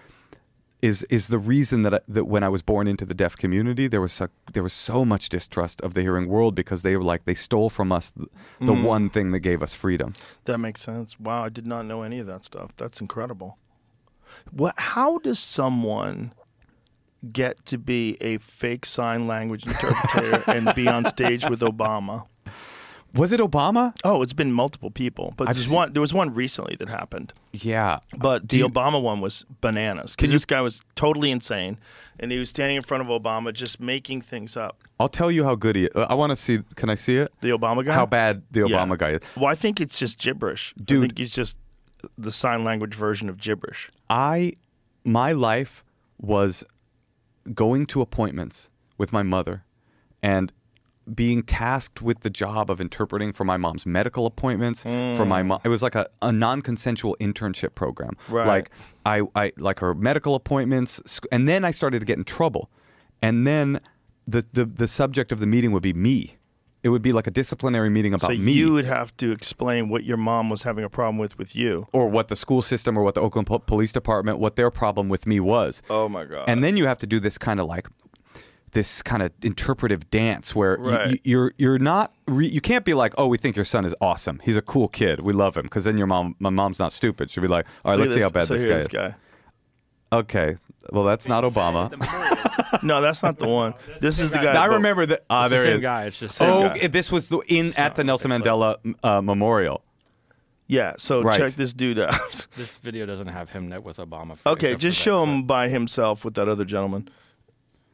Speaker 5: is is the reason that I, that when I was born into the deaf community, there was so, there was so much distrust of the hearing world because they were like they stole from us the, the
Speaker 4: Mm.
Speaker 5: one thing that gave us freedom.
Speaker 4: That makes sense. Wow, I did not know any of that stuff. That's incredible. What? How does someone get to
Speaker 5: [LAUGHS]
Speaker 4: be a fake sign language interpreter and be on stage with Obama?
Speaker 5: Was it Obama?
Speaker 4: Oh, it's been multiple people, but
Speaker 5: I've
Speaker 4: there's
Speaker 5: seen-
Speaker 4: one. There was one recently that happened,
Speaker 5: Yeah.
Speaker 4: but the
Speaker 5: you-
Speaker 4: Obama one was bananas because this guy was totally insane, and he was standing in front of Obama just making things up.
Speaker 5: I'll tell you how good he. uh, I want to see. Can I see it?
Speaker 4: The Obama guy.
Speaker 5: How bad the
Speaker 4: Yeah.
Speaker 5: Obama guy is.
Speaker 4: Well, I think it's just gibberish,
Speaker 5: Dude.
Speaker 4: I think he's just the sign language version of gibberish.
Speaker 5: I, my life was going to appointments with my mother and being tasked with the job of interpreting for my mom's medical appointments for my mom. It was like a, a non-consensual internship program.
Speaker 4: Mm. Right.
Speaker 5: Like I, I like her medical appointments, sc- and then I started to get in trouble, and then the the, the subject of the meeting would be me. It would be like a disciplinary meeting about
Speaker 4: So
Speaker 5: me.
Speaker 4: you would have to explain what your mom was having a problem with with you.
Speaker 5: or what the school system or what the Oakland po- Police Department, what their problem with me was.
Speaker 4: Oh, my God.
Speaker 5: And then you have to do this kind of like this kind of interpretive dance where y-
Speaker 4: Right.
Speaker 5: y- you're you're not re- you can't be like oh we think your son is awesome he's a cool kid we love him because then your mom my mom's not stupid she'll be like all right
Speaker 4: Look at
Speaker 5: let's see
Speaker 4: this-
Speaker 5: how bad
Speaker 4: so
Speaker 5: this,
Speaker 4: here
Speaker 5: guy is. okay well that's not Obama
Speaker 4: No, that's not the
Speaker 5: [LAUGHS]
Speaker 4: one. This is the guy.
Speaker 5: I remember that ah
Speaker 6: It's the
Speaker 5: there
Speaker 6: same
Speaker 5: it is.
Speaker 6: guy. It's just
Speaker 5: oh
Speaker 4: guy.
Speaker 5: it- this was the, in at the Nelson Mandela uh, Memorial
Speaker 4: Yeah. So
Speaker 5: Right.
Speaker 4: check this dude
Speaker 5: [LAUGHS]
Speaker 4: out.
Speaker 6: this video doesn't have him net with Obama. For,
Speaker 4: okay,
Speaker 6: except for
Speaker 4: just
Speaker 6: that
Speaker 4: show
Speaker 6: clip.
Speaker 4: him by himself with that other gentleman.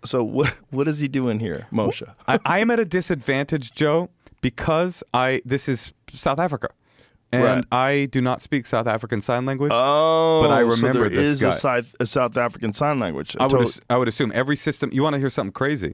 Speaker 4: So what what is he doing here, Moshe?
Speaker 5: I, I am at a disadvantage, Joe, because I this is South Africa, and
Speaker 4: Right.
Speaker 5: I do not speak South African sign language.
Speaker 4: Oh,
Speaker 5: But I
Speaker 4: so
Speaker 5: remember
Speaker 4: there
Speaker 5: this
Speaker 4: is
Speaker 5: guy.
Speaker 4: A, South, a South African sign language.
Speaker 5: I would
Speaker 4: To-
Speaker 5: as- I would assume every system. You want to hear something crazy?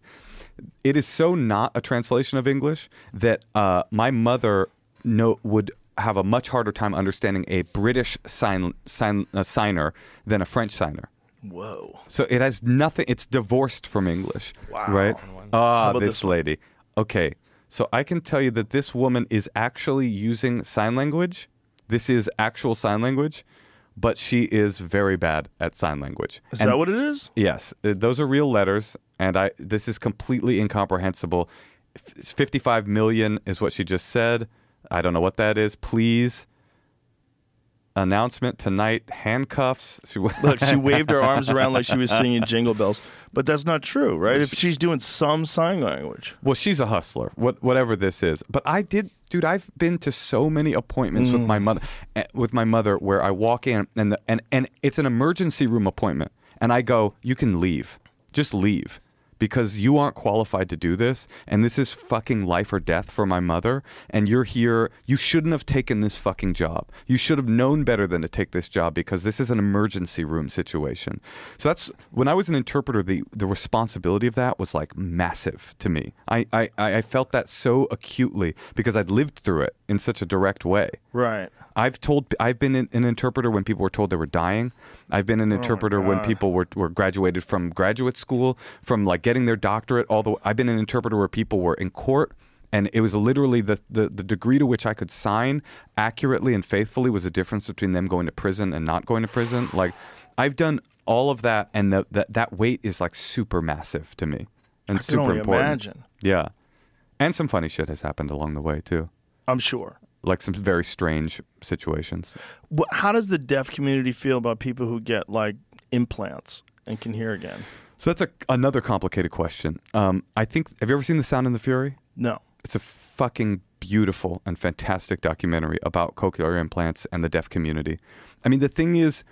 Speaker 5: It is so not a translation of English that uh, my mother no would have a much harder time understanding a British sign sign uh, signer than a French signer.
Speaker 4: Whoa.
Speaker 5: So it has nothing. It's divorced from English.
Speaker 4: Wow.
Speaker 5: Right?
Speaker 4: How
Speaker 5: Ah,
Speaker 4: about
Speaker 5: this,
Speaker 4: this one?
Speaker 5: lady. Okay. So I can tell you that this woman is actually using sign language. This is actual sign language, but she is very bad at sign language.
Speaker 4: Is
Speaker 5: And-
Speaker 4: that what it is?
Speaker 5: Yes, uh, those are real letters, and I this is completely incomprehensible. F- it's 55 million is what she just said. I don't know what that is. Please. Announcement tonight: handcuffs. She, [LAUGHS]
Speaker 4: Look, she waved her arms around like she was singing jingle bells, but that's not true, right? If she's doing some sign language,
Speaker 5: Well, she's a hustler, what, whatever this is. But I did, dude. I've been to so many appointments with my mother, eh, with my mother, where I walk in and the, and and it's an emergency room appointment, and I go, you can leave, just leave, because you aren't qualified to do this, and this is fucking life or death for my mother, and you're here. You shouldn't have taken this fucking job. You should have known better than to take this job because this is an emergency room situation. So that's when I was an interpreter, the, the responsibility of that was like massive to me. I, I, I felt that so acutely because I'd lived through it in such a direct way.
Speaker 4: right?
Speaker 5: I've told I've been an, an interpreter when people were told they were dying. I've been
Speaker 4: Oh,
Speaker 5: an interpreter when people were, were graduated from graduate school, from like getting their doctorate. All the I've been an interpreter where people were in court, and it was literally the, the the degree to which I could sign accurately and faithfully was the difference between them going to prison and not going
Speaker 4: [SIGHS]
Speaker 5: to prison. Like I've done all of that, and the, that that weight is like super massive to me, and
Speaker 4: I can
Speaker 5: super
Speaker 4: only
Speaker 5: important.
Speaker 4: imagine.
Speaker 5: Yeah, and some funny shit has happened along the way too,
Speaker 4: I'm sure.
Speaker 5: like some very strange situations.
Speaker 4: Wh- How does the deaf community feel about people who get like implants and can hear again?
Speaker 5: So that's a, another complicated question. Um, I think, have you ever seen The Sound and the Fury?
Speaker 4: No.
Speaker 5: It's a fucking beautiful and fantastic documentary about cochlear implants and the deaf community. I mean, the thing is,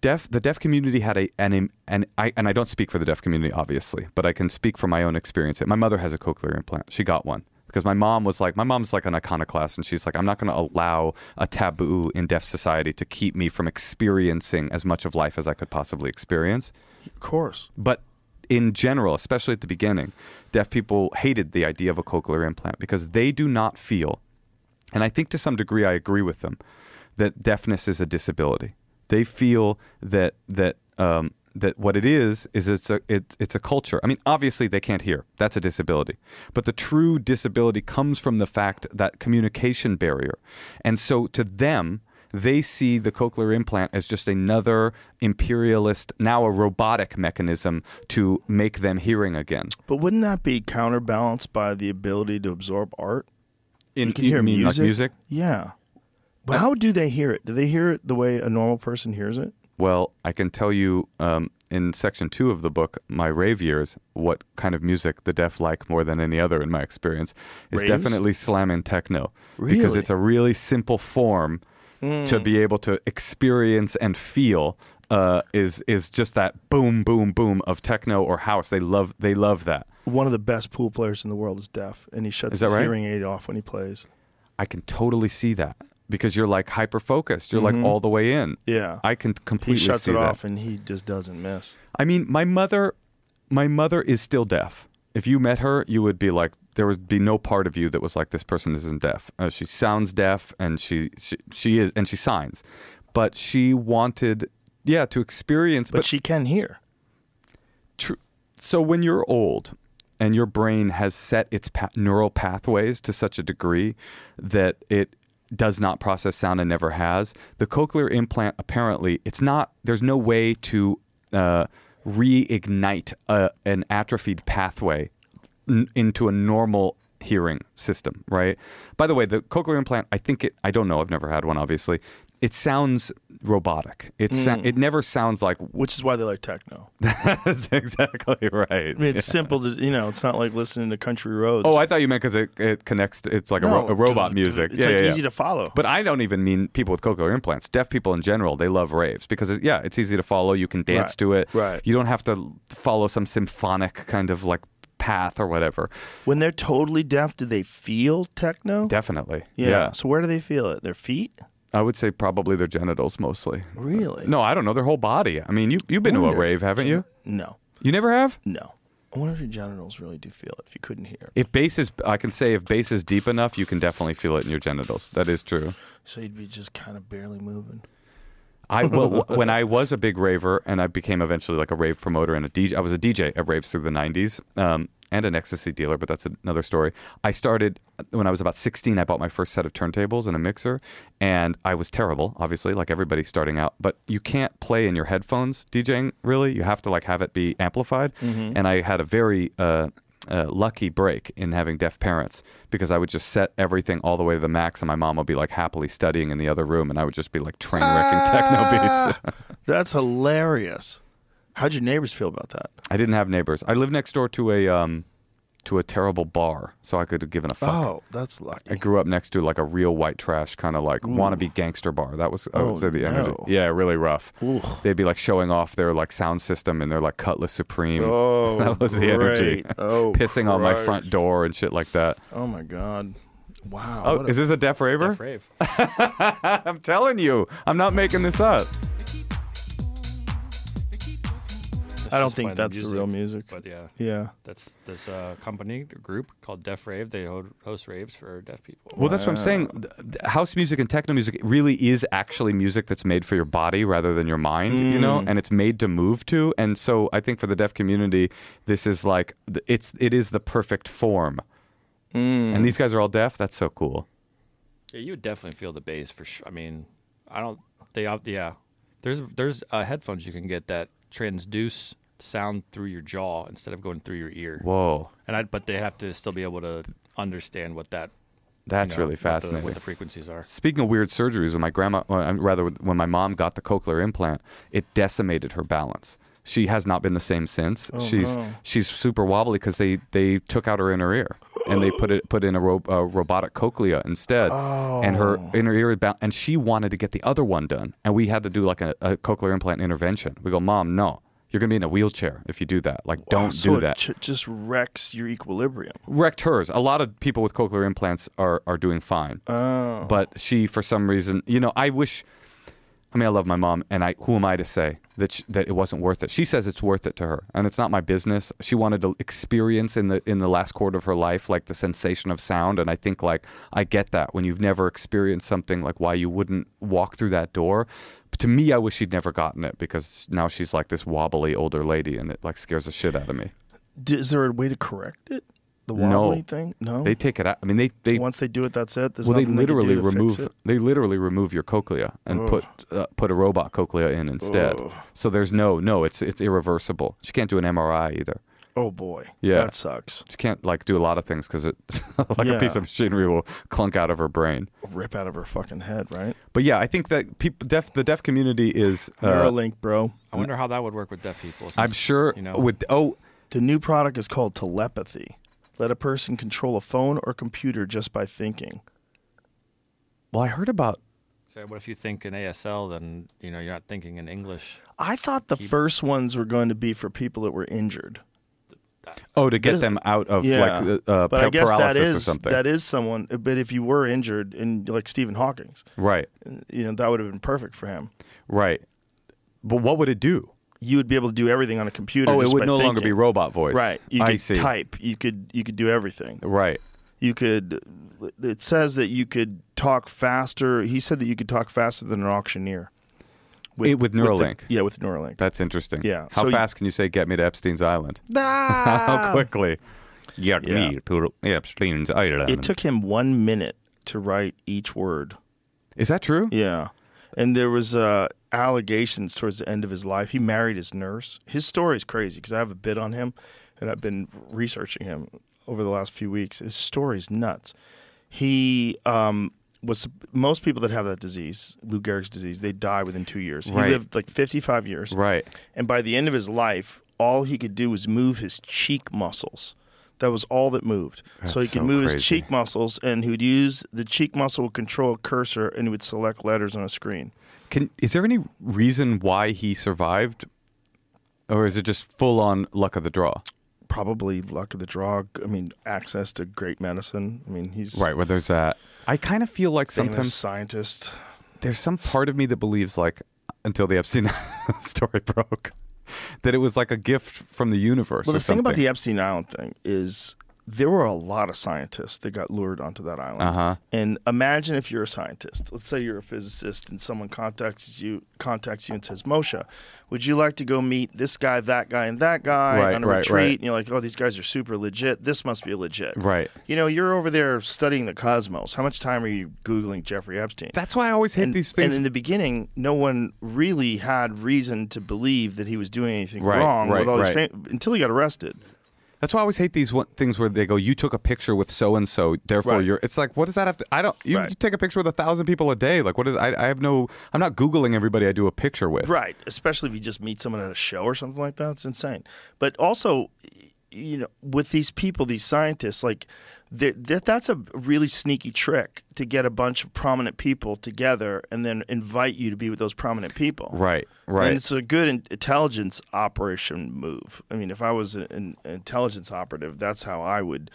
Speaker 5: deaf the deaf community had a an and I and I don't speak for the deaf community obviously, but I can speak from my own experience. My mother has a cochlear implant. She got one because my mom was like my mom's like an iconoclast and she's like I'm not going to allow a taboo in deaf society to keep me from experiencing as much of life as I could possibly experience.
Speaker 4: Of course.
Speaker 5: But in general, especially at the beginning, deaf people hated the idea of a cochlear implant because they do not feel, and I think to some degree I agree with them, that deafness is a disability. They feel that that um, that what it is is it's a it, it's a culture. I mean, obviously they can't hear. That's a disability. But the true disability comes from the fact that communication barrier, and so to them they see the cochlear implant as just another imperialist, now a robotic mechanism to make them hearing again.
Speaker 4: But wouldn't that be counterbalanced by the ability to absorb art?
Speaker 5: In,
Speaker 4: You can hear
Speaker 5: mean, like
Speaker 4: music.
Speaker 5: music.
Speaker 4: Yeah. But how do they hear it? Do they hear it the way a normal person hears it?
Speaker 5: Well, I can tell you um, in section two of the book, my rave years, what kind of music the deaf like more than any other in my experience is
Speaker 4: Raves?
Speaker 5: definitely slam and techno because
Speaker 4: Really? Hmm.
Speaker 5: it's a really simple form to be able to experience and feel. Uh, is is just that boom boom boom of techno or house? They love they love that.
Speaker 4: One of the best pool players in the world is deaf, and he shuts
Speaker 5: Is that
Speaker 4: his
Speaker 5: right?
Speaker 4: hearing aid off when he plays.
Speaker 5: I can totally see that because you're like hyper focused. You're like all the way in.
Speaker 4: Mm-hmm. Yeah.
Speaker 5: I can
Speaker 4: He
Speaker 5: completely
Speaker 4: shuts
Speaker 5: see
Speaker 4: it
Speaker 5: that.
Speaker 4: off, and he just doesn't miss.
Speaker 5: I mean, my mother, my mother is still deaf. If you met her, you would be like, there would be no part of you that was like, this person isn't deaf. Uh, she sounds deaf, and she, she she is, and she signs, but she wanted, yeah, to experience.
Speaker 4: But, she can hear.
Speaker 5: True. So when you're old and your brain has set its pa- neural pathways to such a degree that it does not process sound and never has, the cochlear implant apparently it's not. There's no way to uh, reignite a, an atrophied pathway n- into a normal hearing system, right? By the way, the cochlear implant, I think it I don't know, I've never had one obviously. It sounds robotic. It sa- it never sounds like
Speaker 4: Which is why they like techno.
Speaker 5: that's [LAUGHS] exactly right.
Speaker 4: I mean,
Speaker 5: [LAUGHS]
Speaker 4: it's simple to you know. It's not like listening to country roads.
Speaker 5: Oh, I thought you meant because it, it connects. To, it's like a, ro-
Speaker 4: No.
Speaker 5: a robot music.
Speaker 4: It's
Speaker 5: yeah,
Speaker 4: like
Speaker 5: yeah, yeah.
Speaker 4: easy to follow.
Speaker 5: But I don't even mean people with cochlear implants. Deaf people in general, they love raves because it, yeah, it's easy to follow. You can dance
Speaker 4: Right.
Speaker 5: to it.
Speaker 4: Right.
Speaker 5: You don't have to follow some symphonic kind of like path or whatever.
Speaker 4: when they're totally deaf, do they feel techno?
Speaker 5: Definitely.
Speaker 4: yeah. So where do they feel it? Their feet?
Speaker 5: I would say probably their genitals mostly.
Speaker 4: Really?
Speaker 5: No, I don't know their whole body. I mean, you you've been to a
Speaker 4: Wonder if
Speaker 5: rave, haven't you?
Speaker 4: No.
Speaker 5: You never have.
Speaker 4: No. I wonder if your genitals really do feel it if you couldn't hear.
Speaker 5: If bass is, I can say if bass is deep enough, you can definitely feel it in your genitals. That is true.
Speaker 4: So you'd be just kind of barely moving.
Speaker 5: I well, wh- when I was a big raver and I became eventually like a rave promoter and a DJ. I was a DJ at raves through the '90s um, and an ecstasy dealer, but that's another story. I started when I was about 16. I bought my first set of turntables and a mixer, and I was terrible, obviously, like everybody starting out. But you can't play in your headphones DJing really. You have to like have it be amplified, and I had a very uh, uh, lucky break in having deaf parents because I would just set everything all the way to the max, and my mom would be like happily studying in the other room, and I would just be like train wrecking
Speaker 4: Ah.
Speaker 5: techno beats. [LAUGHS]
Speaker 4: That's hilarious. How'd your neighbors feel about that?
Speaker 5: I didn't have neighbors. I lived next door to a um, to a terrible bar, so I could have given a fuck.
Speaker 4: Oh, that's lucky.
Speaker 5: I grew up next to like a real white trash kind of like wannabe gangster bar. That was I would
Speaker 4: Oh,
Speaker 5: say the energy.
Speaker 4: no.
Speaker 5: Yeah, really rough.
Speaker 4: Ooh.
Speaker 5: They'd be like showing off their like sound system and their like Cutlass Supreme. [LAUGHS]
Speaker 4: Oh,
Speaker 5: that was the energy.
Speaker 4: great. Oh,
Speaker 5: Pissing on my
Speaker 4: Christ.
Speaker 5: front door and shit like that.
Speaker 4: Oh my god. Wow.
Speaker 5: Oh,
Speaker 4: what a-
Speaker 5: is this a deaf raver?
Speaker 4: [LAUGHS]
Speaker 6: Deaf rave.
Speaker 5: I'm telling you, I'm not making this up.
Speaker 4: I don't
Speaker 6: just
Speaker 4: think
Speaker 6: by
Speaker 4: that's the real music.
Speaker 6: But yeah,
Speaker 4: yeah.
Speaker 6: that's this uh, company or group called Deaf Rave. They ho- host raves for deaf people.
Speaker 5: Well, that's what I'm saying. Th- th- House music and techno music really is actually music that's made for your body rather than your mind, you know, and it's made to move to. And so I think for the deaf community, this is like th- it's it is the perfect form. And these guys are all deaf. That's so cool.
Speaker 6: Yeah, you would definitely feel the bass for sure. I mean, I don't. They op- yeah. There's there's uh, headphones you can get that transduce sound through your jaw instead of going through your ear.
Speaker 5: Whoa,
Speaker 6: And I but they have to still be able to understand what that. you
Speaker 5: that's
Speaker 6: know,
Speaker 5: really
Speaker 6: what the-
Speaker 5: fascinating.
Speaker 6: What the frequencies are.
Speaker 5: Speaking of weird surgeries, when my grandma, well, I- rather when my mom got the cochlear implant, it decimated her balance. She has not been the same since.
Speaker 4: Oh,
Speaker 5: she's she's super wobbly because they they took out her inner ear and they put it put in a ro- uh, robotic cochlea instead, and her
Speaker 4: Oh.
Speaker 5: inner ear ba- and she wanted to get the other one done, and we had to do like a, a cochlear implant intervention. We go, mom, no, you're gonna be in a wheelchair if you do that. Like, don't
Speaker 4: so
Speaker 5: do that
Speaker 4: It ju- just wrecks your equilibrium.
Speaker 5: wrecked hers. A lot of people with cochlear implants are are doing fine. Oh. But she, for some reason, you know, I wish. I mean, I love my mom, and I who am I to say that sh that it wasn't worth it? She says it's worth it to her, and it's not my business. She wanted to experience in the in the last quarter of her life, like the sensation of sound, and I think like I get that when you've never experienced something, like why you wouldn't walk through that door. But to me, I wish she'd never gotten it because now she's like this wobbly older lady, and it like scares the shit out of me.
Speaker 4: D- Is there a way to correct it? The
Speaker 5: No.
Speaker 4: wobbly thing? No.
Speaker 5: They take it out. I mean, they they
Speaker 4: Once they do it, that's it. There's
Speaker 5: well, they
Speaker 4: nothing can do
Speaker 5: literally
Speaker 4: to fix
Speaker 5: remove
Speaker 4: it?
Speaker 5: they literally remove your cochlea and put uh, put a robot cochlea in instead. So there's no no, it's it's irreversible. She can't do an MRI either.
Speaker 4: oh boy,
Speaker 5: Yeah.
Speaker 4: that sucks.
Speaker 5: She can't like do a lot of things because it [LAUGHS] like a
Speaker 4: Yeah.
Speaker 5: piece of machinery will clunk out of her brain.
Speaker 4: Rip out of her fucking head, right?
Speaker 5: But yeah, I think that people deaf the deaf community is. Uh,
Speaker 4: Neuralink, bro.
Speaker 6: I wonder how that would work with deaf people.
Speaker 5: I'm
Speaker 6: since,
Speaker 5: sure
Speaker 6: You know,
Speaker 5: with oh
Speaker 4: The new product is called telepathy. Let a person control a phone or computer just by thinking.
Speaker 5: well I heard about
Speaker 6: so what if you think in ASL? Then you know you're not thinking in English.
Speaker 4: I thought the first ones were going to be for people that were injured.
Speaker 5: oh to get them out of
Speaker 4: Yeah,
Speaker 5: like uh, uh,
Speaker 4: but I
Speaker 5: par-
Speaker 4: guess
Speaker 5: paralysis
Speaker 4: that is
Speaker 5: or something.
Speaker 4: that is someone. But if you were injured, and like Stephen Hawking's,
Speaker 5: right,
Speaker 4: you know that would have been perfect for him.
Speaker 5: right. But what would it do?
Speaker 4: You would be able to do everything on a computer.
Speaker 5: Oh, it
Speaker 4: just
Speaker 5: would
Speaker 4: by
Speaker 5: no longer be
Speaker 4: thinking.
Speaker 5: robot voice.
Speaker 4: Right, you
Speaker 5: I
Speaker 4: could
Speaker 5: see.
Speaker 4: type. You could you could do everything.
Speaker 5: Right.
Speaker 4: You could. It says that you could talk faster. He said that you could talk faster than an auctioneer.
Speaker 5: It- with
Speaker 4: the-
Speaker 5: Neuralink.
Speaker 4: yeah, with
Speaker 5: [LAUGHS]
Speaker 4: Neuralink.
Speaker 5: That's interesting.
Speaker 4: Yeah,
Speaker 5: How
Speaker 4: so you-
Speaker 5: fast can you say "Get me to Epstein's island"? How quickly? Get
Speaker 4: Yeah.
Speaker 5: me to Epstein's island.
Speaker 4: It took him one minute to write each word.
Speaker 5: Is that true?
Speaker 4: Yeah, and there was uh, allegations towards the end of his life. He married his nurse. His story is crazy because I have a bit on him, and I've been researching him over the last few weeks. His story is nuts. He um, was most people that have that disease, Lou Gehrig's disease, they die within two years.
Speaker 5: Right.
Speaker 4: He lived like fifty-five years.
Speaker 5: Right.
Speaker 4: And by the end of his life, all he could do was move his cheek muscles. That was all that moved. so he
Speaker 5: That's
Speaker 4: could
Speaker 5: so
Speaker 4: move
Speaker 5: crazy.
Speaker 4: his cheek muscles, and he would use the cheek muscle would control a cursor, and he would select letters on a screen.
Speaker 5: Can is there any reason why he survived, or is it just full on luck of the draw?
Speaker 4: Probably luck of the draw. I mean, access to great medicine. I mean, he's
Speaker 5: Right. Where there's that. I kind of feel like
Speaker 4: famous
Speaker 5: sometimes
Speaker 4: scientist.
Speaker 5: there's some part of me that believes like until the Epstein [LAUGHS] story broke that it was like a gift from the universe.
Speaker 4: Well,
Speaker 5: or
Speaker 4: the thing about
Speaker 5: something.
Speaker 4: the Epstein Island thing is there were a lot of scientists that got lured onto that island.
Speaker 5: Uh-huh.
Speaker 4: And imagine if you're a scientist. Let's say you're a physicist, and someone contacts you contacts you and says, "Moshe, would you like to go meet this guy, that guy, and that guy
Speaker 5: Right,
Speaker 4: on a
Speaker 5: right,
Speaker 4: retreat?"
Speaker 5: right.
Speaker 4: And you're like, "Oh, these guys are super legit. This must be legit."
Speaker 5: Right.
Speaker 4: You know, you're over there studying the cosmos. How much time are you googling Jeffrey Epstein?
Speaker 5: That's why I always hate
Speaker 4: and,
Speaker 5: these
Speaker 4: and
Speaker 5: things.
Speaker 4: in the beginning, no one really had reason to believe that he was doing anything
Speaker 5: Right,
Speaker 4: wrong
Speaker 5: right,
Speaker 4: with all
Speaker 5: right.
Speaker 4: these fam- until he got arrested.
Speaker 5: That's why I always hate these one, things where they go, "You took a picture with so and so, therefore
Speaker 4: Right.
Speaker 5: you're." It's like, what does that have to? I don't. You
Speaker 4: Right.
Speaker 5: take a picture with a thousand people a day. Like, what is? I, I have no. I'm not googling everybody I do a picture with.
Speaker 4: Right, especially if you just meet someone at a show or something like that. It's insane. But also, y- you know, with these people, these scientists, like th- that that's a really sneaky trick to get a bunch of prominent people together and then invite you to be with those prominent people.
Speaker 5: Right.
Speaker 4: And
Speaker 5: Right.
Speaker 4: it's a good in- intelligence operation move. I mean, if I was an- an intelligence operative, that's how I would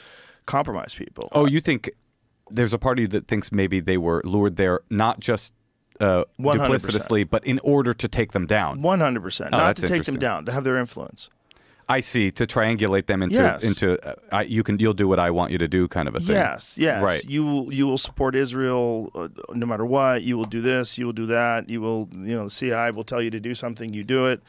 Speaker 4: compromise people.
Speaker 5: Oh, you think there's a party that thinks maybe they were lured there not just uh,
Speaker 4: 100%.
Speaker 5: duplicitously, but in order to take them down.
Speaker 4: 100%. Not
Speaker 5: Oh, that's
Speaker 4: to take them
Speaker 5: interesting.
Speaker 4: down, to have their influence.
Speaker 5: I see. To triangulate them into
Speaker 4: Yes.
Speaker 5: into uh, I, you can you'll do what I want you to do kind of a thing.
Speaker 4: Yes, yes.
Speaker 5: Right.
Speaker 4: You will you will support Israel uh, no matter what. You will do this. You will do that. You will you know the CI will tell you to do something. You do it.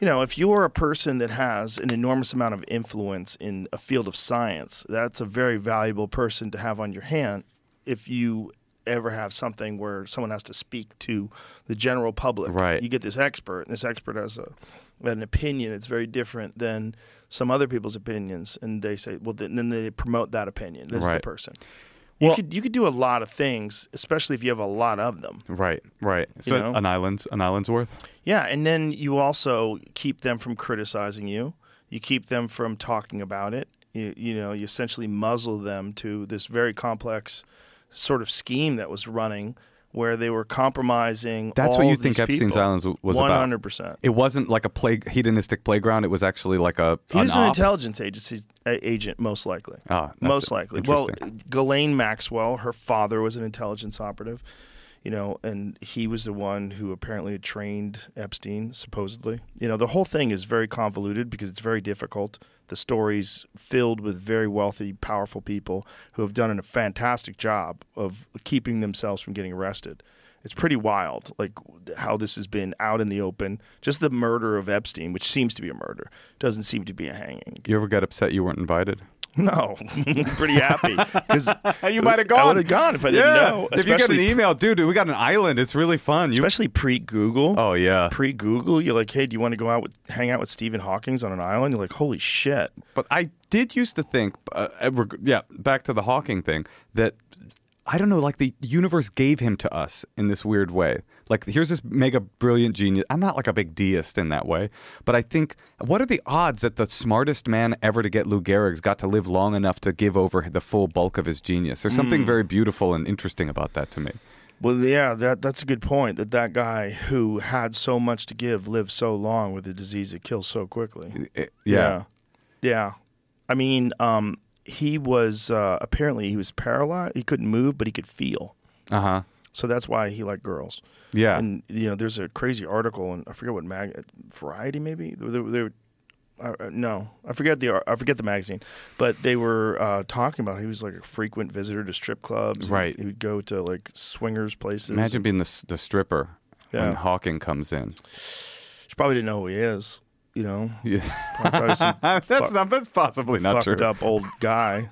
Speaker 4: You know, if you're a person that has an enormous amount of influence in a field of science, that's a very valuable person to have on your hand. If you ever have something where someone has to speak to the general public,
Speaker 5: Right.
Speaker 4: You get this expert, and this expert has a an opinion that's very different than some other people's opinions, and they say, well, then then they promote that opinion. This is
Speaker 5: Right.
Speaker 4: the person.
Speaker 5: Well-
Speaker 4: you could you could do a lot of things, especially if you have a lot of them.
Speaker 5: Right. Right. So
Speaker 4: know?
Speaker 5: an island's an island's worth.
Speaker 4: Yeah, and then you also keep them from criticizing you. You keep them from talking about it. You, you know, you essentially muzzle them to this very complex sort of scheme that was running where they were compromising.
Speaker 5: That's
Speaker 4: all
Speaker 5: what you
Speaker 4: of
Speaker 5: think
Speaker 4: these
Speaker 5: Epstein's
Speaker 4: people.
Speaker 5: Islands w- was
Speaker 4: 100%.
Speaker 5: about. It wasn't like a play- hedonistic playground. It was actually like a.
Speaker 4: He was an
Speaker 5: op.
Speaker 4: intelligence agency a- agent, most likely.
Speaker 5: Ah, that's
Speaker 4: most likely. Well,
Speaker 5: interesting.
Speaker 4: Ghislaine Maxwell, her father was an intelligence operative, you know, and he was the one who apparently had trained Epstein, supposedly. You know, the whole thing is very convoluted because it's very difficult. The story's filled with very wealthy, powerful people who have done a fantastic job of keeping themselves from getting arrested. It's pretty wild, like how this has been out in the open. Just the murder of Epstein, which seems to be a murder, doesn't seem to be a hanging.
Speaker 5: You ever get upset you weren't invited?
Speaker 4: [LAUGHS] No, I'm pretty happy because
Speaker 5: You might have
Speaker 4: I
Speaker 5: gone.
Speaker 4: would have gone if I didn't know.
Speaker 5: If you get an
Speaker 4: Especially-
Speaker 5: email, dude, we got an island. It's really fun.
Speaker 4: [LAUGHS]
Speaker 5: You,
Speaker 4: especially pre-Google.
Speaker 5: oh yeah.
Speaker 4: pre-Google, you're like, hey, do you want to go out with hang out with Stephen Hawking's on an island? You're like, holy shit.
Speaker 5: But I did used to think, uh, uh, reg- yeah, back to the Hawking thing, that I don't know, like the universe gave him to us in this weird way. Like, here's this mega brilliant genius. I'm not like a big deist in that way, but I think, what are the odds that the smartest man ever to get Lou Gehrig's got to live long enough to give over the full bulk of his genius? There's something
Speaker 4: Mm.
Speaker 5: very beautiful and interesting about that to me.
Speaker 4: Well, yeah, that that's a good point. That that guy who had so much to give lived so long with a disease that kills so quickly.
Speaker 5: It-
Speaker 4: yeah, Yeah. I mean, um, he was uh, apparently he was paralyzed. He couldn't move, but he could feel.
Speaker 5: Uh huh.
Speaker 4: So that's why he liked girls.
Speaker 5: Yeah.
Speaker 4: And you know, there's a crazy article, and I forget what mag, Variety maybe. They, were- they were, uh, uh, no, I forget the ar- I forget the magazine, but they were uh, talking about he was like a frequent visitor to strip clubs. and
Speaker 5: Right.
Speaker 4: He would go to like swingers places.
Speaker 5: Imagine being the, s- the stripper when
Speaker 4: Yeah.
Speaker 5: Hawking comes in. [LAUGHS]
Speaker 4: She probably didn't know who he is. You know.
Speaker 5: Yeah.
Speaker 4: Probably thought he was some
Speaker 5: that's,
Speaker 4: fuck-
Speaker 5: not, that's possibly [LAUGHS] not
Speaker 4: fucked
Speaker 5: true.
Speaker 4: up old guy.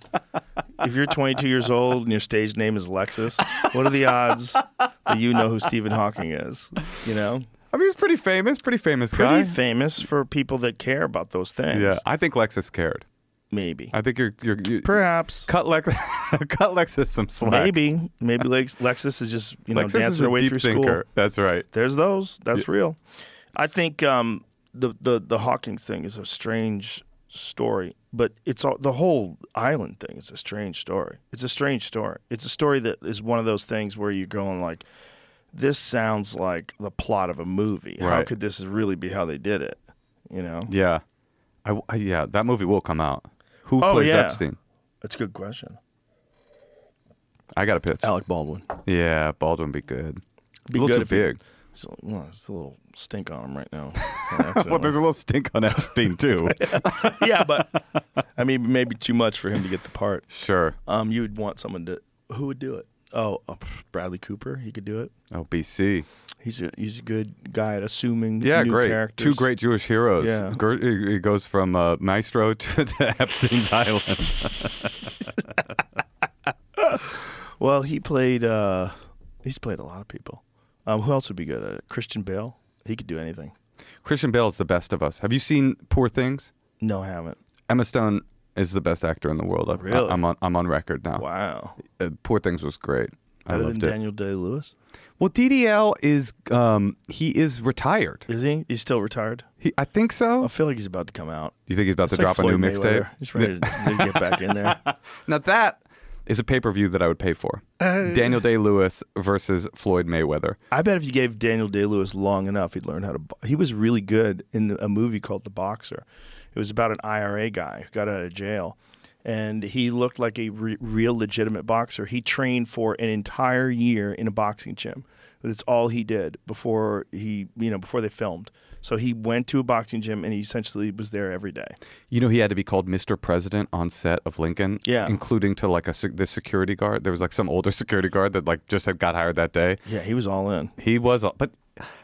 Speaker 4: if you're 22 years old and your stage name is Lexus, what are the odds that you know who Stephen Hawking is? You know.
Speaker 5: I mean, he's pretty famous, pretty famous
Speaker 4: Pretty
Speaker 5: guy.
Speaker 4: famous for people that care about those things.
Speaker 5: yeah, I think Lexus cared.
Speaker 4: Maybe.
Speaker 5: I think you're you're, you
Speaker 4: Perhaps.
Speaker 5: cut Lex [LAUGHS] cut Lexus some slack.
Speaker 4: Maybe. Maybe Lex- Lexus is just, you know,
Speaker 5: Lexus is
Speaker 4: dancing
Speaker 5: a
Speaker 4: her way
Speaker 5: deep
Speaker 4: through
Speaker 5: thinker.
Speaker 4: school.
Speaker 5: That's right.
Speaker 4: There's those. That's real. I think um, the, the, the Hawkins thing is a strange story, but it's all, the whole island thing is a strange story. It's a strange story. It's a story that is one of those things where you're going like, this sounds like the plot of a movie. How
Speaker 5: Right.
Speaker 4: could this really be how they did it? You know?
Speaker 5: Yeah, I, I- yeah. That movie will come out. Who
Speaker 4: Oh,
Speaker 5: plays
Speaker 4: yeah.
Speaker 5: Epstein?
Speaker 4: That's a good question.
Speaker 5: I got a pitch.
Speaker 4: Alec Baldwin.
Speaker 5: Yeah, Baldwin be good.
Speaker 4: Be
Speaker 5: a little
Speaker 4: good
Speaker 5: too
Speaker 4: if he-
Speaker 5: big.
Speaker 4: So, well, it's a little stink on him right
Speaker 5: [LAUGHS]
Speaker 4: now.
Speaker 5: Well, there's a little stink
Speaker 4: [LAUGHS]
Speaker 5: on Epstein too.
Speaker 4: yeah, but I mean, maybe too much for him to get the part.
Speaker 5: sure.
Speaker 4: Um, you would want someone to who would do it. Oh, uh, pff, Bradley Cooper, he could do it.
Speaker 5: Oh, BC.
Speaker 4: He's a he's a good guy at assuming
Speaker 5: Yeah,
Speaker 4: new
Speaker 5: great.
Speaker 4: characters.
Speaker 5: Two great Jewish heroes.
Speaker 4: Yeah.
Speaker 5: Ger- It it goes from uh, Maestro [LAUGHS] to, to Epstein's [LAUGHS] Island.
Speaker 4: Well, he played uh, he's played a lot of people. Um, who else would be good at it? Christian Bale, he could do anything.
Speaker 5: Christian Bale is the best of us. Have you seen Poor Things?
Speaker 4: No, I haven't.
Speaker 5: Emma Stone is the best actor in the world. I,
Speaker 4: Really?
Speaker 5: I, am on I'm on record now.
Speaker 4: Wow,
Speaker 5: Uh, Poor Things was great. I
Speaker 4: better than
Speaker 5: loved it.
Speaker 4: Daniel Day Lewis,
Speaker 5: Well, DDL is um he is retired.
Speaker 4: is he? He's still retired.
Speaker 5: He, I think so.
Speaker 4: I feel like he's about to come out.
Speaker 5: you think he's about to
Speaker 4: It's like
Speaker 5: drop a
Speaker 4: Floyd
Speaker 5: new
Speaker 4: Mayweather.
Speaker 5: mixtape?
Speaker 4: He's ready to, ready to get back in
Speaker 5: [LAUGHS]
Speaker 4: there.
Speaker 5: Now that is a pay per view that I would pay for.
Speaker 4: Uh.
Speaker 5: Daniel Day Lewis versus Floyd Mayweather.
Speaker 4: I bet if you gave Daniel Day Lewis long enough, he'd learn how to. bo- He was really good in a movie called The Boxer. It was about an IRA guy who got out of jail, and he looked like a re- real legitimate boxer. He trained for an entire year in a boxing gym. That's all he did before he, you know, before they filmed. So he went to a boxing gym and he essentially was there every day.
Speaker 5: You know, he had to be called Mr. President on set of Lincoln,
Speaker 4: Yeah.
Speaker 5: including to like a sec- the security guard. There was like some older [LAUGHS] security guard that like just had got hired that day.
Speaker 4: Yeah, he was all in.
Speaker 5: He was, but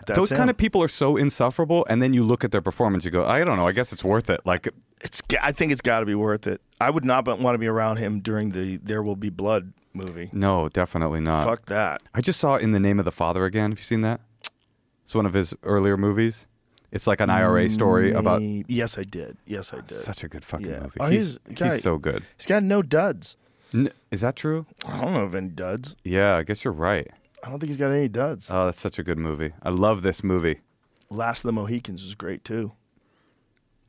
Speaker 4: That's
Speaker 5: those kind
Speaker 4: him.
Speaker 5: of people are so insufferable. And then you look at their performance, you go, I don't know. I guess it's worth it. Like,
Speaker 4: It's. g- I think it's got to be worth it. I would not want to be around him during the There Will Be Blood movie.
Speaker 5: no, definitely not.
Speaker 4: Fuck that.
Speaker 5: I just saw in the name of the father again. Have you seen that? It's one of his earlier movies. It's like an IRA story about
Speaker 4: Maybe- yes, I did. Yes, I did.
Speaker 5: such a good fucking
Speaker 4: Mm, Yeah.
Speaker 5: movie.
Speaker 4: Oh,
Speaker 5: he's,
Speaker 4: he's- guy-
Speaker 5: he's so good.
Speaker 4: He's got no duds.
Speaker 5: N- is that true?
Speaker 4: I don't know of any duds.
Speaker 5: Yeah, I guess you're right.
Speaker 4: I don't think he's got any duds.
Speaker 5: Oh, that's such a good movie. I love this movie.
Speaker 4: Last of the Mohicans was great too.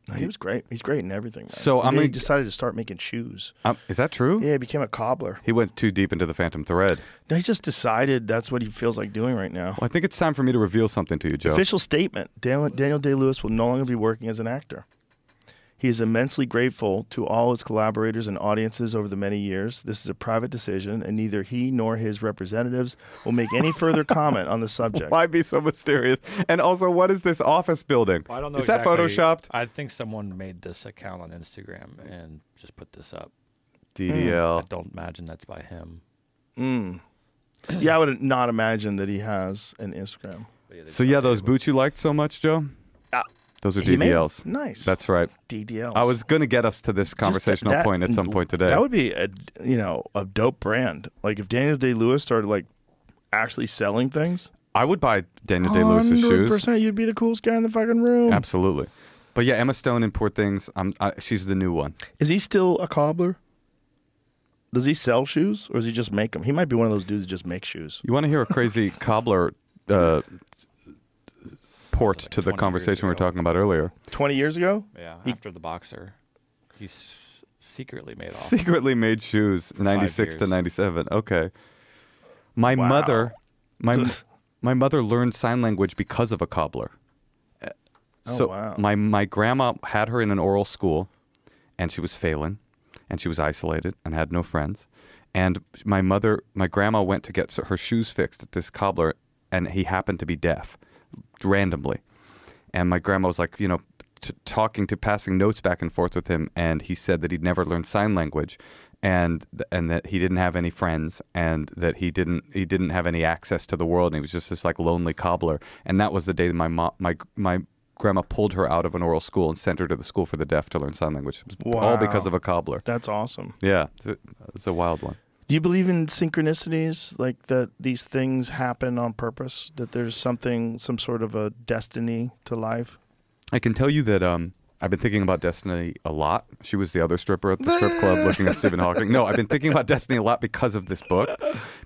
Speaker 4: No, he was great. He's great in everything. Man.
Speaker 5: So,
Speaker 4: And
Speaker 5: I'm
Speaker 4: then he
Speaker 5: gonna-
Speaker 4: decided to start making shoes.
Speaker 5: Um, is that true?
Speaker 4: Yeah, he became a cobbler.
Speaker 5: He went too deep into the Phantom Thread.
Speaker 4: No, he just decided that's what he feels like doing right now.
Speaker 5: Well, I think it's time for me to reveal something to you, Joe.
Speaker 4: Official statement: Daniel, Daniel Day Lewis will no longer be working as an actor. He is immensely grateful to all his collaborators and audiences over the many years. This is a private decision, and neither he nor his representatives will make any
Speaker 5: [LAUGHS]
Speaker 4: further comment on the subject.
Speaker 5: Why be so mysterious? And also, what is this office building?
Speaker 6: Well, I don't know.
Speaker 5: Is
Speaker 6: exactly. Hmm.
Speaker 5: that photoshopped?
Speaker 6: I think someone made this account on Instagram and just put this up. I
Speaker 5: DDL.
Speaker 6: don't imagine that's by him.
Speaker 4: Yeah, I would not imagine that he has an Instagram.
Speaker 5: So yeah, those boots you liked so much, Joe.
Speaker 4: Uh,
Speaker 5: Those are
Speaker 4: He made-
Speaker 5: DDLs.
Speaker 4: nice.
Speaker 5: That's right.
Speaker 4: DDLs.
Speaker 5: I was going to get us to this
Speaker 4: Just that-
Speaker 5: conversational
Speaker 4: that-
Speaker 5: point at some point today.
Speaker 4: That would be a you know a dope brand. Like if Daniel Day Lewis started like actually selling things,
Speaker 5: I would buy Daniel Day Lewis's shoes.
Speaker 4: percent you'd be the coolest guy in the fucking room.
Speaker 5: Absolutely. But yeah, Emma Stone in Poor Things. I'm, I, she's the new one.
Speaker 4: Is he still a cobbler? Does he sell shoes or does he just make them? He might be one of those dudes that just make shoes.
Speaker 5: You want to hear a
Speaker 6: [LAUGHS]
Speaker 5: crazy cobbler uh, port to the
Speaker 6: 20 years
Speaker 5: conversation we were
Speaker 6: ago.
Speaker 5: talking about earlier?
Speaker 4: Twenty years ago,
Speaker 6: Yeah,
Speaker 4: He-
Speaker 6: after the boxer, he's secretly made off.
Speaker 5: Secretly made shoes, ninety six to
Speaker 6: years.
Speaker 5: ninety seven. Okay. My mother,
Speaker 4: [LAUGHS]
Speaker 5: my my mother learned sign language because of a cobbler.
Speaker 4: Oh,
Speaker 5: so
Speaker 4: wow.
Speaker 5: my my grandma had her in an oral school, and she was failing, and she was isolated and had no friends, and my mother, my grandma went to get her shoes fixed at this cobbler, and he happened to be deaf, randomly, and my grandma was like, you know, t- talking to passing notes back and forth with him, and he said that he'd never learned sign language, and th- and that he didn't have any friends, and that he didn't he didn't have any access to the world, and he was just this like lonely cobbler, and that was the day that my mom my my grandma pulled her out of an oral school and sent her to the school for the deaf to learn sign language, It was all
Speaker 4: Wow.
Speaker 5: because of a cobbler.
Speaker 4: that's awesome.
Speaker 5: Yeah, it's a, it's a wild one.
Speaker 4: Do you believe in synchronicities, like that these things happen on purpose? That there's something, some sort of a destiny to life?
Speaker 5: I can tell you that um, I've been thinking about Destiny a lot. She was the other stripper at the
Speaker 4: [LAUGHS]
Speaker 5: strip club looking at Stephen Hawking. No, I've been thinking about Destiny a lot because of this book.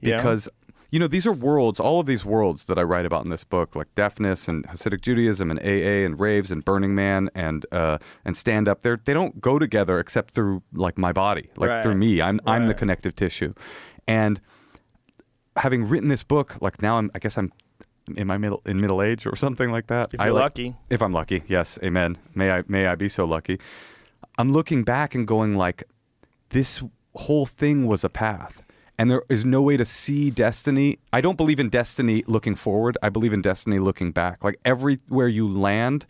Speaker 4: Yeah.
Speaker 5: Because, you know, these are worlds, all of these worlds that I write about in this book, like deafness and Hasidic Judaism and AA and raves and Burning Man and uh, and stand up. They're, they don't go together except through like my body, like
Speaker 4: Right.
Speaker 5: through me. I'm, I'm the
Speaker 4: Right.
Speaker 5: connective tissue. And having written this book, like now I'm, I guess I'm in my middle in middle age or something like that.
Speaker 4: If
Speaker 5: I,
Speaker 4: you're
Speaker 5: like-
Speaker 4: lucky.
Speaker 5: if I'm lucky, yes, amen. May I may I be so lucky. I'm looking back and going like this whole thing was a path. And there is no way to see destiny. I don't believe in destiny looking forward. I believe in destiny looking back. Like everywhere you land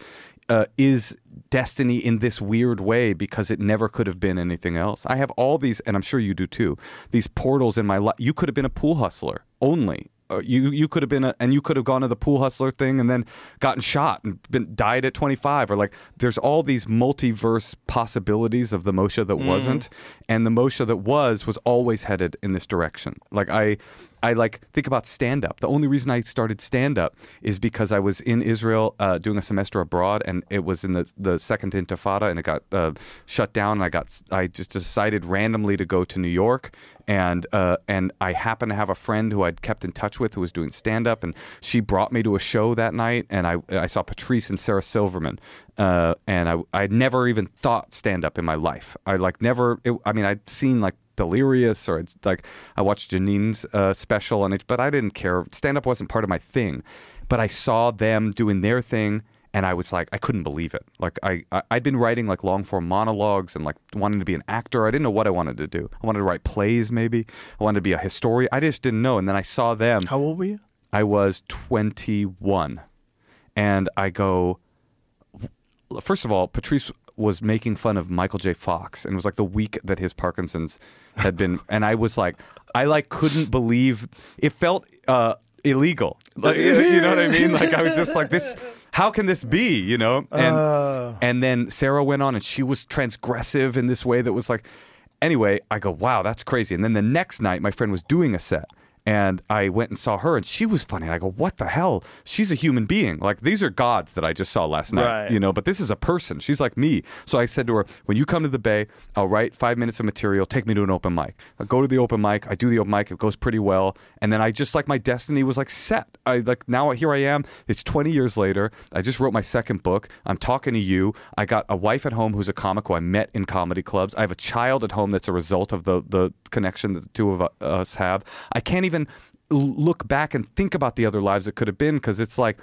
Speaker 5: uh, is destiny in this weird way because it never could have been anything else. I have all these, and I'm sure you do too, these portals in my life. You could have been a pool hustler only uh, you you could have been a, and you could have gone to the pool hustler thing and then gotten shot and been died at 25 or like there's all these multiverse possibilities of the Moshe that wasn't and the Moshe that was was always headed in this direction like I I like think about stand up the only reason I started stand up is because I was in Israel uh, doing a semester abroad and it was in the the second intifada and it got uh, shut down and I got I just decided randomly to go to New York and uh, and I happened to have a friend who I'd kept in touch with who was doing stand up, and she brought me to a show that night, and I I saw Patrice and Sarah Silverman, uh, and I I never even thought stand up in my life. I like never. It, I mean, I'd seen like. Delirious, or it's like I watched Janine's uh, special on it, but I didn't care. Stand up wasn't part of my thing, but I saw them doing their thing, and I was like, I couldn't believe it. Like I, I I'd been writing like long form monologues and like wanting to be an actor. I didn't know what I wanted to do. I wanted to write plays, maybe. I wanted to be a historian. I just didn't know. And then I saw them.
Speaker 4: How old were you?
Speaker 5: I was 21, and I go. First of all, Patrice was making fun of Michael J. Fox, and it was like the week that his Parkinson's had been, [LAUGHS] and I was like, I like couldn't believe it felt uh, illegal. Like, you know what I mean? Like I was just like this. How can this be? You know? And and then Sarah went on, and she was transgressive in this way that was like. Anyway, I go, wow, that's crazy. And then the next night, my friend was doing a set, and I went and saw her, and she was funny. And I go, what the hell? She's a human being. Like these are gods that I just saw last night.
Speaker 4: Right.
Speaker 5: You know, but this is a person. She's like me. So I said to her, when you come to the Bay, I'll write five minutes of material. Take me to an open mic. I go to the open mic. I do the open mic. It goes pretty well. And then I just like my destiny was like set. I like now here I am. It's 20 years later. I just wrote my second book. I'm talking to you. I got a wife at home who's a comic who I met in comedy clubs. I have a child at home that's a result of the the connection that the two of us have. I can't even l- look back and think about the other lives it could have been because it's like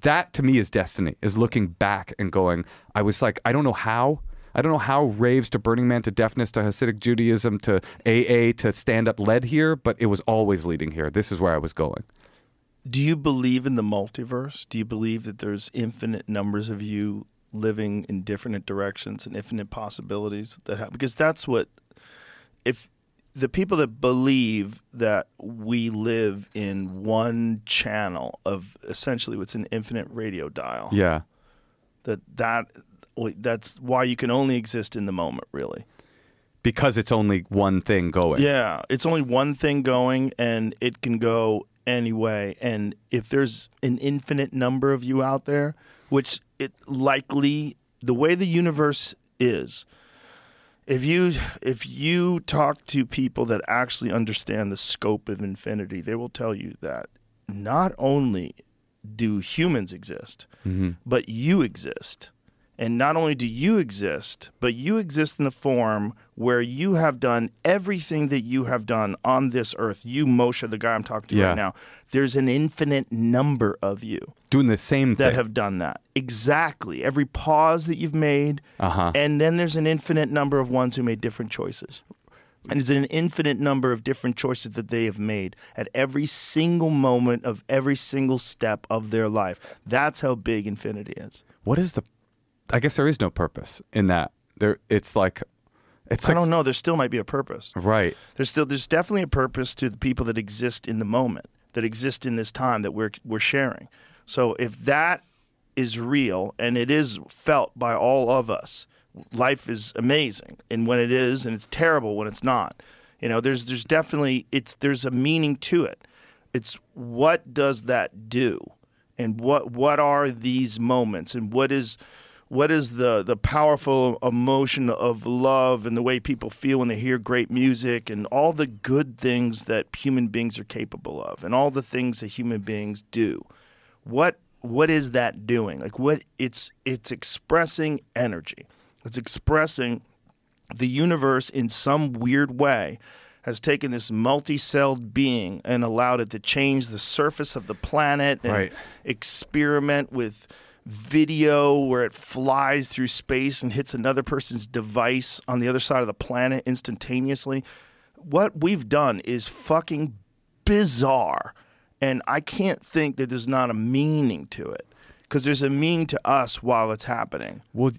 Speaker 5: that to me is destiny is looking back and going i was like i don't know how i don't know how raves to burning man to deafness to hasidic judaism to aa to stand up led here but it was always leading here this is where i was going
Speaker 4: Do you believe in the multiverse? Do you believe that there's infinite numbers of you living in different directions and infinite possibilities that have because that's what if the people that believe that we live in one channel of essentially what's an infinite radio dial.
Speaker 5: yeah
Speaker 4: that that that's why you can only exist in the moment, really.
Speaker 5: because it's only one thing going.
Speaker 4: Yeah, it's only one thing going, and it can go anyway. And if there's an infinite number of you out there, which it likely the way the universe is, if you if you talk to people that actually understand the scope of infinity, they will tell you that not only do humans exist, but you exist. And not only do you exist, but you exist in the form where you have done everything that you have done on this earth. You, Moshe, the guy I'm talking to
Speaker 5: Yeah.
Speaker 4: right now, there's an infinite number of you
Speaker 5: Doing the same
Speaker 4: that
Speaker 5: thing.
Speaker 4: have done that. Exactly. Every pause that you've made.
Speaker 5: Uh-huh.
Speaker 4: And then there's an infinite number of ones who made different choices. And there's an infinite number of different choices that they have made at every single moment of every single step of their life. That's how big infinity is.
Speaker 5: what is the I guess there is no purpose in that. There it's like it's
Speaker 4: I
Speaker 5: like
Speaker 4: don't know. There still might be a purpose.
Speaker 5: right.
Speaker 4: There's still there's definitely a purpose to the people that exist in the moment, that exist in this time that we're we're sharing. So if that is real and it is felt by all of us, life is amazing. And when it is, and it's terrible when it's not. You know, there's there's definitely it's there's a meaning to it. It's what does that do? And what what are these moments and what is what is the the powerful emotion of love and the way people feel when they hear great music and all the good things that human beings are capable of and all the things that human beings do what what is that doing like what it's it's expressing energy it's expressing the universe in some weird way has taken this multi-celled being and allowed it to change the surface of the planet and
Speaker 5: Right.
Speaker 4: experiment with video where it flies through space and hits another person's device on the other side of the planet instantaneously. What we've done is fucking bizarre. And I can't think that there's not a meaning to it because there's a meaning to us while it's happening.
Speaker 5: Well,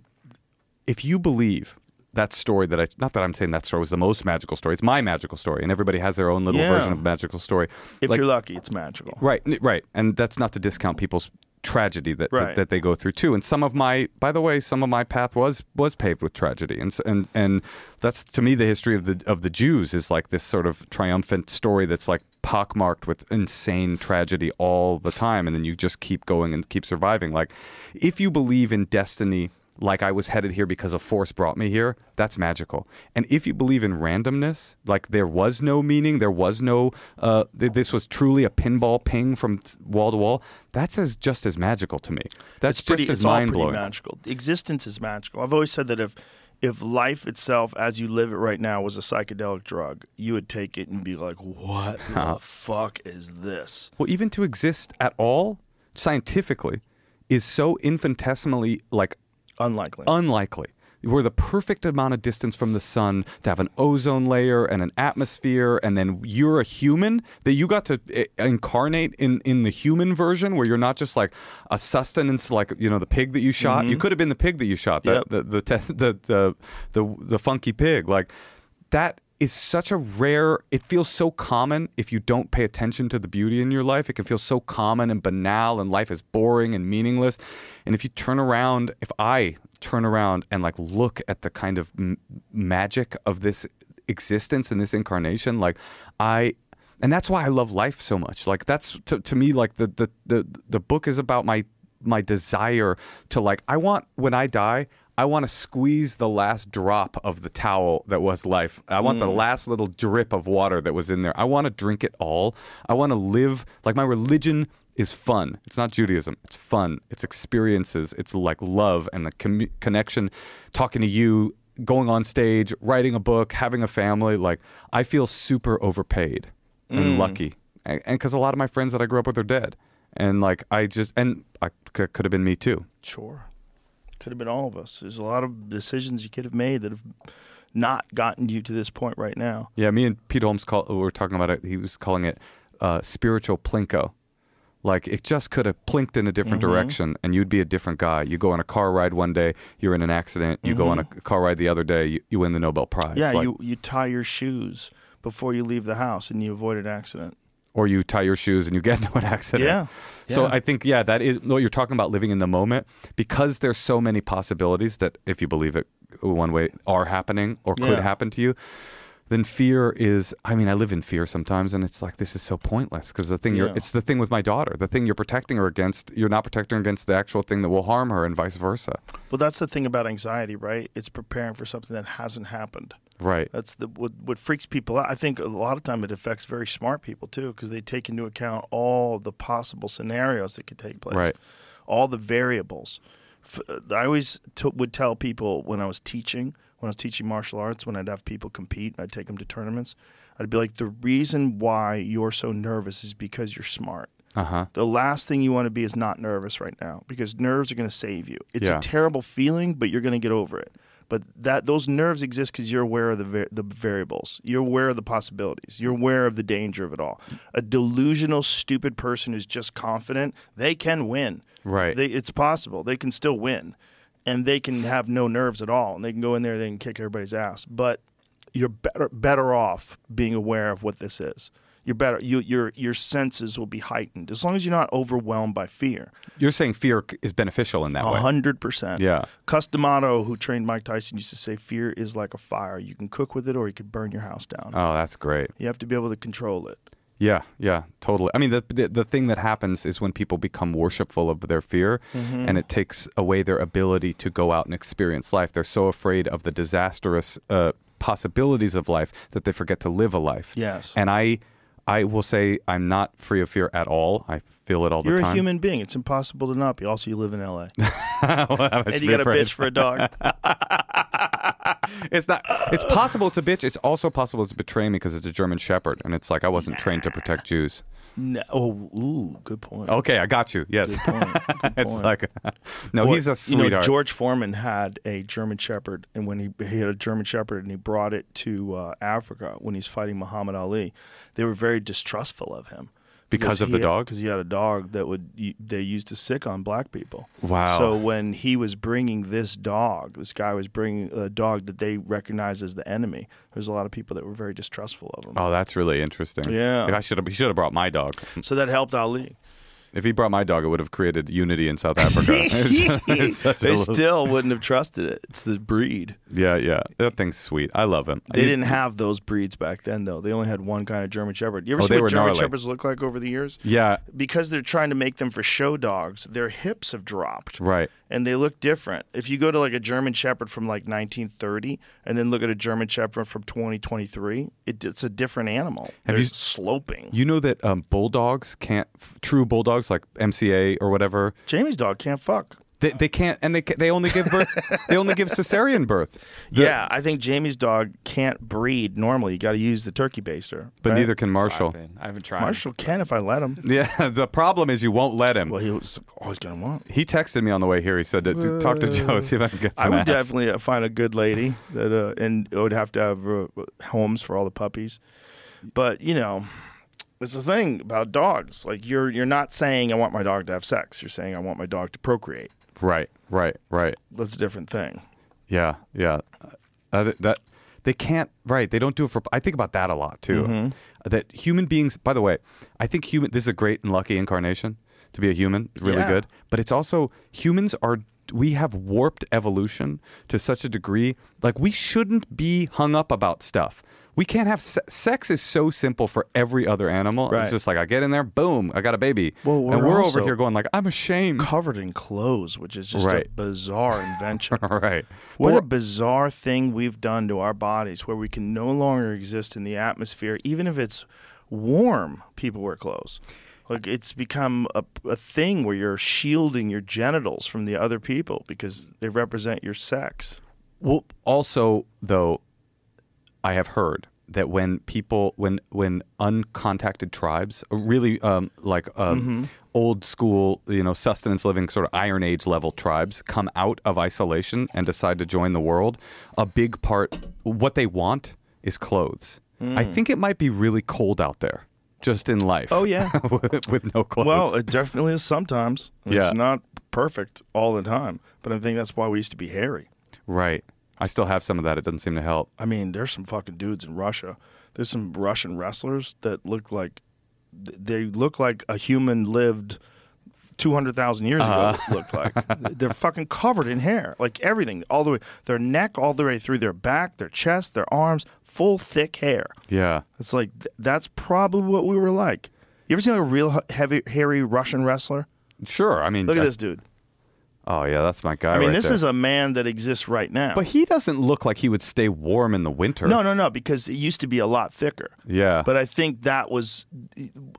Speaker 5: if you believe that story that I not that I'm saying that story was the most magical story. It's my magical story, and everybody has their own little
Speaker 4: Yeah.
Speaker 5: version of magical story.
Speaker 4: If
Speaker 5: Like-
Speaker 4: you're lucky, it's magical.
Speaker 5: Right, n- right, and that's not to discount people's tragedy that, that-
Speaker 4: Right.
Speaker 5: that they go through too. And some of my, by the way, some of my path was was paved with tragedy, and s- and and that's to me the history of the of the Jews is like this sort of triumphant story that's like pockmarked with insane tragedy all the time, and then you just keep going and keep surviving. Like, if you believe in destiny. Like I was headed here because a force brought me here. That's magical. And if you believe in randomness, like there was no meaning, there was no. Uh, th- this was truly a pinball ping from t- wall to wall. That's as just as magical to me. That's
Speaker 4: pretty,
Speaker 5: just as
Speaker 4: it's all
Speaker 5: mind
Speaker 4: pretty
Speaker 5: blowing.
Speaker 4: magical. Existence is magical. I've always said that if if life itself, as you live it right now, was a psychedelic drug, you would take it and be like,
Speaker 5: [LAUGHS]
Speaker 4: "What the fuck is this?"
Speaker 5: Well, even to exist at all scientifically is so infinitesimally like
Speaker 4: Unlikely.
Speaker 5: unlikely. We're the perfect amount of distance from the sun to have an ozone layer and an atmosphere, and then you're a human that you got to i- incarnate in, in the human version where you're not just like a sustenance, like you know the pig that you shot. You could have been the pig that you shot, the
Speaker 4: Yep.
Speaker 5: the, the, te- [LAUGHS] the the the the funky pig. Like that is such a rare. It feels so common if you don't pay attention to the beauty in your life. It can feel so common and banal, and life is boring and meaningless. And if you turn around, if I turn around and like look at the kind of m- magic of this existence and this incarnation, like I. And that's why I love life so much. Like that's to, to me, like the, the the the book is about my my desire to like I want when I die I want to squeeze the last drop of the towel that was life. I want the last little drip of water that was in there. I want to drink it all. I want to live like my religion is fun. It's not Judaism. It's fun. It's experiences. It's like love and the commu connection talking to you, going on stage, writing a book, having a family. Like I feel super overpaid and lucky. And because a lot of my friends that I grew up with are dead. And like I just and I c- could have been me too.
Speaker 4: Sure. Could have been all of us. There's a lot of decisions you could have made that have not gotten you to this point right now.
Speaker 5: Yeah, me and Pete Holmes call, were talking about it. He was calling it uh, spiritual plinko. Like it just could have plinked in a different direction, and you'd be a different guy. You go on a car ride one day, you're in an accident. You go on a car ride the other day, you, you win the Nobel Prize.
Speaker 4: yeah,
Speaker 5: Like,
Speaker 4: you you tie your shoes before you leave the house and you avoid an accident.
Speaker 5: or you tie your shoes and you get [LAUGHS] into an accident.
Speaker 4: Yeah.
Speaker 5: So
Speaker 4: Yeah.
Speaker 5: I think yeah, that is what you're talking about living in the moment because there's so many possibilities that if you believe it one way are happening or could
Speaker 4: Yeah.
Speaker 5: happen to you. Then fear is I mean I live in fear sometimes and it's like this is so pointless because the thing you're
Speaker 4: Yeah.
Speaker 5: it's the thing with my daughter, the thing you're protecting her against, you're not protecting her against the actual thing that will harm her and vice versa.
Speaker 4: Well, that's the thing about anxiety, right? It's preparing for something that hasn't happened.
Speaker 5: Right.
Speaker 4: That's the what, what freaks people out. I think a lot of time it affects very smart people too, because they take into account all the possible scenarios that could take place,
Speaker 5: Right.
Speaker 4: All the variables. F- I always t- would tell people when I was teaching, when I was teaching martial arts, when I'd have people compete and I'd take them to tournaments, I'd be like, the reason why you're so nervous is because you're smart.
Speaker 5: Uh-huh.
Speaker 4: The last thing you want to be is not nervous right now because nerves are going to save you. It's
Speaker 5: Yeah.
Speaker 4: a terrible feeling, but you're going to get over it. But that those nerves exist because you're aware of the va- the variables. You're aware of the possibilities. You're aware of the danger of it all. A delusional, stupid person who's just confident they can win.
Speaker 5: Right.
Speaker 4: They, it's possible they can still win, and they can have no nerves at all, and they can go in there they can kick everybody's ass. But you're better better off being aware of what this is. You're better. You, your your senses will be heightened as long as you're not overwhelmed by fear.
Speaker 5: You're saying fear c- is beneficial in that
Speaker 4: A
Speaker 5: way.
Speaker 4: hundred percent.
Speaker 5: Oh, Yeah.
Speaker 4: Customato, who trained Mike Tyson, used to say, "Fear is like a fire. You can cook with it, or you could burn your house down.
Speaker 5: Oh, that's great.
Speaker 4: you have to be able to control it."
Speaker 5: Yeah, yeah, totally. I mean, the, the the thing that happens is when people become worshipful of their fear,
Speaker 4: Mm-hmm.
Speaker 5: and it takes away their ability to go out and experience life. They're so afraid of the disastrous uh, possibilities of life that they forget to live a life.
Speaker 4: Yes.
Speaker 5: and I, I will say I'm not free of fear at all. I feel it all
Speaker 4: You're
Speaker 5: the
Speaker 4: a
Speaker 5: [LAUGHS] time.
Speaker 4: human being. It's impossible to not be. Also, you live in
Speaker 5: [LAUGHS]
Speaker 4: L.A. [LAUGHS] and you got a
Speaker 5: afraid.
Speaker 4: bitch for a dog.
Speaker 5: [LAUGHS]
Speaker 4: [LAUGHS]
Speaker 5: It's not. It's possible it's a bitch. It's also possible it's betraying me because it's a German Shepherd, and it's like I wasn't trained to protect Jews.
Speaker 4: no. Oh, ooh, good point.
Speaker 5: Okay, I got you. Yes,
Speaker 4: point. Good
Speaker 5: [LAUGHS] it's
Speaker 4: point.
Speaker 5: like [LAUGHS] no,
Speaker 4: Boy,
Speaker 5: he's a
Speaker 4: You
Speaker 5: sweetheart.
Speaker 4: know, George Foreman had a German Shepherd, and when he he had a German Shepherd, and he brought it to uh, Africa when he's fighting Muhammad Ali, they were very distrustful of him
Speaker 5: Because of the dog?
Speaker 4: Because he had a dog that would they used to sick on black people.
Speaker 5: Wow.
Speaker 4: So when he was bringing this dog, this guy was bringing a dog that they recognized as the enemy. There's a lot of people that were very distrustful of him.
Speaker 5: Oh, that's really interesting.
Speaker 4: Yeah.
Speaker 5: If I should have, he should have brought my dog.
Speaker 4: So that helped Ali.
Speaker 5: If he brought my dog, it would have created unity in South
Speaker 4: [LAUGHS]
Speaker 5: Africa. [LAUGHS] It's- it's such a
Speaker 4: They
Speaker 5: little-
Speaker 4: still wouldn't have trusted it. It's the breed.
Speaker 5: yeah, yeah. That thing's sweet. I love him.
Speaker 4: They
Speaker 5: You-
Speaker 4: didn't have those breeds back then, though. They only had one kind of German Shepherd. You ever
Speaker 5: Oh,
Speaker 4: see
Speaker 5: they
Speaker 4: what
Speaker 5: were
Speaker 4: German
Speaker 5: gnarly.
Speaker 4: Shepherds look like over the years?
Speaker 5: Yeah.
Speaker 4: Because they're trying to make them for show dogs, their hips have dropped.
Speaker 5: Right.
Speaker 4: And they look different. If you go to like a German Shepherd from like 1930 and then look at a German Shepherd from 2023, it, it's a different animal.
Speaker 5: Have
Speaker 4: they're
Speaker 5: you-
Speaker 4: sloping.
Speaker 5: You know that um, bulldogs can't, f- true bulldogs like MCA or whatever,
Speaker 4: Jamie's dog can't fuck.
Speaker 5: they, they can't, and they ca- they only give birth, they only give
Speaker 4: [LAUGHS]
Speaker 5: cesarean birth. The-
Speaker 4: yeah, I think Jamie's dog can't breed normally. You got to use the turkey baster.
Speaker 5: But
Speaker 4: right?
Speaker 5: neither can Marshall.
Speaker 6: Been- I haven't tried.
Speaker 4: Marshall can if I let him.
Speaker 5: Yeah. [LAUGHS] The problem is you won't let him.
Speaker 4: Well, he was always going to want.
Speaker 5: He texted me on the way here. He said, to, talk to Joe, see if I can get
Speaker 4: I
Speaker 5: some
Speaker 4: would
Speaker 5: ass."
Speaker 4: definitely uh, find a good lady that, uh, and it would have to have uh, homes for all the puppies. But you know, it's the thing about dogs. Like you're you're not saying I want my dog to have sex. You're saying I want my dog to procreate.
Speaker 5: Right, right, right.
Speaker 4: That's a different thing.
Speaker 5: Yeah, yeah. Uh, th- that they can't right. They don't do it for. I think about that a lot too.
Speaker 4: Mm-hmm.
Speaker 5: That human beings. By the way, I think human. This is a great and lucky incarnation to be a human. It's really
Speaker 4: Yeah.
Speaker 5: good. But it's also humans are. We have warped evolution to such a degree. Like we shouldn't be hung up about stuff. We can't have se- sex. Is so simple for every other animal. It's
Speaker 4: Right.
Speaker 5: just like I get in there, boom, I got a baby,
Speaker 4: Well,
Speaker 5: and
Speaker 4: we're
Speaker 5: we're
Speaker 4: also-
Speaker 5: over here going like I'm ashamed.
Speaker 4: Covered in clothes, which is just a
Speaker 5: Right.
Speaker 4: bizarre invention.
Speaker 5: [LAUGHS] All right.
Speaker 4: What
Speaker 5: Well,
Speaker 4: a bizarre thing we've done to our bodies where we can no longer exist in the atmosphere, even if it's warm, people wear clothes. Like it's become a, a thing where you're shielding your genitals from the other people because they represent your sex.
Speaker 5: Well, also though, I have heard that when people, when when uncontacted tribes, really um, like um,
Speaker 4: Mm-hmm.
Speaker 5: old school, you know, sustenance living sort of Iron Age level tribes, come out of isolation and decide to join the world, a big part, what they want is clothes. I think it might be really cold out there, just in life.
Speaker 4: Mm. Oh, yeah.
Speaker 5: [LAUGHS] with, with no clothes.
Speaker 4: Well, it definitely is sometimes.
Speaker 5: Yeah.
Speaker 4: It's not perfect all the time, but I think that's why we used to be hairy.
Speaker 5: right. I still have some of that. It doesn't seem to help.
Speaker 4: I mean, there's some fucking dudes in Russia. There's some Russian wrestlers that look like th- they look like a human lived 200,000 years
Speaker 5: Uh-huh.
Speaker 4: ago [LAUGHS] looked like. They're fucking covered in hair. Like everything, all the way, their neck, all the way through their back, their chest, their arms, full thick hair.
Speaker 5: Yeah.
Speaker 4: It's like, th- that's probably what we were like. You ever seen like a real h- heavy, hairy Russian wrestler?
Speaker 5: Sure. I mean,
Speaker 4: Look at
Speaker 5: I-
Speaker 4: this dude.
Speaker 5: Oh yeah, that's my guy.
Speaker 4: I mean,
Speaker 5: right
Speaker 4: this
Speaker 5: there.
Speaker 4: is a man that exists right now.
Speaker 5: But he doesn't look like he would stay warm in the winter.
Speaker 4: No, no, no, because it used to be a lot thicker.
Speaker 5: Yeah.
Speaker 4: But I think that was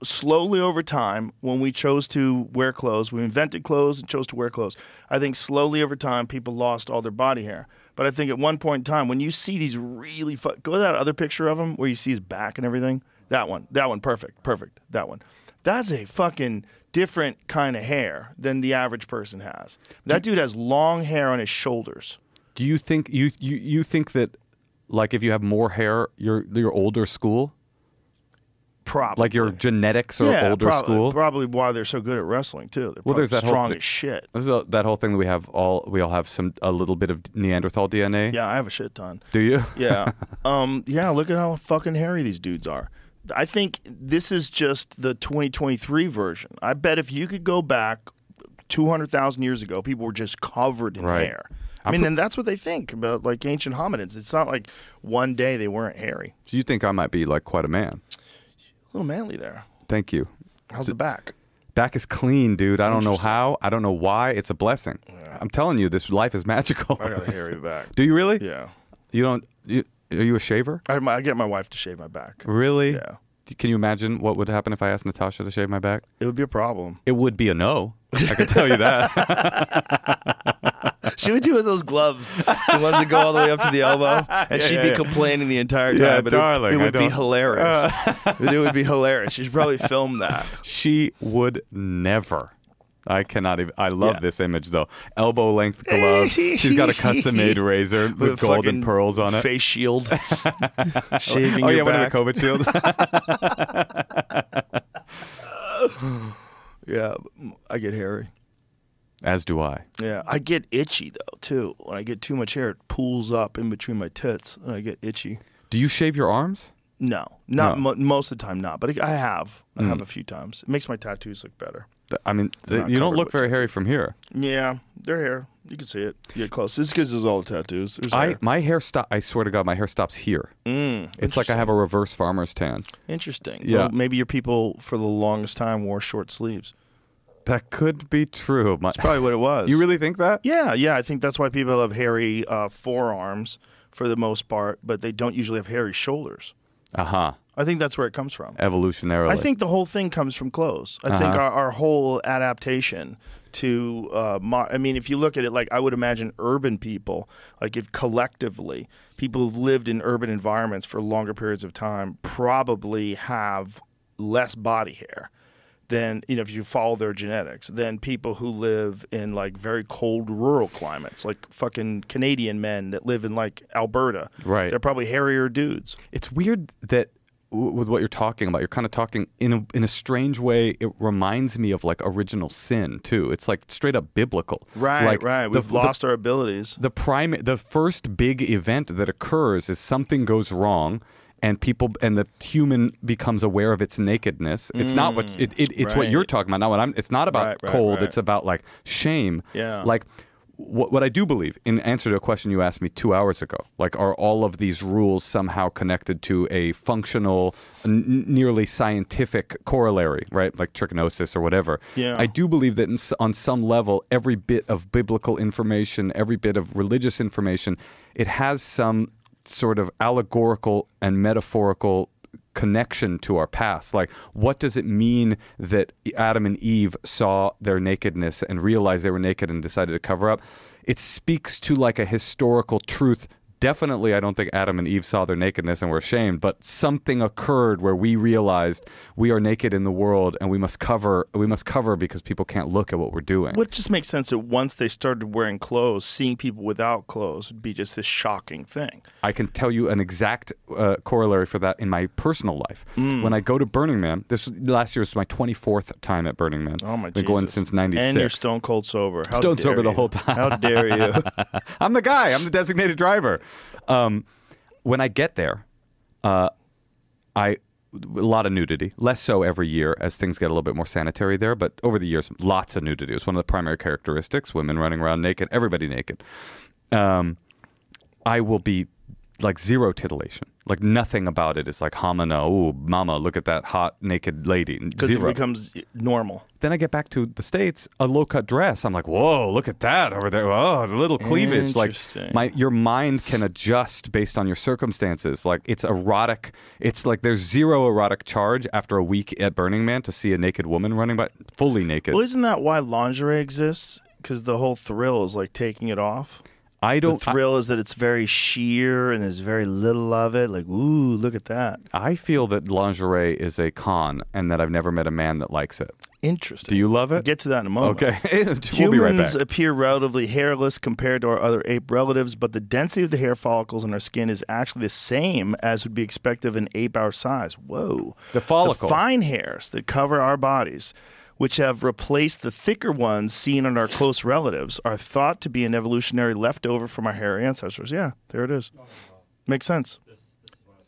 Speaker 4: slowly over time when we chose to wear clothes, we invented clothes and chose to wear clothes. I think slowly over time people lost all their body hair. But I think at one point in time when you see these really fu- go to that other picture of him where you see his back and everything. That one. That one perfect. Perfect. That one. That's a fucking different kind of hair than the average person has. That dude has long hair on his shoulders.
Speaker 5: Do you think you, you you think that like if you have more hair, you're you're older school?
Speaker 4: Probably.
Speaker 5: Like your genetics are older
Speaker 4: prob-
Speaker 5: school?
Speaker 4: Probably why they're so good at wrestling too. They're
Speaker 5: Well,
Speaker 4: probably
Speaker 5: there's that whole
Speaker 4: strong
Speaker 5: thi-
Speaker 4: as shit.
Speaker 5: This is a- that whole thing that we have all we all have some a little bit of Neanderthal DNA.
Speaker 4: Yeah, I have a shit
Speaker 5: [LAUGHS]
Speaker 4: ton.
Speaker 5: Do you?
Speaker 4: Yeah, um, yeah. Look at how fucking hairy these dudes are. I think this is just the 2023 version. I bet if you could go back 200,000 years ago, people were just covered in
Speaker 5: Right.
Speaker 4: hair. I mean, and that's what they think about like ancient hominids. It's not like one day they weren't hairy.
Speaker 5: Do you think I might be like quite a man?
Speaker 4: A little manly there.
Speaker 5: Thank you.
Speaker 4: How's the
Speaker 5: [LAUGHS]
Speaker 4: back?
Speaker 5: Back is clean, dude. I don't know how. I don't know why. It's a blessing. I'm telling you, this life is magical.
Speaker 4: I got a
Speaker 5: [LAUGHS]
Speaker 4: hairy back.
Speaker 5: Do you really?
Speaker 4: Yeah,
Speaker 5: You don't. You, are you a shaver?
Speaker 4: I, I get my wife to shave my back.
Speaker 5: Really?
Speaker 4: Yeah.
Speaker 5: D- Can you imagine what would happen if I asked Natasha to shave my back?
Speaker 4: It would be a problem.
Speaker 5: It would be a no. I can tell you that. [LAUGHS]
Speaker 4: She would do with those gloves, the ones that go all the way up to the elbow, and she'd
Speaker 5: [LAUGHS] yeah,
Speaker 4: be
Speaker 5: yeah.
Speaker 4: complaining the entire time.
Speaker 5: Yeah,
Speaker 4: but
Speaker 5: darling,
Speaker 4: it, it
Speaker 5: I
Speaker 4: would be
Speaker 5: don't- Uh.
Speaker 4: hilarious. it would be hilarious. She should probably film
Speaker 5: [LAUGHS]
Speaker 4: that.
Speaker 5: she would never. I cannot even. I love
Speaker 4: Yeah. Eh,
Speaker 5: this image though. Elbow length glove. She's got a
Speaker 4: [LAUGHS]
Speaker 5: custom made razor with,
Speaker 4: a
Speaker 5: gold
Speaker 4: fucking
Speaker 5: and pearls on it.
Speaker 4: Face shield, shaving
Speaker 5: [LAUGHS] oh
Speaker 4: your
Speaker 5: yeah, one of
Speaker 4: back.
Speaker 5: the COVID shields.
Speaker 4: [LAUGHS] yeah, I get hairy.
Speaker 5: As do I.
Speaker 4: Yeah, I get itchy though too. When I get too much hair, it pools up in between my tits, and I get itchy.
Speaker 5: Do you shave your arms?
Speaker 4: No, not
Speaker 5: No. Hmm.
Speaker 4: Mo- most of the time, not. But I have, I have a few times. It makes my tattoos look better.
Speaker 5: Th- I mean, th-
Speaker 4: not
Speaker 5: you don't
Speaker 4: covered
Speaker 5: look
Speaker 4: with
Speaker 5: very hairy from here.
Speaker 4: Yeah, they're hair. You can see it. Get close. This because there's all the tattoos. There's
Speaker 5: I
Speaker 4: hair.
Speaker 5: my hair stop. I swear to God, my hair stops here.
Speaker 4: Mm,
Speaker 5: it's like I have a reverse farmer's tan.
Speaker 4: Interesting.
Speaker 5: Yeah.
Speaker 4: Well, maybe your people for the longest time wore short sleeves.
Speaker 5: That could be true. My,
Speaker 4: Probably
Speaker 5: [LAUGHS]
Speaker 4: what it was.
Speaker 5: you really think that?
Speaker 4: Yeah, yeah. I think that's why people have hairy uh, forearms for the most part, but they don't usually have hairy shoulders.
Speaker 5: Uh huh.
Speaker 4: I think that's where it comes from.
Speaker 5: Evolutionarily.
Speaker 4: I think the whole thing comes from clothes. I
Speaker 5: Uh-huh.
Speaker 4: think our, our whole adaptation to, uh, mo- I mean, if you look at it, like I would imagine urban people, like if collectively people who've lived in urban environments for longer periods of time probably have less body hair than, you know, if you follow their genetics, than people who live in like very cold rural climates, like fucking Canadian men that live in like Alberta.
Speaker 5: Right.
Speaker 4: They're probably hairier dudes.
Speaker 5: it's weird that w- with what you're talking about, you're kind of talking in a, in a strange way. It reminds me of like original sin too. It's like straight up biblical.
Speaker 4: Right,
Speaker 5: Like,
Speaker 4: right.
Speaker 5: the-
Speaker 4: We've
Speaker 5: the-
Speaker 4: lost our abilities.
Speaker 5: the prime the first big event that occurs is something goes wrong and people and the human becomes aware of its nakedness it's not what it, it, it's what you're
Speaker 4: Mm. right.
Speaker 5: talking about not what i'm it's not about
Speaker 4: Right, right,
Speaker 5: cold
Speaker 4: right.
Speaker 5: it's about like shame
Speaker 4: Yeah.
Speaker 5: like what, what i do believe in answer to a question you asked me two hours ago like are all of these rules somehow connected to a functional n- nearly scientific corollary right like trichinosis or whatever
Speaker 4: Yeah.
Speaker 5: i do believe that in, s- on some level, every bit of biblical information, every bit of religious information, it has some sort of allegorical and metaphorical connection to our past. Like, what does it mean that E, Adam and Eve saw their nakedness and realized they were naked and decided to cover up? It speaks to like a historical truth. Definitely, I don't think Adam and Eve saw their nakedness and were ashamed, but something occurred where we realized we are naked in the world and we must cover. We must cover because people can't look at what we're doing.
Speaker 4: What just makes sense that once they started wearing clothes, seeing people without clothes would be just this shocking thing.
Speaker 5: I can tell you an exact uh, corollary for that in my personal life.
Speaker 4: Mm.
Speaker 5: When I go to Burning Man, this last year was my 24th time at Burning Man.
Speaker 4: Oh my
Speaker 5: Been
Speaker 4: Jesus!
Speaker 5: going since '96.
Speaker 4: and you're stone cold sober. How
Speaker 5: Stone
Speaker 4: dare
Speaker 5: sober the
Speaker 4: you.
Speaker 5: whole time.
Speaker 4: How dare
Speaker 5: [LAUGHS]
Speaker 4: you?
Speaker 5: I'm the guy. I'm the designated driver. Um, when I get there, uh, I a lot of nudity, less so every year as things get a little bit more sanitary there. But over the years, lots of nudity. It was one of the primary characteristics women running around naked, everybody naked. Um, I will be like zero titillation. Like nothing about it is like hamana, oh, mama, look at that hot naked lady.
Speaker 4: because it
Speaker 5: Zero.
Speaker 4: becomes normal.
Speaker 5: then I get back to the States, a low cut dress. I'm like, whoa, look at that over there. Oh, the little cleavage. Like
Speaker 4: Interesting.
Speaker 5: my your mind can adjust based on your circumstances. Like it's erotic. It's like there's zero erotic charge after a week at Burning Man to see a naked woman running by fully naked.
Speaker 4: Well, isn't that why lingerie exists? Because the whole thrill is like taking it off.
Speaker 5: I
Speaker 4: The
Speaker 5: don't I,
Speaker 4: thrill is that it's very sheer and there's very little of it. Like, ooh, look at that.
Speaker 5: I feel that lingerie is a con and that I've never met a man that likes it.
Speaker 4: Interesting.
Speaker 5: Do you love it?
Speaker 4: We'll get to that in a moment?
Speaker 5: [LAUGHS] Okay. we'll
Speaker 4: Humans
Speaker 5: be right back.
Speaker 4: appear relatively hairless compared to our other ape relatives, but the density of the hair follicles in our skin is actually the same as would be expected of an ape our size. Whoa.
Speaker 5: The follicle.
Speaker 4: The fine hairs that cover our bodies, which have replaced the thicker ones seen on our close relatives, are thought to be an evolutionary leftover from our hair ancestors. Yeah, there it is. Makes sense.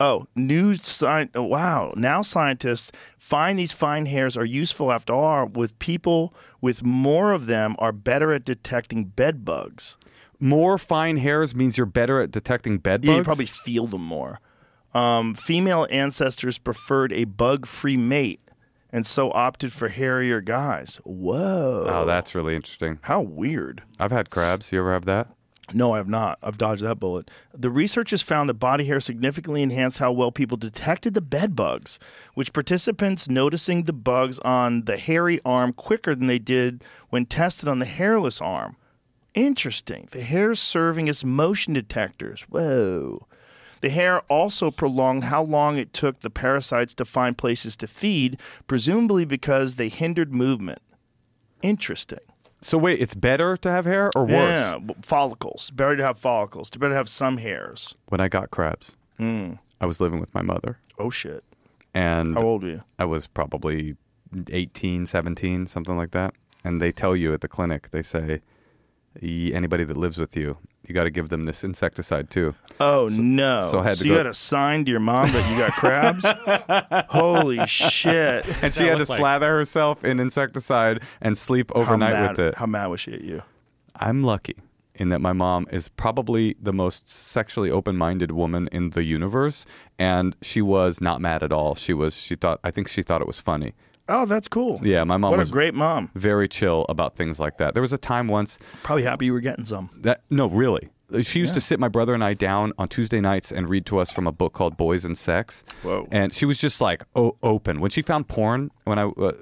Speaker 4: Oh, new sci- oh, wow. Now scientists find these fine hairs are useful after all, with people with more of them are better at detecting bed bugs.
Speaker 5: More fine hairs means you're better at detecting bed bugs.
Speaker 4: Yeah, you probably feel them more. Um, female ancestors preferred a bug-free mate and so opted for hairier guys. Whoa. [LAUGHS]
Speaker 5: Oh, that's really interesting.
Speaker 4: How weird.
Speaker 5: I've had crabs. You ever have that?
Speaker 4: No, I have not. I've dodged that bullet. The researchers found that body hair significantly enhanced how well people detected the bed bugs, which participants noticing the bugs on the hairy arm quicker than they did when tested on the hairless arm. Interesting. The hair serving as motion detectors. Whoa. The hair also prolonged how long it took the parasites to find places to feed, presumably because they hindered movement. Interesting.
Speaker 5: So wait, it's better to have hair or worse?
Speaker 4: Yeah, w- follicles. Better to have follicles. Better to have some hairs.
Speaker 5: When I got crabs, I was living with my mother,
Speaker 4: Oh shit!
Speaker 5: and
Speaker 4: Hmm. How old were you?
Speaker 5: I was probably 18, 17, something like that. And they tell you at the clinic, they say, "E- anybody that lives with you, you got to give them this insecticide too.
Speaker 4: Oh no!
Speaker 5: so I had to
Speaker 4: you
Speaker 5: go-
Speaker 4: had a sign to your mom that you got [LAUGHS] crabs. Holy shit!
Speaker 5: And she
Speaker 6: that
Speaker 5: had to
Speaker 6: look like?
Speaker 5: slather herself in insecticide and sleep
Speaker 4: How
Speaker 5: overnight
Speaker 4: mad,
Speaker 5: with it.
Speaker 4: How mad was she at you?
Speaker 5: I'm lucky in that my mom is probably the most sexually open-minded woman in the universe and she was not mad at all. She was she thought I think she thought it was funny.
Speaker 4: Oh, that's cool.
Speaker 5: Yeah, my mom
Speaker 4: What
Speaker 5: was
Speaker 4: a great mom.
Speaker 5: very chill about things like that. There was a time once
Speaker 4: Probably happy you were getting some.
Speaker 5: that no, really. She used to sit my brother and I down on Tuesday nights and read to us from a book called Boys and Sex.
Speaker 4: Whoa.
Speaker 5: And she was just like o- open. When she found porn, when I uh,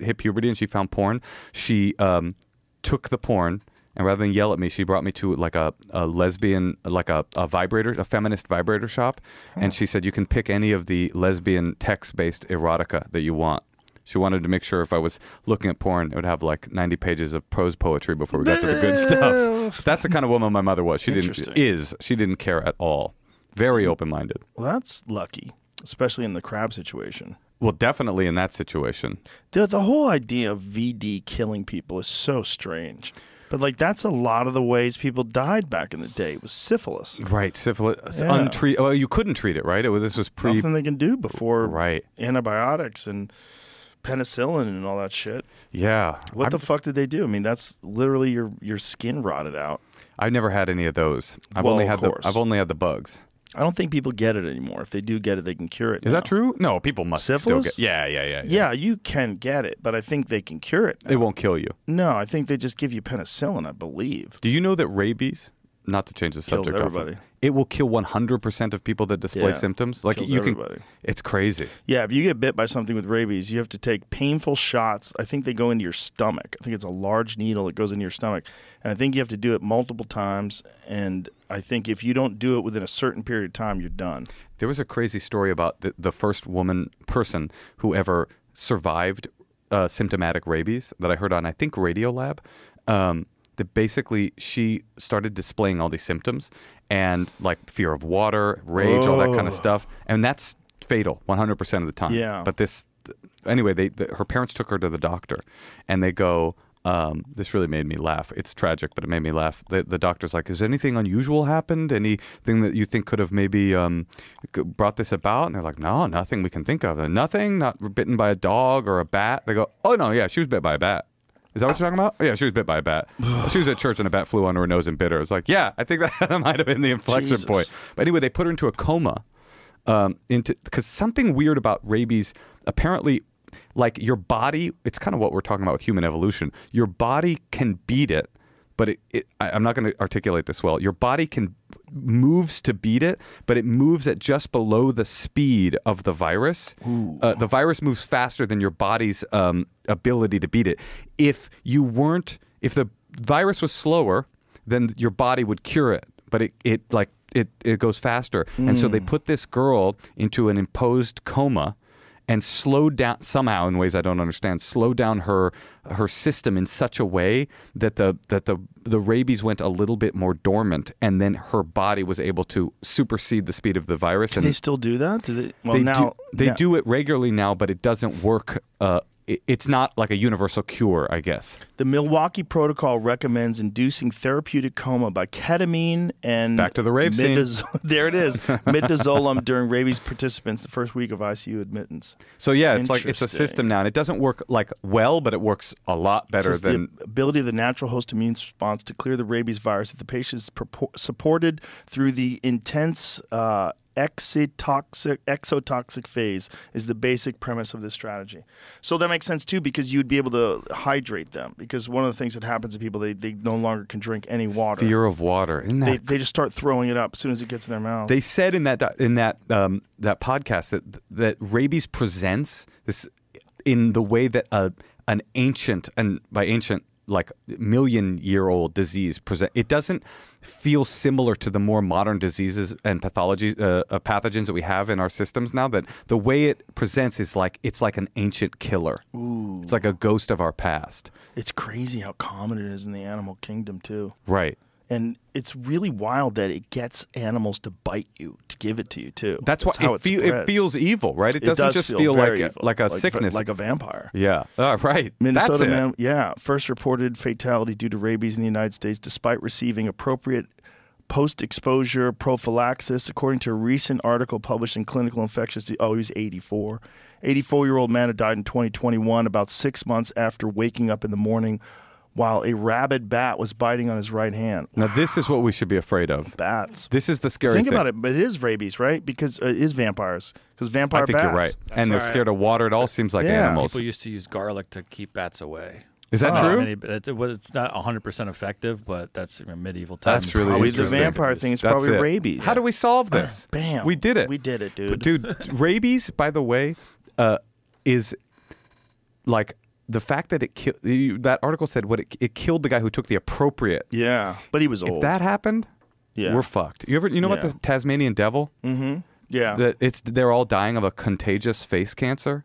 Speaker 5: hit puberty and she found porn, she um, took the porn and rather than yell at me, she brought me to like a, a lesbian, like a, a vibrator, a feminist vibrator shop. And she said, You can pick any of the lesbian text based erotica that you want. She wanted to make sure if I was looking at porn, it would have like 90 pages of prose poetry before we got to the good stuff. That's the kind of woman my mother was. She didn't
Speaker 4: Interesting.
Speaker 5: is. She didn't care at all. Very open-minded.
Speaker 4: Well, that's lucky, especially in the crab situation.
Speaker 5: Well, definitely in that situation.
Speaker 4: The, the whole idea of VD killing people is so strange. But like that's a lot of the ways people died back in the day. It was syphilis.
Speaker 5: Right, syphilis
Speaker 4: Yeah.
Speaker 5: untreat. Oh, you couldn't treat it, right? It was, this was pre
Speaker 4: nothing they can do before
Speaker 5: Right.
Speaker 4: antibiotics and penicillin and all that shit.
Speaker 5: Yeah.
Speaker 4: What
Speaker 5: I've,
Speaker 4: the fuck did they do? I mean, that's literally your your skin rotted out.
Speaker 5: I've never had any of those. I've
Speaker 4: Well,
Speaker 5: only
Speaker 4: of
Speaker 5: had the
Speaker 4: course.
Speaker 5: I've only had the bugs.
Speaker 4: I don't think people get it anymore. If they do get it, they can cure it.
Speaker 5: Is
Speaker 4: now.
Speaker 5: that true? No, people must still
Speaker 4: Syphilis?
Speaker 5: get. Yeah, yeah, yeah,
Speaker 4: Yeah, you can get it, but I think they can cure it.
Speaker 5: It
Speaker 4: Now.
Speaker 5: won't kill you.
Speaker 4: No, I think they just give you penicillin, I believe.
Speaker 5: Do you know that rabies, not to change the
Speaker 4: Kills
Speaker 5: subject, off of-
Speaker 4: everybody.
Speaker 5: it will kill 100% of people that display
Speaker 4: Yeah.
Speaker 5: symptoms? Like
Speaker 4: Kills
Speaker 5: you
Speaker 4: everybody.
Speaker 5: can It's crazy.
Speaker 4: Yeah, if you get bit by something with rabies, you have to take painful shots. I think they go into your stomach. I think it's a large needle that goes into your stomach. And I think you have to do it multiple times. And I think if you don't do it within a certain period of time, you're done.
Speaker 5: There was a crazy story about the, the first woman person who ever survived uh, symptomatic rabies that I heard on, I think, Radiolab. Um, that basically she started displaying all these symptoms and like fear of water, rage, all that kind of stuff. And that's fatal 100% of the time.
Speaker 4: Yeah.
Speaker 5: But this, anyway, they, the, her parents took her to the doctor and they go, Um, this really made me laugh. It's tragic, but it made me laugh. The, the doctor's like, "Has anything unusual happened? Anything that you think could have maybe um, g- brought this about?" And they're like, "No, nothing we can think of. Nothing. Not bitten by a dog or a bat." They go, "Oh no, yeah, she was bit by a bat." Is that what you're talking about? Oh, Yeah, she was bit by a bat. she was at church and a bat flew onto her nose and bit her. It's like, yeah, I think that [LAUGHS] might have been the inflection
Speaker 4: Jesus.
Speaker 5: point. But anyway, they put her into a coma um, into because something weird about rabies apparently like your body it's kind of what we're talking about with human evolution your body can beat it but it, it I, i'm not going to articulate this well your body can moves to beat it but it moves at just below the speed of the virus uh, the virus moves faster than your body's um, ability to beat it if you weren't if the virus was slower then your body would cure it but it, it like it, it goes faster. And so they
Speaker 4: Hmm.
Speaker 5: put this girl into an imposed coma and slowed down somehow in ways I don't understand, slowed down her her system in such a way that the that the the rabies went a little bit more dormant and then her body was able to supersede the speed of the virus
Speaker 4: Do
Speaker 5: and
Speaker 4: they still do that? Do they? Well,
Speaker 5: they
Speaker 4: now
Speaker 5: do, they
Speaker 4: now-
Speaker 5: do it regularly now, but it doesn't work uh, it- it's not like a universal cure, I guess.
Speaker 4: The Milwaukee protocol recommends inducing therapeutic coma by ketamine and
Speaker 5: Back to the rave scene.
Speaker 4: midazo- [LAUGHS] there it is, midazolam during rabies participants the first week of ICU admittance.
Speaker 5: So yeah, it's like it's a
Speaker 4: Interesting.
Speaker 5: system now, and it doesn't work like well, but it works a lot better
Speaker 4: Says
Speaker 5: than
Speaker 4: the ability of the natural host immune response to clear the rabies virus if the patient is purpo- supported through the intense uh, exotoxic, exotoxic phase is the basic premise of this strategy. So that makes sense too because you'd be able to hydrate them because one of the things that happens to people they, they no longer can drink any water.
Speaker 5: fear of water. Isn't that
Speaker 4: they, they just start throwing it up as soon as it gets in their mouth.
Speaker 5: They said in that doc- in that um, that podcast that that rabies presents this in the way that a an ancient and by ancient like million year old disease present. It doesn't feel similar to the more modern diseases and pathology uh, uh, pathogens that we have in our systems now. That the way it presents is like it's like an ancient killer. It's like a ghost of our past.
Speaker 4: it's crazy how common it is in the animal kingdom too.
Speaker 5: Right.
Speaker 4: And it's really wild that it gets animals to bite you, to give it to you too.
Speaker 5: That's, why
Speaker 4: how
Speaker 5: it, feel, it
Speaker 4: spreads.
Speaker 5: feels evil, right? It,
Speaker 4: It
Speaker 5: doesn't
Speaker 4: does
Speaker 5: just feel, like
Speaker 4: very
Speaker 5: a,
Speaker 4: evil,
Speaker 5: like a sickness.
Speaker 4: like a vampire.
Speaker 5: yeah. Ah, right.
Speaker 4: Minnesota
Speaker 5: That's it.
Speaker 4: man, yeah, first reported fatality due to rabies in the United States despite receiving appropriate post-exposure prophylaxis according to a recent article published in Clinical Infectious Disease. Oh, he was 84. 84-year-old man who died in 2021 about 6 months after waking up in the morning while a rabid bat was biting on his right hand.
Speaker 5: Now this is what we should be afraid of.
Speaker 4: Bats.
Speaker 5: This is the scary
Speaker 4: Think
Speaker 5: thing.
Speaker 4: about it, but it is rabies, right? Because uh, it is vampires. Because vampire
Speaker 5: I think
Speaker 4: bats.
Speaker 5: you're right. and they're scared of water. It all seems like
Speaker 4: Yeah.
Speaker 5: animals.
Speaker 6: People used to use garlic to keep bats away.
Speaker 5: Is that
Speaker 6: Not
Speaker 4: Oh,
Speaker 5: true?
Speaker 6: many- it's, it was- it's not 100% effective, but that's you know, medieval times.
Speaker 5: That's really
Speaker 4: Probably the
Speaker 5: interesting.
Speaker 4: vampire thing is
Speaker 5: That's
Speaker 4: probably
Speaker 5: it.
Speaker 4: rabies. Ah,
Speaker 5: How do we solve this?
Speaker 4: Bam.
Speaker 5: We did it.
Speaker 4: We did it, dude.
Speaker 5: But dude, rabies, by the way, uh, is like the fact that it killed. That article said what it, it killed the guy who took the appropriate.
Speaker 4: Yeah, but he was
Speaker 5: If
Speaker 4: old.
Speaker 5: that happened,
Speaker 4: Yeah.
Speaker 5: we're fucked. You ever you know
Speaker 4: Yeah.
Speaker 5: about the Tasmanian devil?
Speaker 4: yeah,
Speaker 5: That it's they're all dying of a contagious face cancer.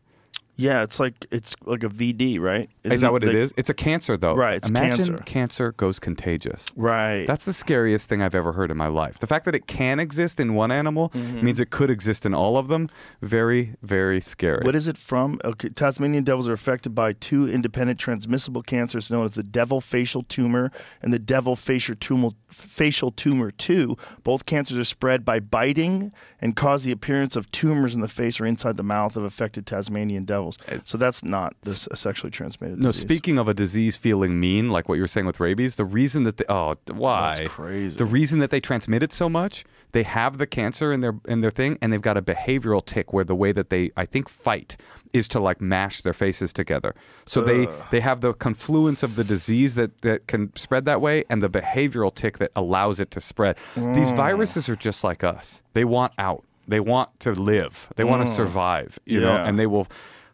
Speaker 4: yeah. It's like it's like a VD, right?
Speaker 5: Is that what it
Speaker 4: the-
Speaker 5: is? It's a cancer, though.
Speaker 4: Right, it's
Speaker 5: Imagine
Speaker 4: cancer.
Speaker 5: goes contagious.
Speaker 4: Right.
Speaker 5: That's the scariest thing I've ever heard in my life. The fact that it can exist in one animal
Speaker 4: Mm-hmm.
Speaker 5: means it could exist in all of them. Very, very scary.
Speaker 4: what is it from? Okay, Tasmanian devils are affected by two independent transmissible cancers known as the devil facial tumor and the devil facial tumor, facial tumor 2. Both cancers are spread by biting and cause the appearance of tumors in the face or inside the mouth of affected Tasmanian devils. So that's not this, a sexually transmitted
Speaker 5: no,
Speaker 4: disease.
Speaker 5: speaking of a disease feeling mean, like what you were saying with rabies, the reason that they, oh, d- why?
Speaker 4: crazy.
Speaker 5: The reason that they transmit it so much, they have the cancer in their in their thing, and they've got a behavioral tick where the way that they, I think, fight is to like mash their faces together. So they they have the confluence of the disease that that can spread that way, and the behavioral tick that allows it to spread.
Speaker 4: Mm.
Speaker 5: These viruses are just like us. They want out. They want to live. They want to survive. You know,
Speaker 4: Mm. Yeah.
Speaker 5: and they will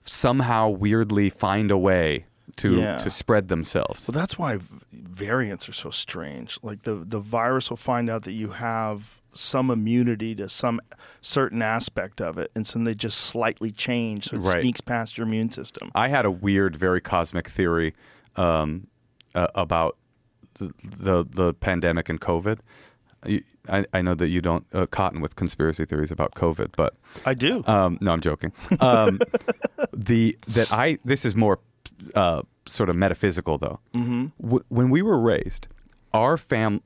Speaker 5: somehow weirdly find a way to
Speaker 4: Yeah.
Speaker 5: to spread themselves.
Speaker 4: So that's why v- variants are so strange. Like the the virus will find out that you have some immunity to some certain aspect of it, and so they just slightly change, so it
Speaker 5: Right.
Speaker 4: sneaks past your immune system.
Speaker 5: I had a weird, very cosmic theory um, uh, about the, the the pandemic and COVID. You- I, I know that you don't uh, cotton with conspiracy theories about COVID, but
Speaker 4: I do.
Speaker 5: [LAUGHS] um, no, I'm joking. Um, the that I this is more uh, sort of metaphysical though. Mm-hmm. W- when we were raised, our fam,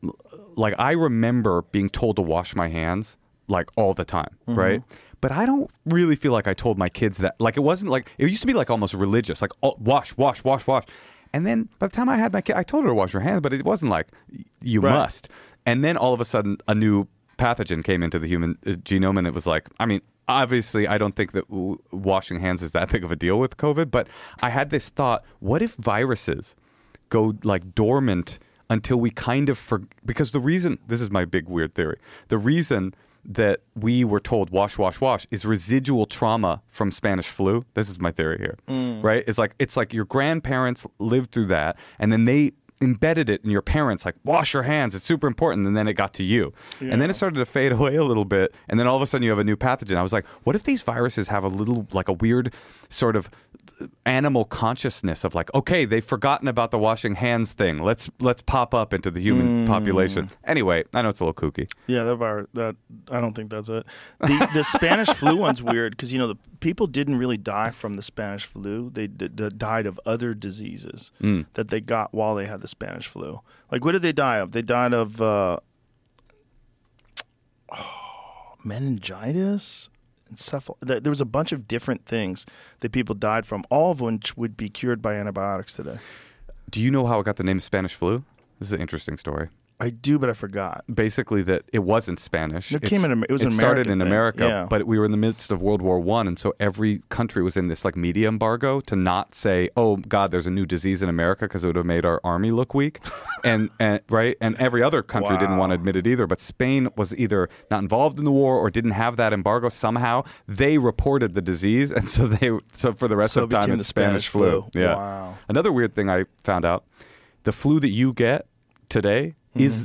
Speaker 5: like I remember being told to wash my hands like all the time,
Speaker 4: Mm-hmm.
Speaker 5: right? But I don't really feel like I told my kids that. Like it wasn't like it used to be like almost religious, like oh, wash, wash, wash, wash. And then by the time I had my kid, I told her to wash her hands, but it wasn't like y- you
Speaker 4: Right.
Speaker 5: must. And then all of a sudden, a new pathogen came into the human uh, genome, and it was like, I mean, obviously, I don't think that w- washing hands is that big of a deal with COVID, but I had this thought: what if viruses go like dormant until we kind of for because the reason this is my big weird theory the reason that we were told wash wash wash is residual trauma from spanish flu this is my theory here right it's like it's like your grandparents lived through that and then they embedded it in your parents like wash your hands it's super important and then it got to you and then it started to fade [LAUGHS] away a little bit and then all of a sudden you have a new pathogen i was like what if these viruses have a little like a weird sort of uh, animal consciousness of like okay they've forgotten about the washing hands thing let's let's pop up into the human population anyway i know it's a little kooky
Speaker 4: Yeah, that virus. That I don't think that's it. The, the Spanish flu one's weird because you know the people didn't really die from the Spanish flu. They d- d- died of other diseases that they got while they had the Spanish flu. Like, what did they die of? They died of uh, [SIGHS] meningitis, encephal. There there was a bunch of different things that people died from, all of which would be cured by antibiotics today.
Speaker 5: do you know how it got the name spanish flu this is an interesting story
Speaker 4: I do, but I forgot.
Speaker 5: basically that it wasn't Spanish.
Speaker 4: It came in Amer- it was an
Speaker 5: started
Speaker 4: American
Speaker 5: in
Speaker 4: thing.
Speaker 5: America,
Speaker 4: Yeah.
Speaker 5: but we were in the midst of World War One, and so every country was in this like media embargo to not say, "Oh God, there's a new disease in America," because it would have made our army
Speaker 4: [LAUGHS]
Speaker 5: look weak, and, and right, and every other country didn't want to admit it either. But Spain was either not involved in the war or didn't have that embargo. Somehow they reported the disease, and so they so for the rest
Speaker 4: So it
Speaker 5: of time
Speaker 4: became
Speaker 5: it's
Speaker 4: the Spanish
Speaker 5: Spanish flu.
Speaker 4: flu.
Speaker 5: Yeah.
Speaker 4: Wow.
Speaker 5: Another weird thing I found out: the flu that you get today is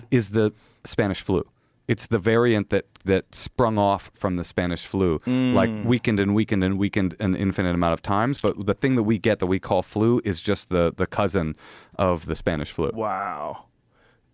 Speaker 4: Mm-hmm.
Speaker 5: is the Spanish flu. It's the variant that that sprung off from the Spanish flu,
Speaker 4: Mm.
Speaker 5: like weakened and weakened and weakened an infinite amount of times. But the thing that we get that we call flu is just the the cousin of the Spanish flu.
Speaker 4: Wow.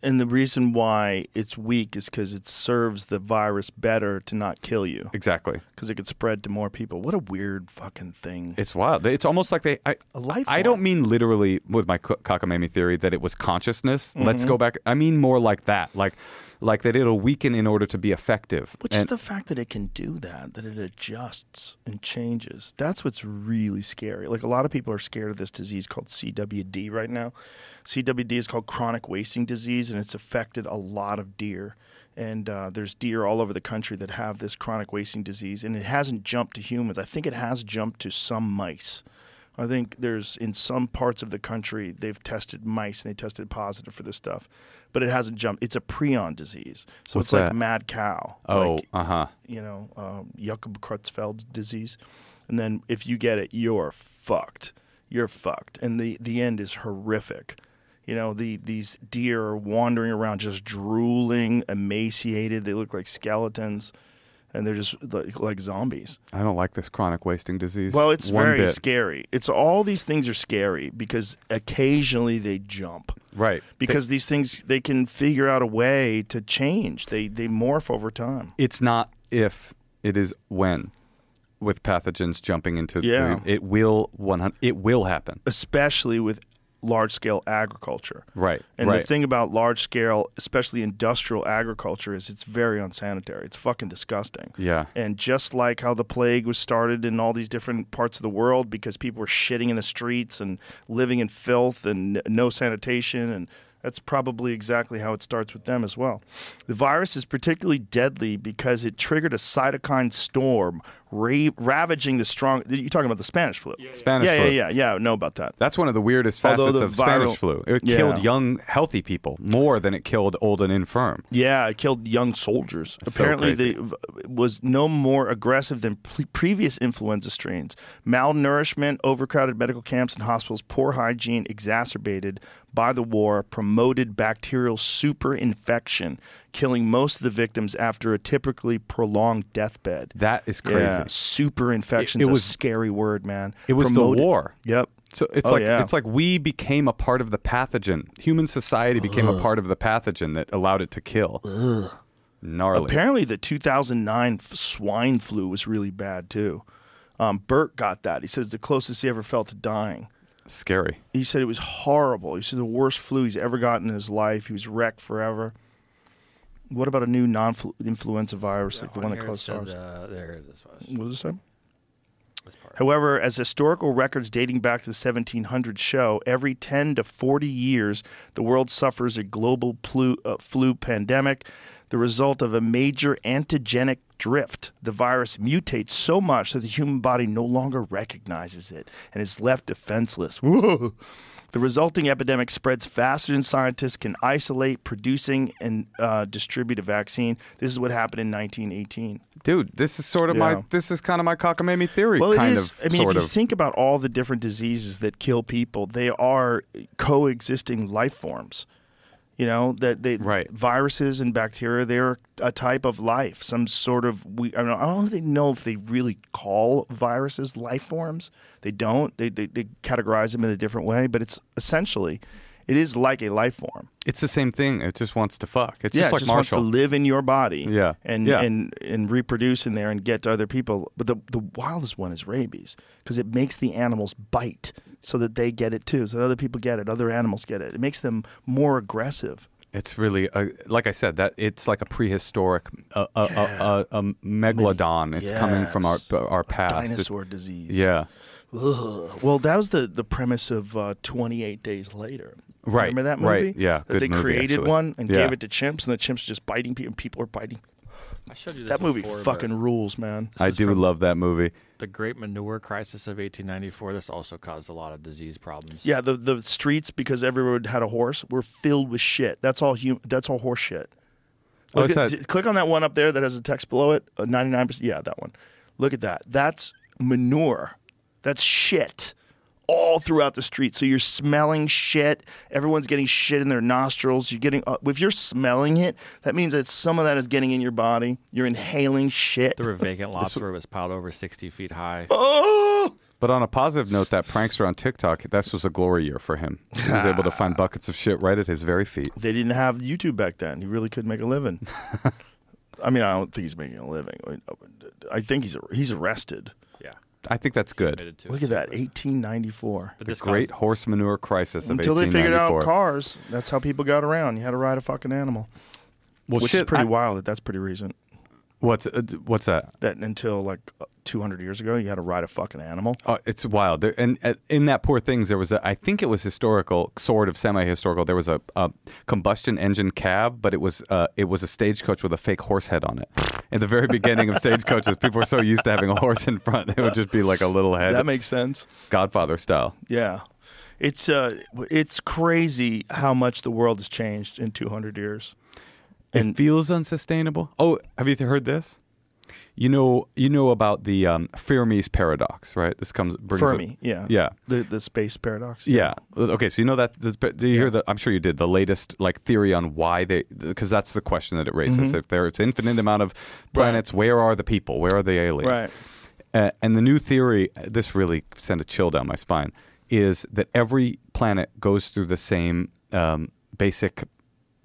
Speaker 4: And the reason why it's weak is because it serves the virus better to not kill you
Speaker 5: Exactly.
Speaker 4: because it could spread to more people. What a weird fucking thing.
Speaker 5: It's wild. It's almost like they. I,
Speaker 4: A life
Speaker 5: I
Speaker 4: form.
Speaker 5: don't mean literally with my co- cockamamie theory that it was consciousness. Let's
Speaker 4: Mm-hmm.
Speaker 5: go back. I mean more like that, like like that it'll weaken in order to be effective.
Speaker 4: Which
Speaker 5: And-
Speaker 4: is the fact that it can do that, that it adjusts and changes. That's what's really scary. Like a lot of people are scared of this disease called CWD right now. CWD is called chronic wasting disease, and it's affected a lot of deer. And uh, there's deer all over the country that have this chronic wasting disease, and it hasn't jumped to humans. I think it has jumped to some mice. I think there's in some parts of the country they've tested mice and they tested positive for this stuff, but it hasn't jumped. It's a prion disease, so
Speaker 5: What's
Speaker 4: it's like
Speaker 5: that?
Speaker 4: mad cow.
Speaker 5: Oh,
Speaker 4: like,
Speaker 5: uh huh.
Speaker 4: you know, um, Jakob Creutzfeld's disease. And then if you get it, you're fucked. You're fucked. And the, the end is horrific. You know, the these deer are wandering around just drooling, emaciated. They look like skeletons and they're just like, like zombies.
Speaker 5: I don't like this chronic wasting disease.
Speaker 4: Well, it's
Speaker 5: One
Speaker 4: very
Speaker 5: bit.
Speaker 4: scary. It's all these things are scary because occasionally they jump.
Speaker 5: Right.
Speaker 4: Because these things they can figure out a way to change. They they morph over time.
Speaker 5: It's not if it is when, with pathogens jumping into.
Speaker 4: Yeah.
Speaker 5: The, it will one hundred. It will happen.
Speaker 4: especially with large scale agriculture.
Speaker 5: Right,
Speaker 4: And the
Speaker 5: right.
Speaker 4: thing about large scale, especially industrial agriculture, is it's very unsanitary. It's fucking disgusting.
Speaker 5: Yeah.
Speaker 4: And just like how the plague was started in all these different parts of the world because people were shitting in the streets and living in filth and n- no sanitation and that's probably exactly how it starts with them as well. The virus is particularly deadly because it triggered a cytokine storm ra- ravaging the strong. You're talking about the Spanish flu.
Speaker 5: Spanish
Speaker 4: yeah,
Speaker 5: flu.
Speaker 4: Yeah, yeah, yeah. I know about that.
Speaker 5: That's one of the weirdest
Speaker 4: Although
Speaker 5: facets
Speaker 4: the
Speaker 5: of Spanish
Speaker 4: viral-
Speaker 5: flu. It
Speaker 4: Yeah.
Speaker 5: killed young, healthy people more than it killed old and infirm.
Speaker 4: Yeah, it killed young soldiers.
Speaker 5: so
Speaker 4: Apparently,
Speaker 5: crazy.
Speaker 4: they it was no more aggressive than pre- previous influenza strains. Malnourishment, overcrowded medical camps and hospitals, poor hygiene, exacerbated by the war, promoted bacterial superinfection, killing most of the victims after a typically prolonged deathbed.
Speaker 5: That is crazy.
Speaker 4: Yeah, superinfection's
Speaker 5: It- it
Speaker 4: a
Speaker 5: was-
Speaker 4: scary word, man.
Speaker 5: It was
Speaker 4: Promoted-
Speaker 5: the war.
Speaker 4: Yep.
Speaker 5: So it's
Speaker 4: Oh,
Speaker 5: like
Speaker 4: yeah.
Speaker 5: it's like we became a part of the pathogen. Human society became a part of the pathogen that allowed it to kill. Gnarly.
Speaker 4: Apparently, the 2009 f- swine flu was really bad too. Um, Bert got that. He says the closest he ever felt to dying.
Speaker 5: Scary.
Speaker 4: He said it was horrible. He said the worst flu he's ever gotten in his life. He was wrecked forever. What about a new non-influenza virus like the Mm, one that caused SARS?
Speaker 6: uh, there it is.
Speaker 4: What does it say? However, as historical records dating back to the 1700s show, every 10 to 40 years, the world suffers a global flu, uh, flu pandemic, the result of a major antigenic drift. The virus mutates so much that the human body no longer recognizes it and is left defenseless. [LAUGHS] Whoa. The resulting epidemic spreads faster than scientists can isolate, producing, and uh, distribute a vaccine. This is what happened in 1918.
Speaker 5: Dude, this is sort of
Speaker 4: Yeah.
Speaker 5: my this is kind of my cockamamie theory
Speaker 4: Well,
Speaker 5: kind
Speaker 4: it is.
Speaker 5: of
Speaker 4: I mean,
Speaker 5: sort
Speaker 4: if you
Speaker 5: of.
Speaker 4: think about all the different diseases that kill people, they are coexisting life forms. You know that they
Speaker 5: Right.
Speaker 4: viruses and bacteria. They're a type of life. Some sort of we. I don't, know, I don't think know if they really call viruses life forms. They don't. They, they they categorize them in a different way. But it's essentially, it is like a life form.
Speaker 5: it's the same thing. It just wants to fuck. It's
Speaker 4: yeah,
Speaker 5: just
Speaker 4: it
Speaker 5: like
Speaker 4: just
Speaker 5: Marshall.
Speaker 4: wants to live in your body.
Speaker 5: Yeah.
Speaker 4: and
Speaker 5: Yeah.
Speaker 4: and and reproduce in there and get to other people. But the the wildest one is rabies because it makes the animals bite so that they get it too, so that other people get it, other animals get it. It makes them more aggressive.
Speaker 5: It's really uh like I said that it's like a prehistoric uh, uh, uh, uh, um, megalodon. It's coming from our
Speaker 4: Yes.
Speaker 5: our past. It-
Speaker 4: Dinosaur disease.
Speaker 5: Ah, yeah,
Speaker 4: Ugh. Well, that was the, the premise of uh, 28 Days Later.
Speaker 5: Right,
Speaker 4: Remember that movie?
Speaker 5: right, yeah,
Speaker 4: That
Speaker 5: good
Speaker 4: they
Speaker 5: movie,
Speaker 4: created
Speaker 5: actually.
Speaker 4: one and
Speaker 5: Yeah.
Speaker 4: gave it to chimps, and the chimps just biting people, and people are biting.
Speaker 6: I showed you this
Speaker 4: That movie
Speaker 6: before, but
Speaker 4: fucking rules, man.
Speaker 5: I
Speaker 6: is
Speaker 5: do
Speaker 6: from-
Speaker 5: love that movie.
Speaker 6: The Great Manure Crisis of 1894. This also caused a lot of disease problems.
Speaker 4: Yeah, the the streets because everyone had a horse were filled with shit. That's all hum- That's all horse shit.
Speaker 5: Oh,
Speaker 4: Look
Speaker 5: it's
Speaker 4: at-
Speaker 5: that-
Speaker 4: d- click on that one up there that has a text below it. Ninety nine percent. Yeah, that one. Look at that. That's manure. That's shit. All throughout the street, so you're smelling shit. Everyone's getting shit in their nostrils. You're getting uh, if you're smelling it, that means that some of that is getting in your body. You're inhaling shit.
Speaker 6: There were vacant lots where it was piled over 60 feet high.
Speaker 4: oh,
Speaker 5: But on a positive note, that prankster on TikTok, this was a glory year for him. He was able
Speaker 4: [LAUGHS]
Speaker 5: to find buckets of shit right at his very feet.
Speaker 4: they didn't have YouTube back then. He really could make a living. [LAUGHS] I mean, I don't think he's making a living. I- I think he's he's arrested.
Speaker 6: Yeah.
Speaker 5: I think that's good.
Speaker 6: Admitted to
Speaker 4: Look
Speaker 6: it.
Speaker 4: at that, 1894.
Speaker 6: But
Speaker 5: The
Speaker 6: this
Speaker 5: great
Speaker 6: caused-
Speaker 5: horse manure crisis of
Speaker 4: Until they figured out
Speaker 5: 1894.
Speaker 4: cars, that's how people got around. You had to ride a fucking animal,
Speaker 5: well,
Speaker 4: which
Speaker 5: shit,
Speaker 4: is pretty
Speaker 5: I-
Speaker 4: wild. That that's pretty recent.
Speaker 5: What's uh, d- what's that?
Speaker 4: That until like 200 years ago, you had to ride a fucking animal.
Speaker 5: Uh, it's wild. There, and uh, in that poor things, there was a, I think it was historical, sort of semi-historical. There was a, a combustion engine cab, but it was uh, it was a stagecoach with a fake horse head on it. In the very beginning of stagecoaches, people were so used to having a horse in front, it would just be like a little head,
Speaker 4: That makes sense.
Speaker 5: Godfather style.
Speaker 4: Yeah, it's uh, it's crazy how much the world has changed in 200 years.
Speaker 5: it feels unsustainable. Oh, have you th- heard this? You know, you know about the um, Fermi's paradox, right? This comes brings up-
Speaker 4: Fermi, yeah,
Speaker 5: yeah.
Speaker 4: the the space paradox.
Speaker 5: Yeah. Okay. So you know that. that's- but Do you hear the? I'm sure you did the latest like theory on why they because that's the question that it raises. If there's infinite amount of planets, where are the people? Where are the aliens?
Speaker 4: Right.
Speaker 5: Uh, and the new theory, this really sent a chill down my spine, is that every planet goes through the same um, basic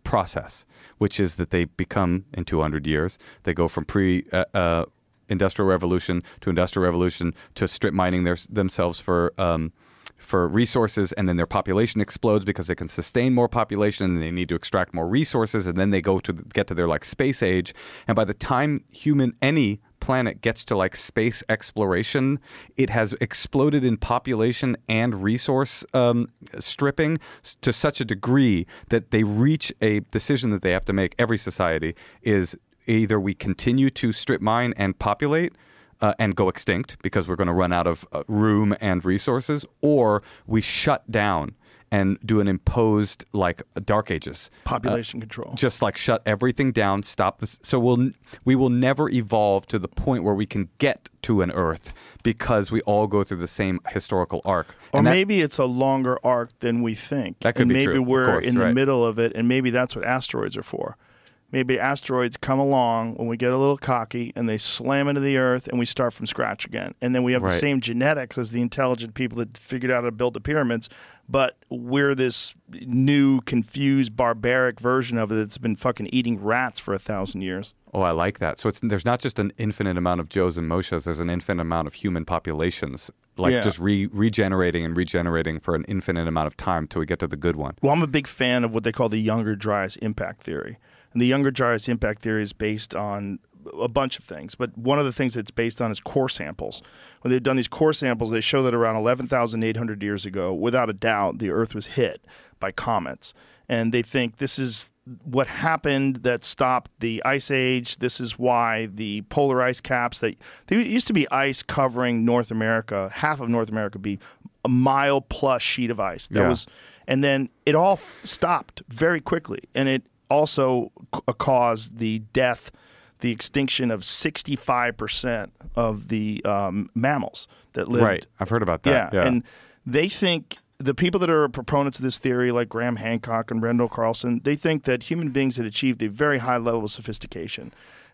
Speaker 5: process, which is that they become in 200 years they go from pre. Uh, uh, Industrial revolution to industrial revolution to strip mining their, themselves for um, for resources and then their population explodes because they can sustain more population and they need to extract more resources and then they go to get to their like space age and by the time human any planet gets to like space exploration it has exploded in population and resource um, stripping s- to such a degree that they reach a decision that they have to make every society is either we continue to strip mine and populate uh, and go extinct because we're going to run out of uh, room and resources, or we shut down and do an imposed like dark ages,
Speaker 4: population control.
Speaker 5: just like shut everything down, stop this. So we'll n- we will never evolve to the point where we can get to an Earth because we all go through the same historical arc.
Speaker 4: Or
Speaker 5: And that-
Speaker 4: maybe it's a longer arc than we think.
Speaker 5: That could
Speaker 4: and
Speaker 5: be
Speaker 4: maybe
Speaker 5: true, of
Speaker 4: we're
Speaker 5: course,
Speaker 4: in the
Speaker 5: right.
Speaker 4: middle of it, and maybe that's what asteroids are for. Maybe asteroids come along when we get a little cocky and they slam into the earth and we start from scratch again. And then we have the
Speaker 5: Right.
Speaker 4: same genetics as the intelligent people that figured out how to build the pyramids, but we're this new, confused, barbaric version of it that's been fucking eating rats for a thousand years.
Speaker 5: oh, I like that. So it's there's not just an infinite amount of Joes and Moshas. There's an infinite amount of human populations, like
Speaker 4: Yeah.
Speaker 5: just re- regenerating and regenerating for an infinite amount of time till we get to the good one.
Speaker 4: Well, I'm a big fan of what they call the Younger Dryas impact theory. And the Younger Dryas impact theory is based on a bunch of things, but one of the things it's based on is core samples. When they've done these core samples, they show that around 11,800 years ago, without a doubt, the Earth was hit by comets. And they think this is what happened that stopped the ice age. This is why the polar ice caps that there used to be ice covering North America, half of North America would be a mile plus sheet of ice. That
Speaker 5: Yeah.
Speaker 4: was and then it all f- stopped very quickly and it also c- uh, caused the death the extinction of 65% of the um, mammals that lived
Speaker 5: Right. I've heard about that.
Speaker 4: yeah. And they think the people that are proponents of this theory, like Graham Hancock and Randall Carlson, they think that human beings had achieved a very high level of sophistication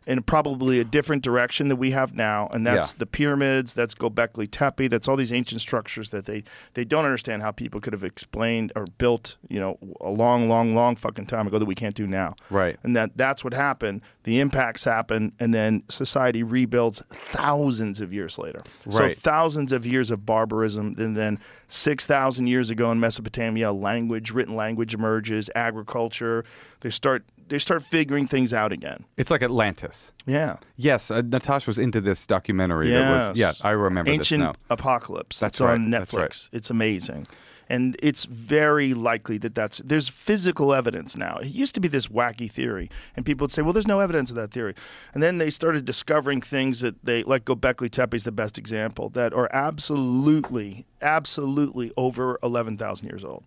Speaker 4: in probably a different direction that we have now. And that's
Speaker 5: Yeah.
Speaker 4: the pyramids, that's Gobekli Tepe, that's all these ancient structures that they, they don't understand how people could have explained or built, you know, a long, long, long fucking time ago that we can't do now.
Speaker 5: Right.
Speaker 4: And that that's what happened. The impacts happen, and then society rebuilds thousands of years later. So
Speaker 5: Right.
Speaker 4: thousands of years of barbarism, and then six thousand years ago in Mesopotamia, language, written language emerges, agriculture. They start they start figuring things out again.
Speaker 5: it's like Atlantis.
Speaker 4: Yeah.
Speaker 5: Yes, uh, Natasha was into this documentary. That was, yeah,
Speaker 4: Yes.
Speaker 5: I remember
Speaker 4: Ancient
Speaker 5: this now.
Speaker 4: Apocalypse.
Speaker 5: That's
Speaker 4: it's on
Speaker 5: right.
Speaker 4: Netflix.
Speaker 5: That's right.
Speaker 4: It's amazing. And it's very likely that that's there's physical evidence now. It used to be this wacky theory, and people would say, "Well, there's no evidence of that theory." And then they started discovering things that they like Gobekli Tepe is the best example that are absolutely, absolutely over eleven thousand years old.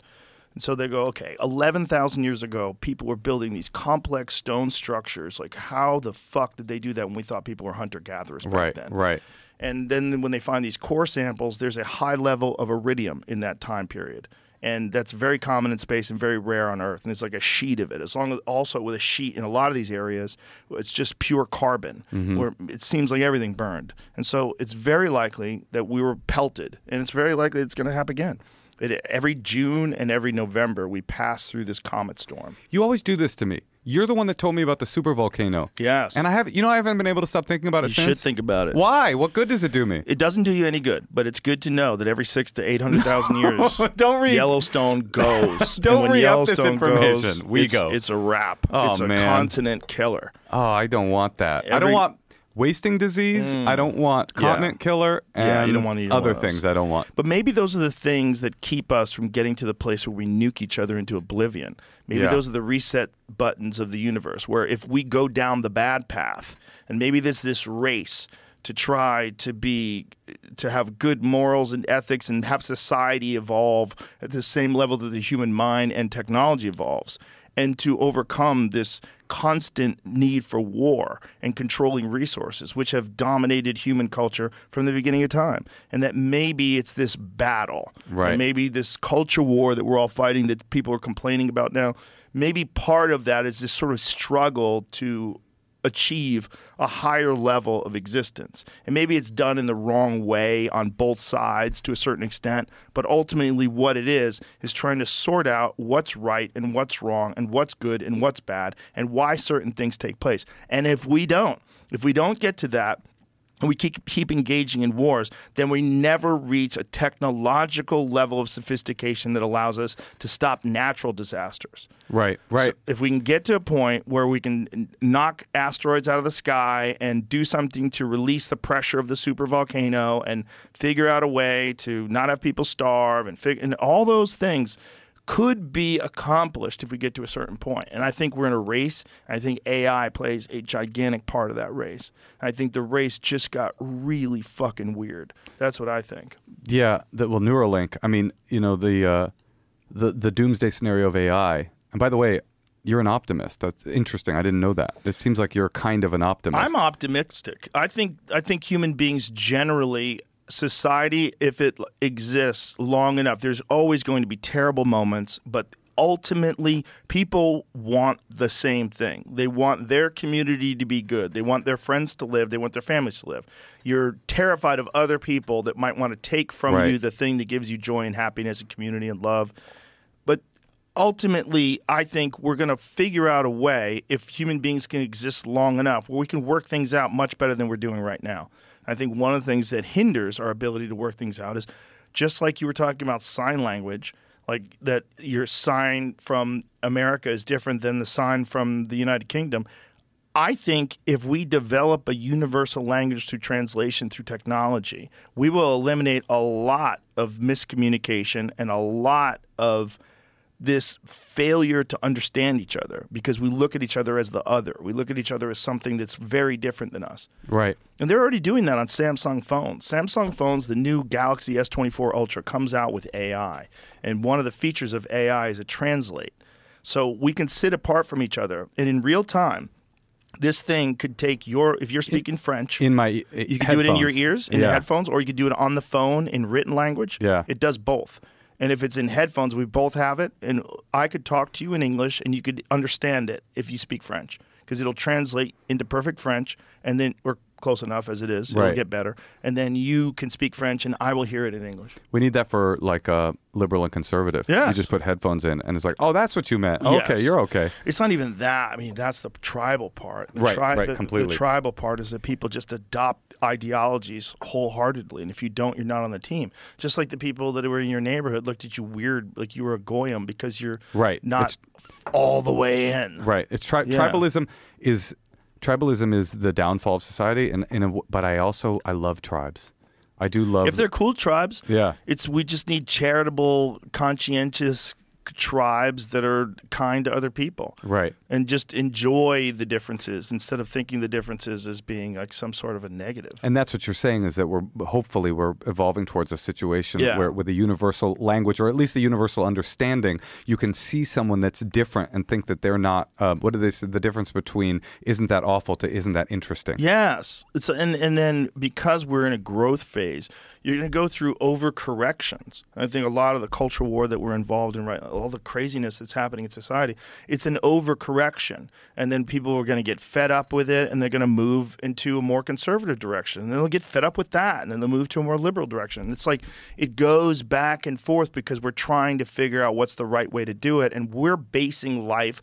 Speaker 4: And so they go, okay, 11,000 years ago, people were building these complex stone structures. Like, how the fuck did they do that when we thought people were hunter gatherers back
Speaker 5: Right,
Speaker 4: then?
Speaker 5: right.
Speaker 4: And then when they find these core samples, there's a high level of iridium in that time period. And that's very common in space and very rare on Earth. And it's like a sheet of it. As long as also with a sheet in a lot of these areas, it's just pure carbon where it seems like everything burned. And so it's very likely that we were pelted. And it's very likely it's going to happen again. It, every June and every November, we pass through this comet storm.
Speaker 5: You always do this to me. You're the one that told me about the super volcano.
Speaker 4: Yes.
Speaker 5: And I have, you know, I haven't been able to stop thinking about it
Speaker 4: You
Speaker 5: since.
Speaker 4: should think about it.
Speaker 5: Why? What good does it do me?
Speaker 4: It doesn't do you any good, but it's good to know that every six to eight
Speaker 5: [LAUGHS]
Speaker 4: hundred thousand years,
Speaker 5: don't read- [LAUGHS]
Speaker 4: Yellowstone goes.
Speaker 5: Don't
Speaker 4: and when
Speaker 5: re-up this
Speaker 4: Yellowstone
Speaker 5: information.
Speaker 4: Goes,
Speaker 5: We
Speaker 4: it's,
Speaker 5: go.
Speaker 4: It's a wrap.
Speaker 5: Oh,
Speaker 4: it's a
Speaker 5: man.
Speaker 4: continent killer.
Speaker 5: Oh, I don't want that. I
Speaker 4: Every- Mm.
Speaker 5: don't want wasting disease. I don't want continent killer and
Speaker 4: Yeah, you don't want either one
Speaker 5: other
Speaker 4: of those.
Speaker 5: things I don't want.
Speaker 4: But maybe those are the things that keep us from getting to the place where we nuke each other into oblivion. Maybe
Speaker 5: Yeah.
Speaker 4: those are the reset buttons of the universe, where if we go down the bad path, and maybe there's this race to try to be to have good morals and ethics and have society evolve at the same level that the human mind and technology evolves and to overcome this constant need for war and controlling resources, which have dominated human culture from the beginning of time. And that maybe it's this battle,
Speaker 5: Right.
Speaker 4: And maybe this culture war that we're all fighting that people are complaining about now. Maybe part of that is this sort of struggle to achieve a higher level of existence. And maybe it's done in the wrong way on both sides to a certain extent, but ultimately what it is is trying to sort out what's right and what's wrong and what's good and what's bad and why certain things take place. And if we don't, if we don't get to that, and we keep, keep engaging in wars, then we never reach a technological level of sophistication that allows us to stop natural disasters.
Speaker 5: Right, right.
Speaker 4: So if we can get to a point where we can n- knock asteroids out of the sky and do something to release the pressure of the supervolcano and figure out a way to not have people starve and fig- and all those things could be accomplished if we get to a certain point. And I think we're in a race. I think AI plays a gigantic part of that race. I think the race just got really fucking weird. That's what I think.
Speaker 5: Yeah, the, well, Neuralink. I mean, you know the uh, the the doomsday scenario of AI. And by the way, you're an optimist. That's interesting. I didn't know that. It seems like you're kind of an optimist.
Speaker 4: I'm optimistic. I think I think human beings generally society if it l- exists long enough there's always going to be terrible moments but ultimately people want the same thing they want their community to be good they want their friends to live they want their families to live you're terrified of other people that might want to take from
Speaker 5: Right.
Speaker 4: you the thing that gives you joy and happiness and community and love but ultimately, I think we're going to figure out a way if human beings can exist long enough where we can work things out much better than we're doing right now. I think one of the things that hinders our ability to work things out is just like you were talking about sign language, like that your sign from America is different than the sign from the United Kingdom. I think if we develop a universal language through translation through technology, we will eliminate a lot of miscommunication and a lot of this failure to understand each other because we look at each other as the other. We look at each other as something that's very different than us.
Speaker 5: Right.
Speaker 4: And they're already doing that on Samsung phones. Samsung phones, the new Galaxy S24 Ultra comes out with AI. And one of the features of AI is it translate. So we can sit apart from each other. And in real time, this thing could take your, if you're speaking French,
Speaker 5: In my You
Speaker 4: you can do it in your ears, in
Speaker 5: yeah.
Speaker 4: your headphones, or you could do it on the phone in written language.
Speaker 5: Yeah.
Speaker 4: It does both. And if it's in headphones, we both have it. And I could talk to you in English and you could understand it if you speak French because it'll translate into perfect French. And then we're close enough as it is.
Speaker 5: Right.
Speaker 4: It'll get better. And then you can speak French and I will hear it in English.
Speaker 5: We need that for like uh, liberal and conservative. You
Speaker 4: Yes.
Speaker 5: just put headphones in and it's like, oh, that's what you meant. Okay,
Speaker 4: Yes.
Speaker 5: you're okay.
Speaker 4: It's not even that. I mean, that's the tribal part. The
Speaker 5: Right, right,
Speaker 4: the-
Speaker 5: completely.
Speaker 4: The tribal part is that people just adopt ideologies wholeheartedly, and if you don't, you're not on the team. Just like the people that were in your neighborhood looked at you weird, like you were a goyim because you're
Speaker 5: Right,
Speaker 4: not all the way in.
Speaker 5: Right. It's tri-
Speaker 4: Yeah.
Speaker 5: tribalism is tribalism is the downfall of society, and in a w but I also I love tribes. I do love.
Speaker 4: If they're cool tribes,
Speaker 5: Yeah.
Speaker 4: it's we just need charitable, conscientious tribes that are kind to other people.
Speaker 5: right.
Speaker 4: And just enjoy the differences instead of thinking the differences as being like some sort of a negative.
Speaker 5: And that's what you're saying is that we're hopefully we're evolving towards a situation
Speaker 4: Yeah.
Speaker 5: where with a universal language or at least a universal understanding, you can see someone that's different and think that they're not. Um, what do they say? The difference between isn't that awful to isn't that interesting?
Speaker 4: Yes. It's and and then because we're in a growth phase, you're going to go through overcorrections. I think a lot of the culture war that we're involved in right all the craziness that's happening in society, it's an overcorrection. And then people are going to get fed up with it and they're going to move into a more conservative direction. And then they'll get fed up with that and then they'll move to a more liberal direction. And it's like it goes back and forth because we're trying to figure out what's the right way to do it and we're basing life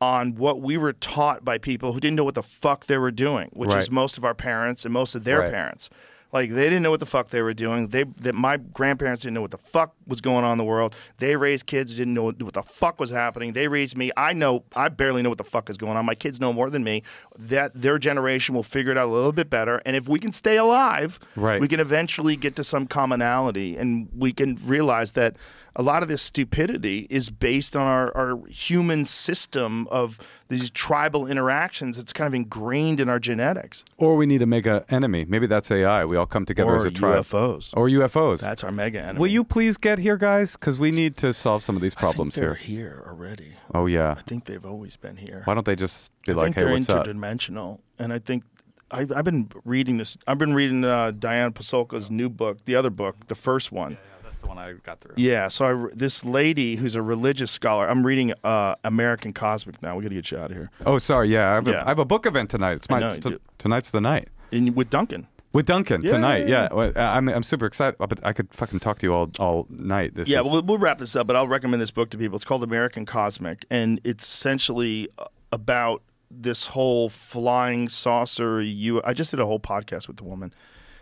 Speaker 4: on what we were taught by people who didn't know what the fuck they were doing, which
Speaker 5: Right.
Speaker 4: is most of our parents and most of their
Speaker 5: Right.
Speaker 4: parents. Like they didn't know what the fuck they were doing. They that my grandparents didn't know what the fuck was going on in the world. They raised kids who didn't know what the fuck was happening. They raised me. I know I barely know what the fuck is going on. My kids know more than me. That their generation will figure it out a little bit better. And if we can stay alive,
Speaker 5: Right.
Speaker 4: we can eventually get to some commonality and we can realize that a lot of this stupidity is based on our, our human system of these tribal interactions that's kind of ingrained in our genetics.
Speaker 5: Or we need to make an enemy. Maybe that's AI. We all come together
Speaker 4: Or
Speaker 5: as a tribe.
Speaker 4: UFOs.
Speaker 5: Or UFOs.
Speaker 4: That's our mega enemy.
Speaker 5: Will you please get here, guys? Because we need to solve some of these
Speaker 4: I think
Speaker 5: problems
Speaker 4: they're
Speaker 5: here.
Speaker 4: here already.
Speaker 5: Oh yeah.
Speaker 4: I think they've always been here.
Speaker 5: Why don't they just be
Speaker 4: I
Speaker 5: like,
Speaker 4: think
Speaker 5: "Hey,
Speaker 4: they're
Speaker 5: what's up?"
Speaker 4: interdimensional, and I think I've, I've been reading this. I've been reading uh, Diane Pasolka's new book, the other book, the first one.
Speaker 6: That's the one I got through.
Speaker 4: Yeah, so I re- this lady who's a religious scholar. I'm reading uh, American Cosmic now. We got to get you out of here.
Speaker 5: Oh, sorry. Yeah, I have,
Speaker 4: Yeah.
Speaker 5: A, I have a book event tonight. It's my
Speaker 4: know,
Speaker 5: it's t-
Speaker 4: dude.
Speaker 5: tonight's the night
Speaker 4: And with Duncan,
Speaker 5: with Duncan
Speaker 4: Yeah,
Speaker 5: tonight.
Speaker 4: yeah,
Speaker 5: Yeah,
Speaker 4: yeah.
Speaker 5: Well, I- I'm I'm super excited. But I could fucking talk to you all all night. This
Speaker 4: yeah,
Speaker 5: is-
Speaker 4: we'll, we'll wrap this up. But I'll recommend this book to people. It's called American Cosmic, and it's essentially uh, about this whole flying saucer. You, I just did a whole podcast with the woman,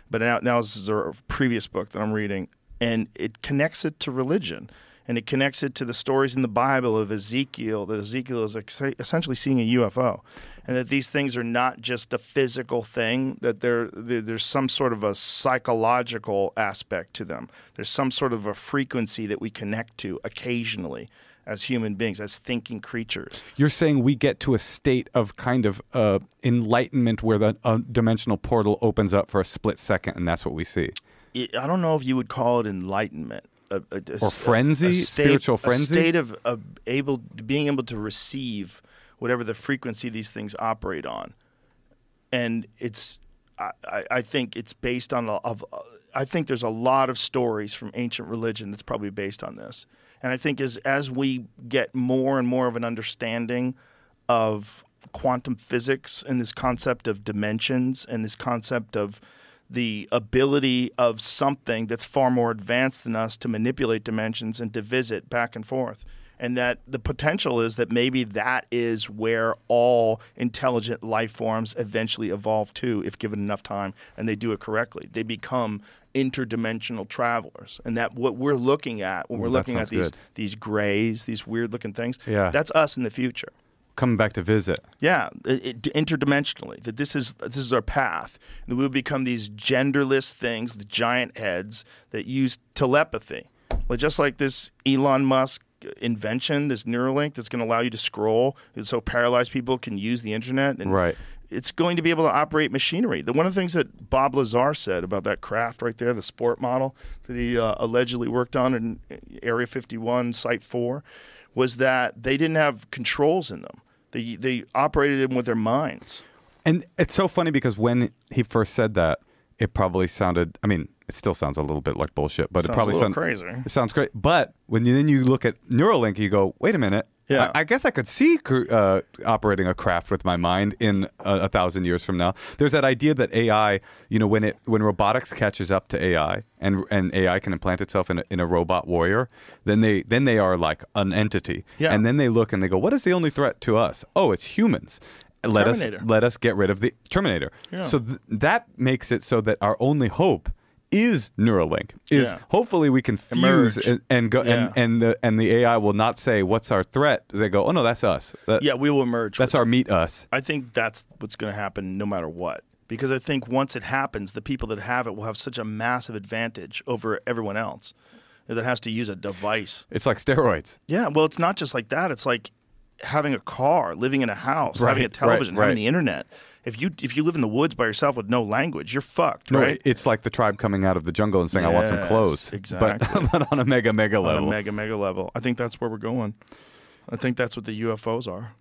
Speaker 4: but now now this is her previous book that I'm reading, and it connects it to religion. And it connects it to the stories in the Bible of Ezekiel that Ezekiel is ex- essentially seeing a UFO, and that these things are not just a physical thing; that there there- there's some sort of a psychological aspect to them. There's some sort of a frequency that we connect to occasionally as human beings, as thinking creatures.
Speaker 5: you're saying we get to a state of kind of uh, enlightenment where the uh, dimensional portal opens up for a split second, and that's what we see.
Speaker 4: I I don't know if you would call it enlightenment. A, a- a-
Speaker 5: Or frenzy? Spiritual frenzy?
Speaker 4: a state of, of able being able to receive whatever the frequency these things operate on, and it's I, I- I think it's based on a, of I think there's a lot of stories from ancient religion that's probably based on this, and I think as as we get more and more of an understanding of quantum physics and this concept of dimensions and this concept of the ability of something that's far more advanced than us to manipulate dimensions and to visit back and forth. and that the potential is that maybe that is where all intelligent life forms eventually evolve to if given enough time and they do it correctly they become interdimensional travelers and that what we're looking at when we're
Speaker 5: Ooh, that
Speaker 4: looking at
Speaker 5: sounds
Speaker 4: these
Speaker 5: good.
Speaker 4: these grays these weird looking things
Speaker 5: Yeah.
Speaker 4: that's us in the future
Speaker 5: Coming back to visit.
Speaker 4: yeah, it, it- interdimensionally. That this is this is our path. That we will become these genderless things, the giant heads that use telepathy. Like just like this Elon Musk invention, this Neuralink that's going to allow you to scroll, and so paralyzed people can use the internet. And
Speaker 5: Right.
Speaker 4: It's going to be able to operate machinery. The one of the things that Bob Lazar said about that craft right there, the sport model that he uh, allegedly worked on in uh, Area 51, Site 4, was that they didn't have controls in them. They they operated them with their minds.
Speaker 5: And it's so funny because when he first said that, it probably sounded. I mean, it still sounds a little bit like bullshit, but
Speaker 4: Sounds
Speaker 5: it
Speaker 4: a
Speaker 5: probably
Speaker 4: little
Speaker 5: sounds
Speaker 4: crazy.
Speaker 5: It sounds great, but when you, then you look at Neuralink, you go, "Wait a minute."
Speaker 4: Yeah.
Speaker 5: I, I guess I could see cr- uh, operating a craft with my mind in a, a thousand years from now. There's that idea that AI, you know, when it when robotics catches up to AI and and AI can implant itself in a, in a robot warrior, then they then they are like an entity,
Speaker 4: Yeah.
Speaker 5: and then they look and they go, "What is the only threat to us? Oh, it's humans." Let
Speaker 4: Terminator.
Speaker 5: us let us get rid of the Terminator. So th- that makes it so that our only hope is Neuralink. Is
Speaker 4: Yeah.
Speaker 5: hopefully we can fuse
Speaker 4: Emerge.
Speaker 5: and, and go
Speaker 4: Yeah.
Speaker 5: and, and the and the AI will not say what's our threat. They go, oh no, that's us. That-
Speaker 4: Yeah, we will merge.
Speaker 5: that's our meet us.
Speaker 4: I think that's what's going to happen no matter what. Because I think once it happens, the people that have it will have such a massive advantage over everyone else that has to use a device.
Speaker 5: It's like steroids.
Speaker 4: Yeah, well, it's not just like that. It's like having a car, living in a house, having a
Speaker 5: Right,
Speaker 4: television,
Speaker 5: right,
Speaker 4: having
Speaker 5: right.
Speaker 4: the internet. If you if you live in the woods by yourself with no language, you're fucked,
Speaker 5: No,
Speaker 4: right?
Speaker 5: it's like the tribe coming out of the jungle and saying, "I want some
Speaker 4: Yes,
Speaker 5: clothes,"
Speaker 4: exactly.
Speaker 5: but, [LAUGHS] but on a mega mega
Speaker 4: On a
Speaker 5: level.
Speaker 4: mega mega level. I think that's where we're going. I think that's what the UFOs are.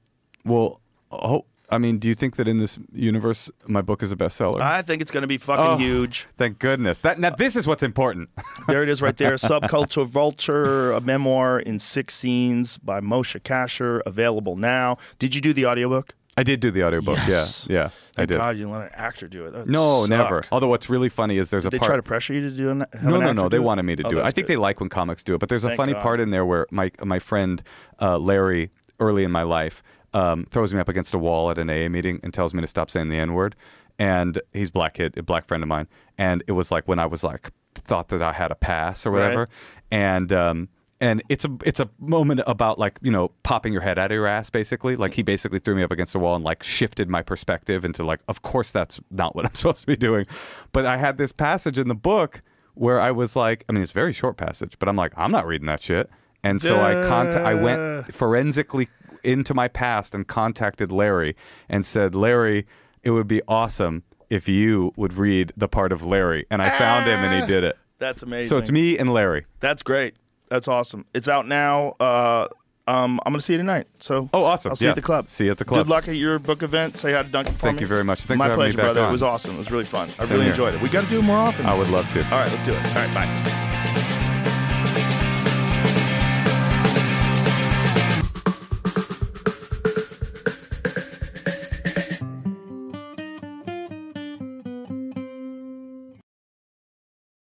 Speaker 5: well, oh, I mean, do you think that in this universe, my book is a bestseller?
Speaker 4: I think it's going to be fucking
Speaker 5: Oh.
Speaker 4: huge.
Speaker 5: Thank goodness. That now this is what's important.
Speaker 4: There it is right [LAUGHS] there. Subculture Vulture, a memoir in six scenes by Moshe Kasher, available now. Did you do the audiobook?
Speaker 5: I did do the audiobook.
Speaker 4: Yes.
Speaker 5: Yeah, yeah, I
Speaker 4: Thank
Speaker 5: did.
Speaker 4: God you didn't let an actor do it. That would
Speaker 5: No,
Speaker 4: suck.
Speaker 5: never. Although what's really funny is there's a
Speaker 4: Did they
Speaker 5: part.
Speaker 4: try to pressure you to do an, have
Speaker 5: no,
Speaker 4: an
Speaker 5: no,
Speaker 4: actor
Speaker 5: no. They
Speaker 4: do it?
Speaker 5: wanted me to
Speaker 4: Oh,
Speaker 5: do it. I
Speaker 4: that's
Speaker 5: think
Speaker 4: good.
Speaker 5: they like when comics do it, but there's a
Speaker 4: Thank
Speaker 5: funny
Speaker 4: God.
Speaker 5: part in there where my my friend uh, Larry, early in my life, um, throws me up against a wall at an AA meeting and tells me to stop saying the N word. And he's a black kid, a black friend of mine. And it was like when I was like thought that I had a pass or
Speaker 4: Right.
Speaker 5: whatever. And um, and it's a it's a moment about like you know popping your head out of your ass basically. Like he basically threw me up against the wall and like shifted my perspective into like of course that's not what [LAUGHS] I'm supposed to be doing. But I had this passage in the book where I was like, I mean, it's a very short passage, but I'm like, I'm not reading that shit. And so I contact, I went forensically into my past and contacted Larry and said, Larry, it would be awesome if you would read the part of Larry. And I found him and he did it.
Speaker 4: That's amazing.
Speaker 5: So it's me and Larry.
Speaker 4: That's great. That's awesome. It's out now. Uh, um, I'm gonna see you tonight. So
Speaker 5: Oh, awesome.
Speaker 4: I'll see you
Speaker 5: Yeah.
Speaker 4: at the club.
Speaker 5: See you at the club.
Speaker 4: Good luck at your book event. Say hi to Duncan for
Speaker 5: Thank
Speaker 4: me.
Speaker 5: you very much. Thanks
Speaker 4: My
Speaker 5: for having me
Speaker 4: pleasure,
Speaker 5: back
Speaker 4: brother.
Speaker 5: on.
Speaker 4: It was awesome. It was really fun. I
Speaker 5: Same
Speaker 4: really
Speaker 5: here.
Speaker 4: enjoyed it. We got to do it more often.
Speaker 5: I would love to.
Speaker 4: All right, let's do it. All right, bye.